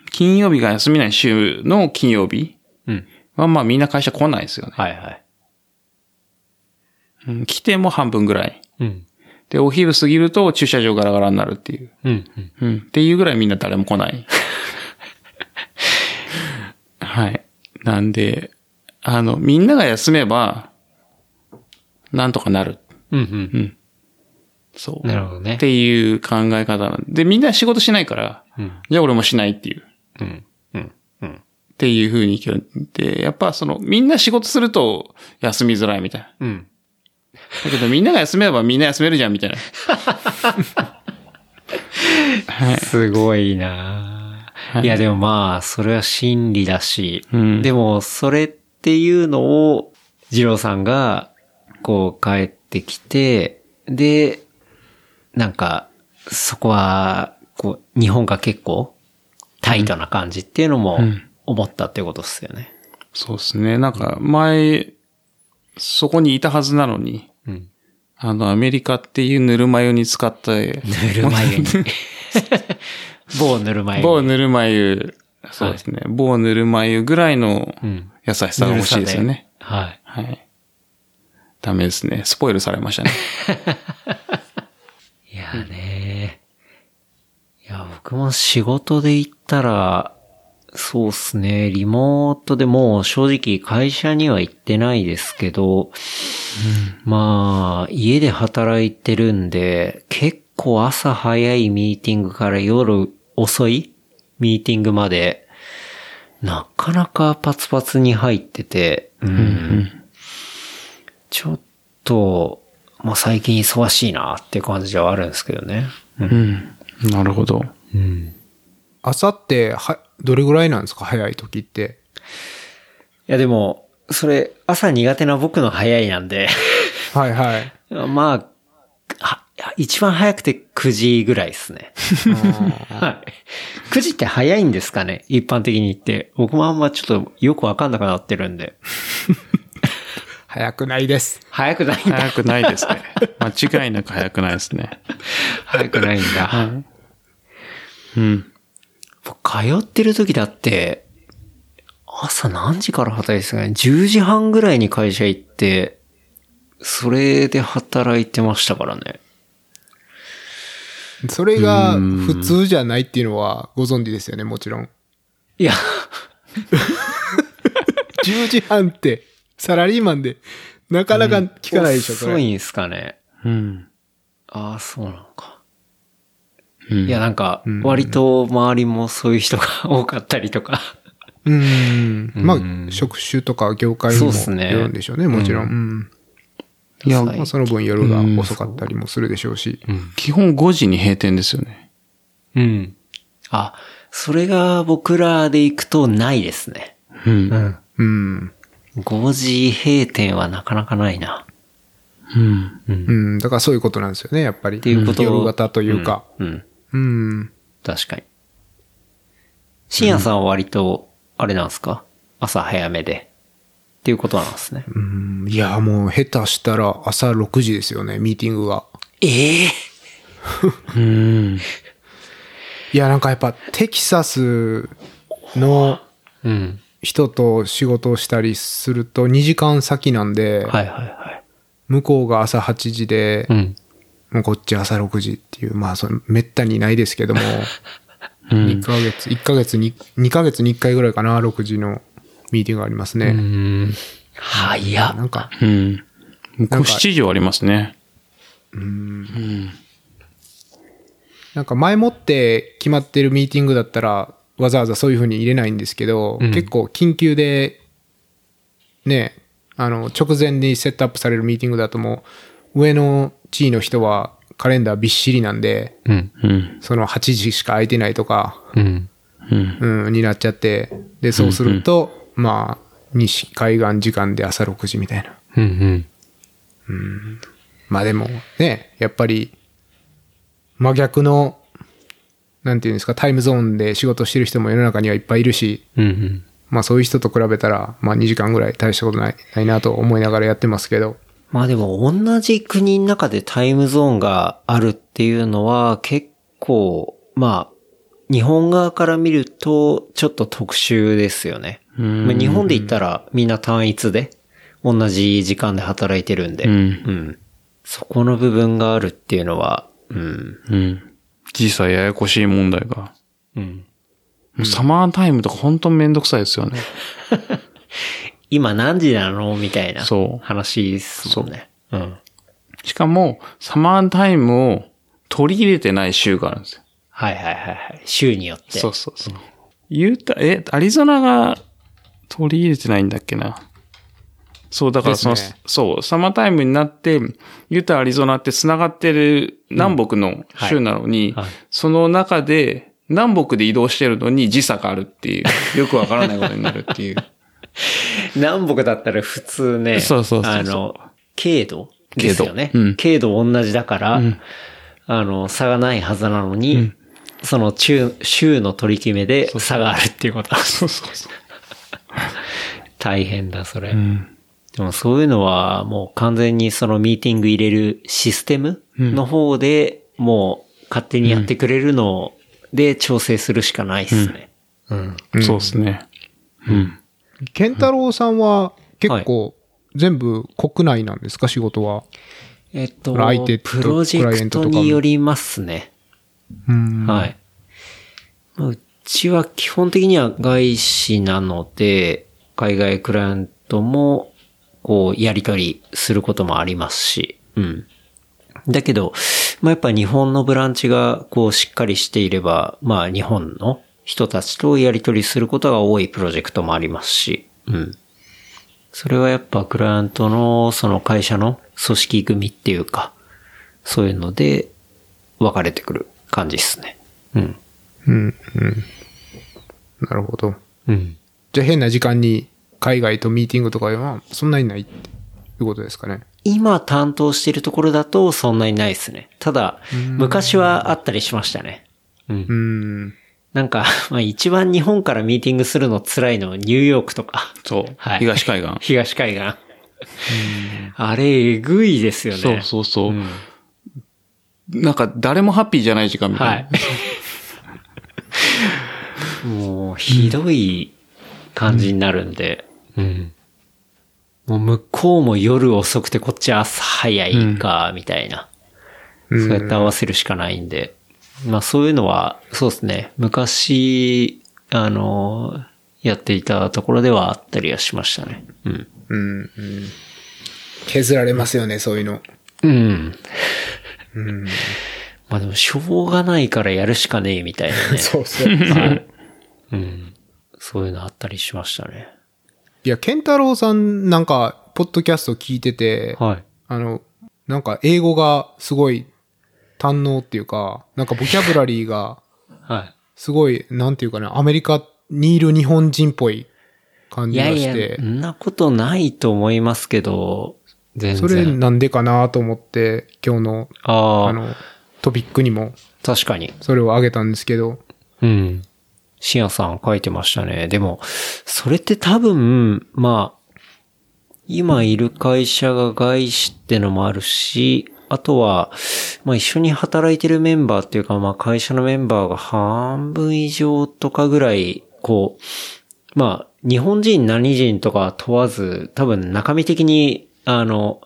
S4: 金曜日が休みない週の金曜日
S5: うん。
S4: はまあみんな会社来ないですよね。
S5: はいはい。
S4: うん、来ても半分ぐらい。
S5: うん。
S4: で、お昼過ぎると駐車場ガラガラになるっていう。
S5: うん。うん
S4: うん。っていうぐらいみんな誰も来ない。はい。なんで、あの、みんなが休めば、なんとかなる。
S5: うん。うん
S4: そう。
S5: なるほどね
S4: っ。ていう考え方なんで、みんな仕事しないから、
S5: うん。
S4: じゃあ俺もしないっていう、
S5: うん。うん。うん。
S4: っていう風に言って、やっぱその、みんな仕事すると休みづらいみたいな。
S5: うん。
S4: だけどみんなが休めばみんな休めるじゃんみたいな。はい。
S5: すごいなあいやでもまあ、それは真理だし、
S4: うん
S5: でもそれっていうのを、二郎さんが、こう帰ってきて、で、なんか、そこは、こう、日本が結構、タイトな感じっていうのも
S4: ん、
S5: 思ったってことっすよね。
S4: そうですね。なんか前、そこにいたはずなのに、
S5: うん。
S4: あの、アメリカっていうぬるま湯に使 った、
S5: ぬる ま湯に。 某ぬるま湯に。
S4: 某ぬるま湯、そうですね。某ぬるま湯ぐらいの
S5: うん。
S4: 優しさが欲しいですよね。
S5: ぬるさで。はい。
S4: はい。ダメですね。スポイルされましたね。
S5: いやーねー、いや、僕も仕事で行ったら、そうっすね、リモートでもう正直会社には行ってないですけど、まあ、家で働いてるんで、結構朝早いミーティングから夜遅いミーティングまで、なかなかパツパツに入ってて、うんちょっと、まあ最近忙しいなっていう感じではあるんですけどね。
S4: うん。なるほど。
S5: うん。
S2: あさって、は、どれぐらいなんですか早い時って。
S5: いやでも、そ れ、朝苦手な僕の早いなんで、
S2: はいはい。
S5: まあ、はや一番早くて9時ぐらいですね。はい。9時って早いんですかね一般的に言って。僕もあんまちょっとよくわかんなくなってるんで。
S2: 早くないです。
S5: 早くないんだ。
S4: 早くないですね。 間違いなく早くないですね。
S5: 早くないんだ。
S4: うん。
S5: 僕通ってる時だって、朝何時から働いてたかね ?10 時半ぐらいに会社行って、それで働いてましたからね。
S2: それが普通じゃないっていうのはご存知ですよね、もちろん。
S5: いや、
S2: 10時半ってサラリーマンでなかなか聞かないでしょ、そ
S5: 遅
S2: れ。
S5: いんすかね。
S4: うん。
S5: ああ、そうなのか。
S4: うん
S5: いや、なんか、割と周りもそういう人が 多かったりとか。
S2: うん。まあ、職種とか業界に
S5: そう
S2: も
S5: っすね
S2: よるんでしょうね、もちろん。うん
S5: いや
S2: まあその分夜が遅かったりもするでしょうし。
S4: 基本5時に閉店ですよね。
S5: うん。あ、それが僕らで行くとないですね。
S4: うん。
S5: うん。
S2: うん。
S5: 5時閉店はなかなかないな。
S4: うん。
S2: うん。だからそういうことなんですよね、やっぱり。
S5: っていうこと
S2: 夜型というか。
S5: うん。
S2: うん。
S5: 確かに。深夜さんは割と、あれなんですか朝早めで。っていうことなんですね。
S2: うんいや、もう下手したら朝6時ですよね、ミーティングが。
S5: ええ
S4: うん。
S2: いや、なんかやっぱテキサスの
S5: うん。
S2: 人と仕事をしたりすると2時間先なんで、
S5: はいはいはい。
S2: 向こうが朝8時で、
S5: うん。
S2: もうこっち朝6時っていう、まあ、その、めったにないです けども、2ヶ月、1ヶ月に、2ヶ月に1回ぐらいかな、6時のミーティングがありますね。
S5: うん。早っ
S2: な。んか、
S4: うん。向こう
S2: なんか
S4: 7時はありますね。
S2: なんか前もって決まってるミーティングだったら、わざわざそういう風に入れないんですけど、
S5: うん
S2: 結構緊急で、ね、あの、直前にセットアップされるミーティングだともう、上の地位の人はカレンダーびっしりなんで、
S5: うん。
S4: うん。
S2: その8時しか空いてないとか、
S5: うん。
S4: うん。
S2: うん、になっちゃって、で、そうすると、まあ、西海岸時間で朝6時みたいな。
S5: うんうん。
S2: まあでも、ね、やっぱり、真逆の、なんていうんですか、タイムゾーンで仕事してる人も世の中にはいっぱいいるし、
S5: うんうん。
S2: まあそういう人と比べたら、まあ2時間ぐらい大したことないないなと思いながらやってますけど、
S5: まあでも同じ国の中でタイムゾーンがあるっていうのは結構、まあ、日本側から見るとちょっと特殊ですよね。まあ、日本で言ったらみんな単一で同じ時間で働いてるんで、
S4: うん。
S5: うんそこの部分があるっていうのは、うん。
S4: うん。実際ややこしい問題が。
S5: うん
S4: もうサマータイムとか本当めんどくさいですよね。
S5: 今何時なのみたいな
S4: そう
S5: 話ですもんね。うん。
S4: しかも、サマータイムを取り入れてない州があるんですよ。
S5: はいはいはいはい。週によって。
S4: そうそうそう。言うた、え、アリゾナが取り入れてないんだっけな。そう、だからその、
S2: ですね
S4: そう、サマータイムになって、ユタ、アリゾナって繋がってる南北の州なのに、
S5: はいはい
S4: その中で、南北で移動してるのに時差があるっていう、よくわからないことになるっていう。
S5: 南北だったら普通ね、
S4: そうそうそうそう
S5: あの、軽度ですよね。
S4: 軽度うん
S5: 軽度同じだから、あの、差がないはずなのに、その中、州の取り決めで差があるっていうこと。
S4: そうそうそう。
S5: 大変だ、それ。
S4: ん
S5: でもそういうのはもう完全にそのミーティング入れるシステムの方で、もう勝手にやってくれるので調整するしかないですね。 うん。
S4: そうですね。うん。
S2: 健太郎さんは結構、全部国内なんですか、仕事は。
S5: えっと、
S2: 相手と
S5: プロジェ
S2: クライア
S5: ク
S2: ントと
S5: ト
S2: かも
S5: によりますね。
S2: うん。
S5: はい。まあうちは基本的には外資なので、海外クライアントも、こう、やり取りすることもありますし、うん。だけど、まあ、やっぱ日本のブランチが、こう、しっかりしていれば、まあ、日本の人たちとやり取りすることが多いプロジェクトもありますし、うん。それはやっぱクライアントの、その会社の組織組っていうか、そういうので、分かれてくる感じですね。うん。
S2: なるほど。
S5: うん。
S2: じゃあ変な時間に海外とミーティングとかはそんなにないっていうことですかね。
S5: 今担当しているところだとそんなにないですね。ただ、昔はあったりしましたね。うん
S2: う。ん。
S5: なんか、まあ一番日本からミーティングするの辛いのはニューヨークと か、
S4: そう。
S5: はい
S4: 東海岸。
S5: 東海岸。あれ、えぐいですよね。
S4: そうそうそう。
S5: ん
S4: なんか、誰もハッピーじゃない時間みたいな。
S5: はい。もう、ひどい感じになるんで。うん。もう向こうも夜遅くてこっち朝早いか、みたいな。そうやって合わせるしかないんで。まあそういうのは、そうですね。昔、あの、やっていたところではあったりはしましたね。うん。
S2: うん。うん削られますよね、そういうの。
S5: うん。まあでも、しょうがないからやるしかねえみたいな ね。
S2: そう そう。
S5: はい。うん。そういうのあったりしましたね。
S2: いや、ケンタロウさんなんか、ポッドキャスト聞いてて、
S5: はい。
S2: あの、なんか英語がすごい堪能っていうか、なんかボキャブラリーが
S5: は
S2: すごい、なんていうかな、アメリカにいる日本人っぽい感
S5: い。い
S2: じが
S5: や
S2: して、
S5: いや、そんなことないと思いますけど、全
S2: それ
S5: 然。
S2: なんでかなと思って、今日の、
S5: あ
S2: あ
S5: あ、
S2: の、トピックにも
S5: 確かに。
S2: それを挙げたんですけど、
S5: うん。深夜さん書いてましたね。でも、それって多分、まあ、今いる会社が外資ってのもあるし、あとは、まあ一緒に働いてるメンバーっていうか、まあ会社のメンバーが半分以上とかぐらい、こう、まあ日本人何人とか問わず、多分中身的に、あの、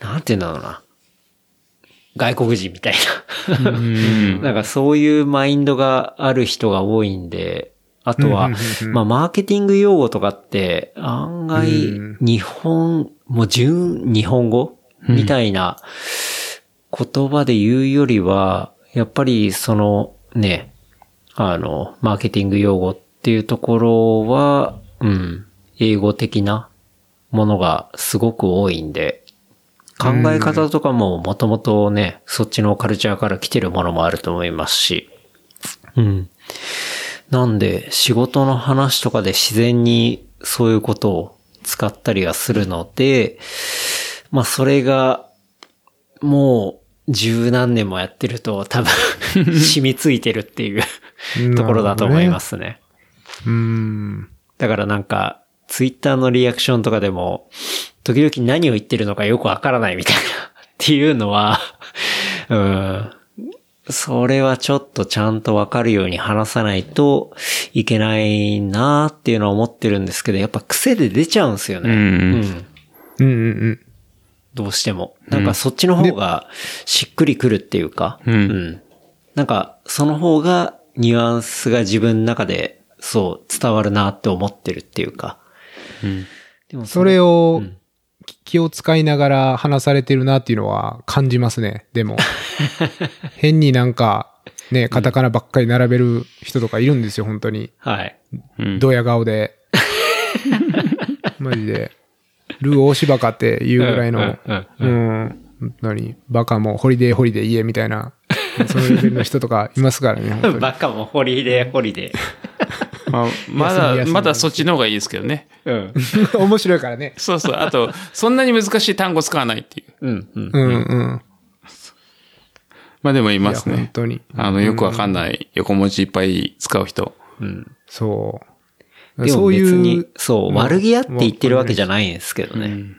S5: なんて言うんだろうな。外国人みたいな。なんかそういうマインドがある人が多いんで、あとは
S2: うんうんうんう、ん
S5: まあマーケティング用語とかって案外
S2: うん
S5: 日本、もう純日本語みたいな言葉で言うよりは、やっぱりそのね、あの、マーケティング用語っていうところは、うん、英語的なものがすごく多いんで、考え方とかももともとね、そっちのカルチャーから来てるものもあると思いますし、うん。なんで、仕事の話とかで自然にそういうことを使ったりはするので、まあそれが、もう十何年もやってると 多分染みついてるっていうところだと思いますね。
S2: うーん。
S5: だからなんか、ツイッターのリアクションとかでも、時々何を言ってるのかよくわからないみた いなっていうのは、 うん。それはちょっとちゃんとわかるように話さないといけないなーっていうのは思ってるんですけど、やっぱ癖で出ちゃうんですよ
S4: う。
S5: ね。うんん。
S2: うんうん
S5: どうしても。なんかそっちの方がしっくりくるっていうか、
S4: うん
S5: うん。なんかその方がニュアンスが自分の中でそう伝わるなって思ってるっていうか。で
S2: う
S5: も
S2: ん。それを、き気を使いながら話されてるなっていうのは感じますね、で も。変になんか、ね、カタカナばっかり並べる人とかいるんですよ、本当に。
S5: はい。
S4: うん
S2: ドヤ顔 で。マジで。ルー大芝かっていうぐらいの、うん、本当に、バカもホリデーホリデー言えみたいな、そのレベルの人とかいますから ね、本当に。
S5: バカもホリデーホリデ
S4: まあ、ま
S2: 休み
S4: だ、
S2: 休み
S4: まだそっちの方がいいですけどね。
S5: ー。うん。
S2: 面白いからね。
S4: そうそう。あと、そんなに難しい単語使わないっていう。
S5: うん。うん。
S2: うんうん。
S4: まあでもい
S2: い
S4: ま
S2: や、
S4: す
S2: 本
S4: ね。
S2: 当に。
S4: あの、よくわかんない横文字いっぱい使う人。
S5: うん。
S2: そう。
S5: でも
S2: そうい
S5: 別に
S2: う、、
S5: そう、
S2: うん
S5: 悪気あって言ってるわけじゃないんですけどね。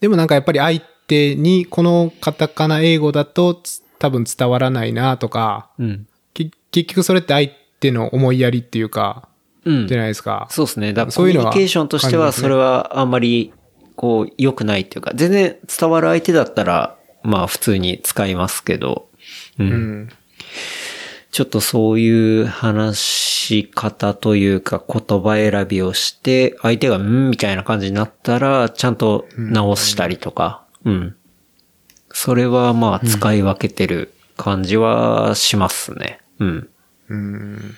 S2: でもなんかやっぱり相手にこのカタカナ英語だとつ多分伝わらないなとか、
S5: うん。
S2: き結局それって相手の思いやりっていうか、
S5: うん
S2: じゃ。ないですか。
S5: そうですね。だから
S2: そ
S5: コ
S2: うい
S5: ミ
S2: う
S5: ュ
S2: のは
S5: ニケーションとしては、それはあんまり、こう、良くないっていうか、全然伝わる相手だったら、まあ普通に使いますけど、うん。
S2: うん。
S5: ちょっとそういう話し方というか言葉選びをして、相手が、んみたいな感じになったら、ちゃんと直したりとか、うん。それはまあ使い分けてる感じはしますね。うん。
S2: うん。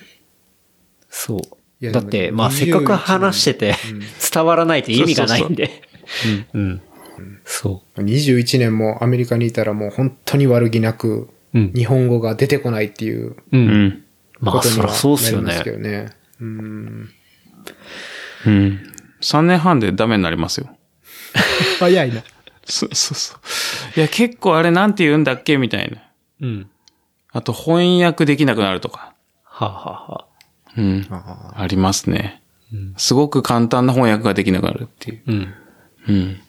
S5: そう
S2: い。や
S5: だって、
S2: でも
S5: まあせっかく話してて、伝わらないと意味がないんで。うん。そ
S2: 21年もアメリカにいたらもう本当に悪気なく、
S5: う。うん。
S2: 日本語が出てこないっていう
S5: う。
S4: うんん。
S5: ま
S2: こ
S5: あ
S2: とに
S5: そ
S2: は
S5: りゃそうっすよ
S2: なりま
S5: ね
S2: け。どね。うん。
S4: うん。3年半でダメになりますよ。
S2: 早いな。
S4: そうそうそう。いや、結構あれなんて言うんだっけみたいな。
S5: うん。
S4: あと翻訳できなくなるとか。
S5: はあ、はあはあ、
S4: うん。
S2: あ
S4: ありますね。すごく簡単な翻訳ができなくなるっていう。
S5: うん。
S4: うん。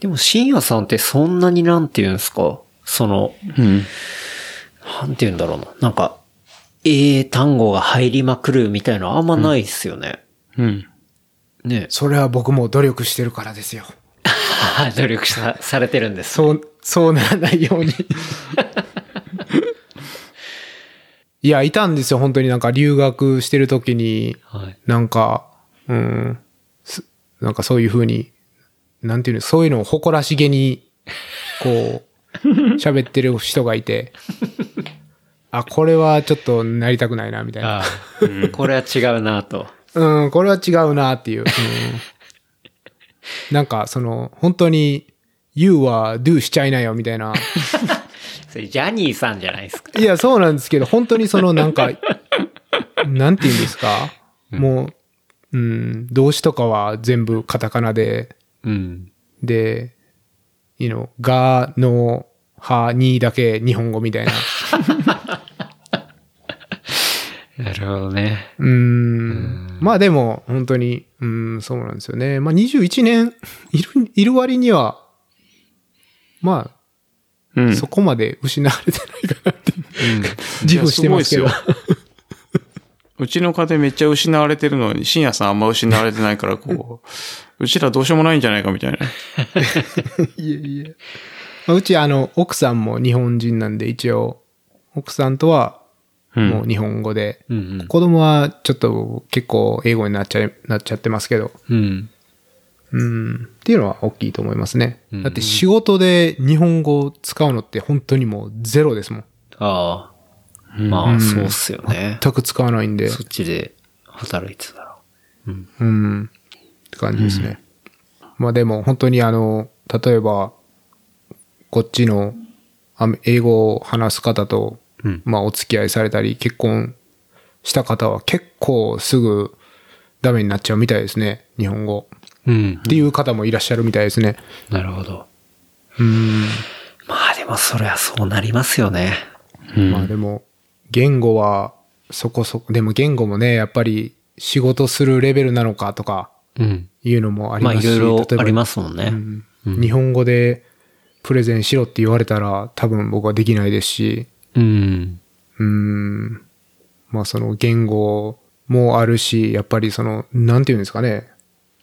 S5: でも、深夜さんってそんなになんて言うんですかその、
S4: うん。
S5: なんて言うんだろうな。なんか、英単語が入りまくるみたいなのあんまないっすよね。
S4: うん。
S5: ね
S2: それは僕も努力してるからですよ。
S5: え。 努力さされてるんです。
S2: そう、そうならないように。いや、いたんですよ。本当になんか留学してる時に、
S5: はい。
S2: なんか、うん、すなんかそういうふうに、なんていうの、そういうのを誇らしげに、こう、喋ってる人がいて、あ、これはちょっとなりたくないな、みたいな。
S5: ああ、これは違うなと。
S2: うん、これは違うな、っていう。うんなんか、その、本当に、You は do しちゃいなよ、みたいな。
S5: それジャニーさんじゃないですか。
S2: いや、そうなんですけど、本当にそのなんか、なんて言うんですか、もう、うん、動詞とかは全部カタカナで、
S5: うん。
S2: で、you know, が、の、は、にだけ日本語みたいな。
S5: なるほどね。
S2: うーん。まあでも、本当に、うん、そうなんですよね。まあ21年、いる、いる割には、まあ、
S4: うん。
S2: そこまで失われてないかなって、自負してますけど
S4: いや。すごいですようちの家庭めっちゃ失われてるのに、深夜さんあんま失われてないから、こ う、うちらどうしようもないんじゃないかみたいな。
S2: いえいえ。まあうち、あの、奥さんも日本人なんで、一応、奥さんとは、
S4: うん
S2: もう日本語で、
S5: うん
S2: 子供はちょっと結構英語になっちゃい、なっちゃってますけど、
S5: うん。うん。
S2: うん、っていうのは大きいと思いますね。
S5: ん
S2: だって仕事で日本語を使うのって本当にもうゼロですもん。
S5: ああ。まあ、そうっすよね。
S2: 全く使わないんで、
S5: そっちで働いてたら。
S2: うん、って感じですね。まあでも本当にあの、例えば、こっちのあ英語を話す方と、
S5: うん
S2: まあお付き合いされたり、結婚した方は結構すぐダメになっちゃうみたいですね、日本語。
S5: うん
S2: っ。ていう方もいらっしゃるみたいですね。
S5: なるほど。
S2: うん。
S5: まあでもそりゃそうなりますよね。
S2: まあでも、言語はそこそこ、でも言語もね、やっぱり仕事するレベルなのかとか
S5: うん。
S2: いうのもあり
S5: まあ
S2: ま
S5: い
S2: すし、
S5: ろいろ
S2: 例えば
S5: ありますもんね。
S2: うん日本語でプレゼンしろって言われたら多分僕はできないですし、
S5: うん。
S2: うーん、まあその言語もあるし、やっぱりその、なんていうんですかね、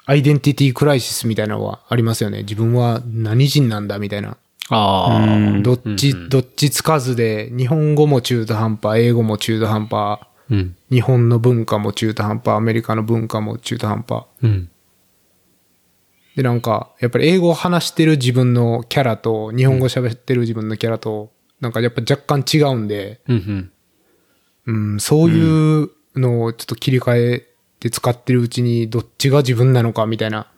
S2: アイデンティティクライシスみたいなのはありますよね。自分は何人なんだみたいな。
S5: ああ。
S2: どっち、どっちつかずで、日本語も中途半端、英語も中途半端、
S5: うん。
S2: 日本の文化も中途半端、アメリカの文化も中途半端。
S5: うん。
S2: で、なんか、やっぱり英語を話してる自分のキャラと、日本語喋ってる自分のキャラと、なんかやっぱ若干違うんで、
S5: うん。うん。
S2: うん、そういうのをちょっと切り替えて使ってるうちに、どっちが自分なのかみたいな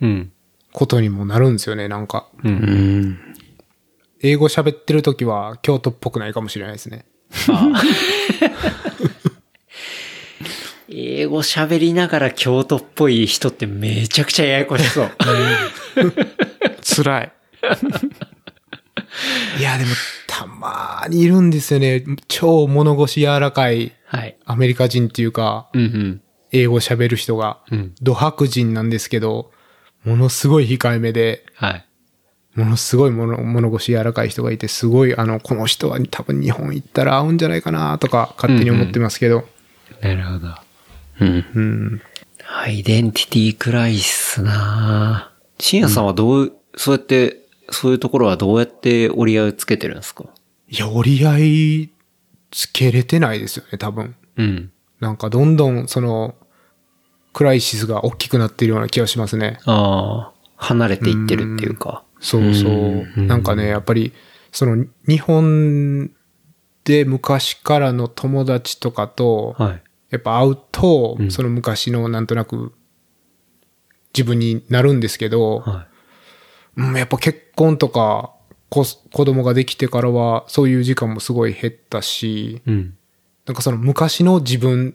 S5: うん。
S2: ことにもなるんですよね、なんか。
S4: うん。
S2: 英語喋ってる時は、京都っぽくないかもしれないですね。
S5: 英語喋りながら京都っぽい人ってめちゃくちゃややこし そう。
S4: 辛い。
S2: いや、でも、たまーにいるんですよね。超物腰柔らかい
S5: はい。
S2: アメリカ人っていうか、
S5: うん
S2: 英語喋る人が、
S5: うん。うん。
S2: ド白人なんですけど、ものすごい控えめで、
S5: はい。
S2: ものすごい物物腰柔らかい人がいて、すごい、あの、この人は多分日本行ったら合うんじゃないかなとか、勝手に思ってますけど、
S5: なるほど。
S4: うん。
S2: うん。
S5: アイデンティティクライシスなぁ深夜さんはどう、そうやって、そういうところはどうやって折り合いをつけてるんですか
S2: いや、折り合いつけれてないですよね、多分。
S5: うん。
S2: なんか、どんどん、その、クライシスが大きくなってるような気がしますね。
S5: ああ、離れていってるっていうか。
S2: そうそう。なんかね、やっぱり、その、日本で昔からの友達とかと、
S5: はい。
S2: やっぱ会うと、その昔のなんとなく、自分になるんですけど、
S5: は
S2: うん、やっぱ結婚とか、こ子供ができてからは、そういう時間もすごい減ったし、
S5: い。うん。
S2: なんかその昔の自分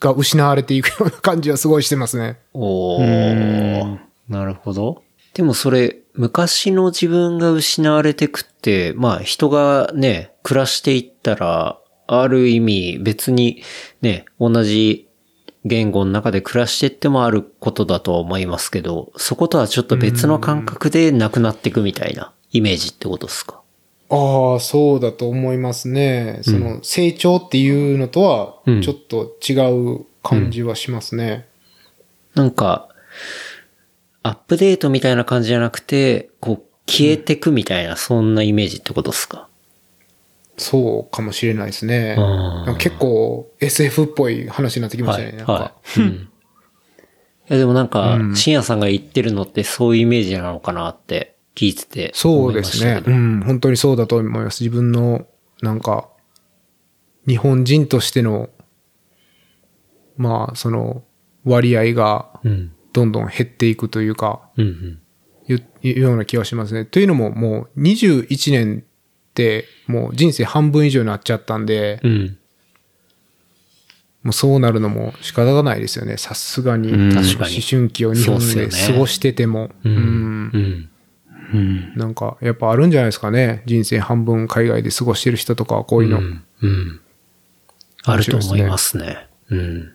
S2: が失われていくような感じはすごいしてますね。
S5: おー。なるほど。でもそれ、昔の自分が失われてくって、まあ人がね、暮らしていったら、ある意味別にね、同じ言語の中で暮らしていってもあることだとは思いますけど、そことはちょっと別の感覚でなくなっていくみたいなイメージってことですか
S2: ああ、そうだと思いますね。その、成長っていうのとは
S5: うん、
S2: ちょっと違う感じはしますね。
S5: なんか、アップデートみたいな感じじゃなくて、こう消えてくみたいな、そんなイメージってことですか
S2: そうかもしれないですね。
S5: あー
S2: なんか結構 SF っぽい話になってきましたね。なんか
S5: はい。うんいやでもなんか、深夜さんが言ってるのってそういうイメージなのかなって聞いてて。
S2: そうですね。うん、本当にそうだと思います。自分の、なんか、日本人としての、まあ、その、割合が、
S5: うん。
S2: どんどん減っていくというか、
S5: うんうん。
S2: いういうような気がしますね。というのも、もう21年って、もう人生半分以上になっちゃったんで、
S5: うん。
S2: もうそうなるのも仕方がないですよね。さすがに。
S4: うん
S5: 確かに
S2: 思春期を日本
S5: そうっ
S2: です
S5: よね
S2: 過ごしてても。
S5: うん
S2: うん
S5: うん。
S4: うん。
S2: なんか、やっぱあるんじゃないですかね。人生半分海外で過ごしてる人とかはこういうの。
S5: うん。うん。あると思いますね。うん。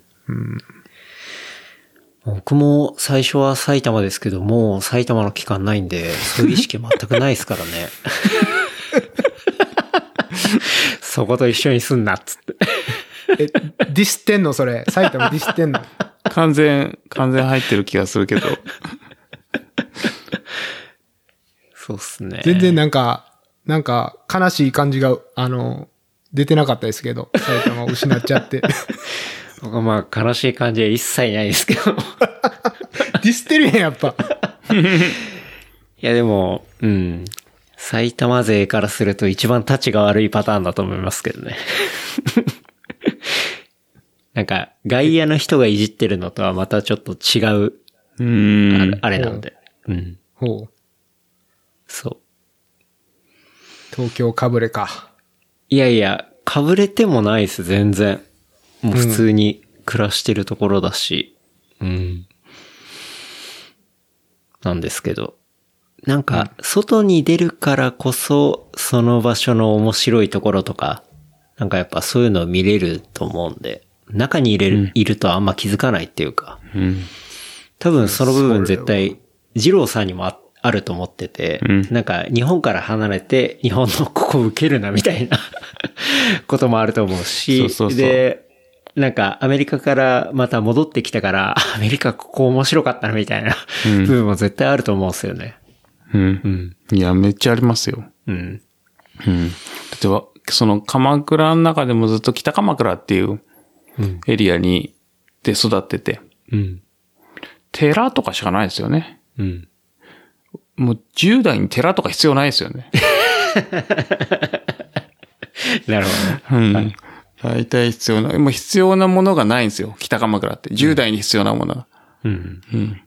S5: 僕も最初は埼玉ですけども、う埼玉の期間ないんで、そういう意識全くないですか らね。そこと一緒にすんなっつって。
S2: え、ディスってんのそれ。埼玉ディスってん の
S4: 完全、完全入ってる気がするけど。
S5: そうっすね。
S2: 全然なんか、なんか悲しい感じが、あの、出てなかったですけど。埼玉を失っちゃ って。デ
S5: まあ、悲しい感じは一切ないですけど。い
S2: ィスってるやん、やっぱ。
S5: や、でも、うん。埼玉勢からすると一番立ちが悪いパターンだと思いますけどね。 なんか、外野の人がいじってるのとはまたちょっと違う、
S4: う
S5: あ
S4: ん。
S5: あれなんで。うん。
S2: ほう。
S5: そう。
S2: 東京かぶれか。
S5: いやいや、かぶれてもないです、全然。もう普通に暮らしてるところだし。うん。なんですけど。なんか、外に出るからこそ、その場所の面白いところとか、なんかやっぱそういうのを見れると思うんで、中に入れる、いるとあんま気づかないっていうか、
S4: うん。
S5: 多分その部分絶対、二郎さんにもああると思ってて、
S4: うん
S5: なんか日本から離れて日本のここ受けるなみたいな こともあると思うし、
S4: そうそうそう
S5: で、なんかアメリカからまた戻ってきたから、アメリカここ面白かったなみたいな、部分も絶対あると思うんですよね。
S4: うん
S5: う。ん。
S4: いや、めっちゃありますよ。
S5: うん。
S4: うん。例えば、その鎌倉の中でもずっと北鎌倉っていう
S5: うん
S4: エリアに、で育ってて、
S5: うん。
S4: 寺とかしかないですよね。
S5: うん。
S4: もう10代に寺とか必要ないですよね。
S5: なるほ
S4: うん。大体必要な、もう必要なものがないんですよ。北鎌倉って。10代に必要なものが。
S5: ど。うん。
S4: うん。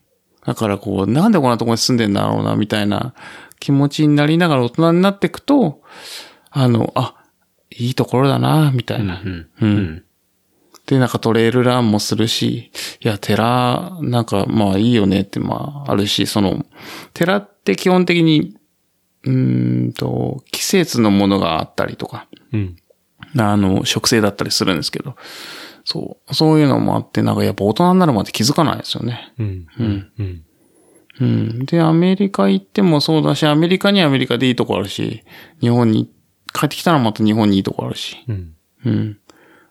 S4: だからこう、なんでこんなとこに住んでんだろうな、みたいな気持ちになりながら大人になっていくと、あの、あ、いいところだな、みたいな。
S5: うん。
S4: うん。で、なんかトレイルランもするし、いや、寺、なんかまあいいよねって、まああるし、その、寺って基本的に、うーんと、季節のものがあったりとか、
S5: うん。
S4: あの、植生だったりするんですけど、そう、そういうのもあって、なんかやっぱ大人になるまで気づかないですよね。
S5: うん。
S4: うん。
S5: うん。
S4: うん。で、アメリカ行ってもそうだし、アメリカにはアメリカでいいとこあるし、日本に、帰ってきたらまた日本にいいとこあるし。
S5: うん。
S4: うん。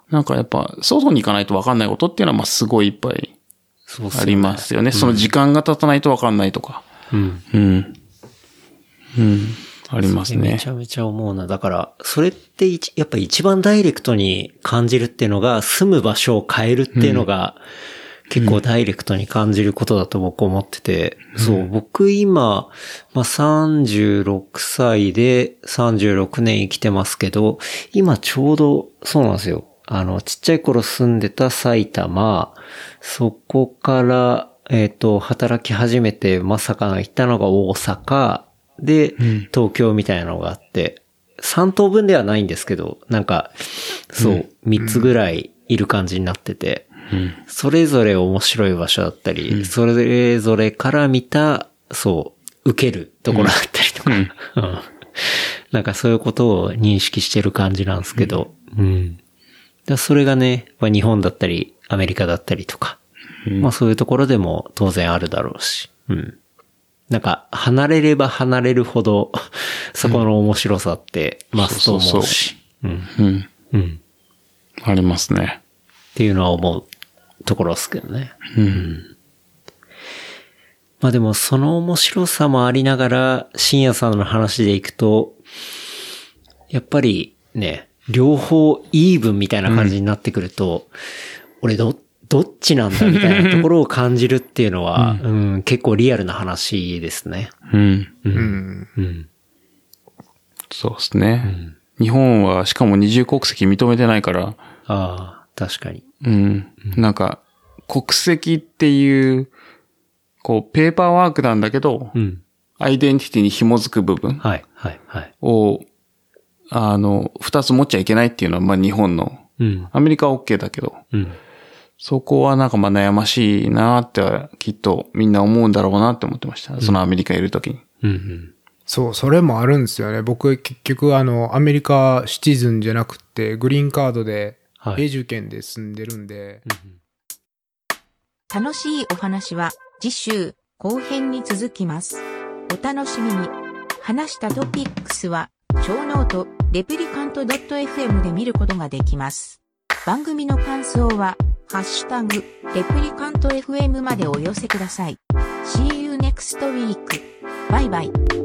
S4: なんかやっぱ、外に行かないと分かんないことっていうのは、まあ、すごいいっぱい
S5: そうっす
S4: ありますよね。その時間が経たないと分かんないとか。
S5: うん。
S4: うん。うん。あります
S5: め
S4: ね。
S5: ちゃめちゃ思うな。だから、それっていちやっぱ一番ダイレクトに感じるっていうのが、住む場所を変えるっていうのが、結構ダイレクトに感じることだと僕思ってて、そう、僕今、まあ、36歳で36年生きてますけど、今ちょうど、そうなんですよ。あの、ちっちゃい頃住んでた埼玉、そこから、えっ、と、働き始めて、まさかの行ったのが大阪、で、東京みたいなのがあって、3等分ではないんですけど、なんか、そう、3つぐらいいる感じになってて、それぞれ面白い場所だったり、それぞれから見た、そう、受けるところだったりとか、うんなんかそういうことを認識してる感じなんですけど、うん。だそれがね、まあ、日本だったり、アメリカだったりとか、まあそういうところでも当然あるだろうし、うん。なんか、離れれば離れるほど、そこの面白さって増すと思うし、うん。
S4: うん。
S5: うん。
S4: ありますね。
S5: っていうのは思うところですけどね。うんまあでもその面白さもありながら、深夜さんの話でいくと、やっぱりね、両方イーブンみたいな感じになってくると、俺ど、どっちなんだみたいなところを感じるっていうのは、うん、結構リアルな話ですね。
S4: うん。
S2: うん。
S5: うん。
S4: そうですね。日本はしかも二重国籍認めてないから、
S5: ああ、確かに。
S4: うん。なんか、国籍っていう、こう、ペーパーワークなんだけど、
S5: うん。
S4: アイデンティティに紐づく部分
S5: はい、はい、はい。
S4: を、あの、二つ持っちゃいけないっていうのは、まあ日本の、
S5: うん。
S4: アメリカは OK だけど、
S5: うん。
S4: そこはなんかまあ悩ましいなーって、きっとみんな思うんだろうなって思ってました。そのアメリカいるときに。
S5: うん。うん。
S2: そう、それもあるんですよね。僕、結局、あの、アメリカシティズンじゃなくて、グリーンカードで、
S5: はい
S2: 永住権で住んでるんで、
S6: 楽しいお話は次週後編に続きます。お楽しみに。話したトピックスは、超ノート、レプリカント .fm で見ることができます。番組の感想は、ハッシュタグ、レプリカント fm までお寄せください。See you next week. バイバイ。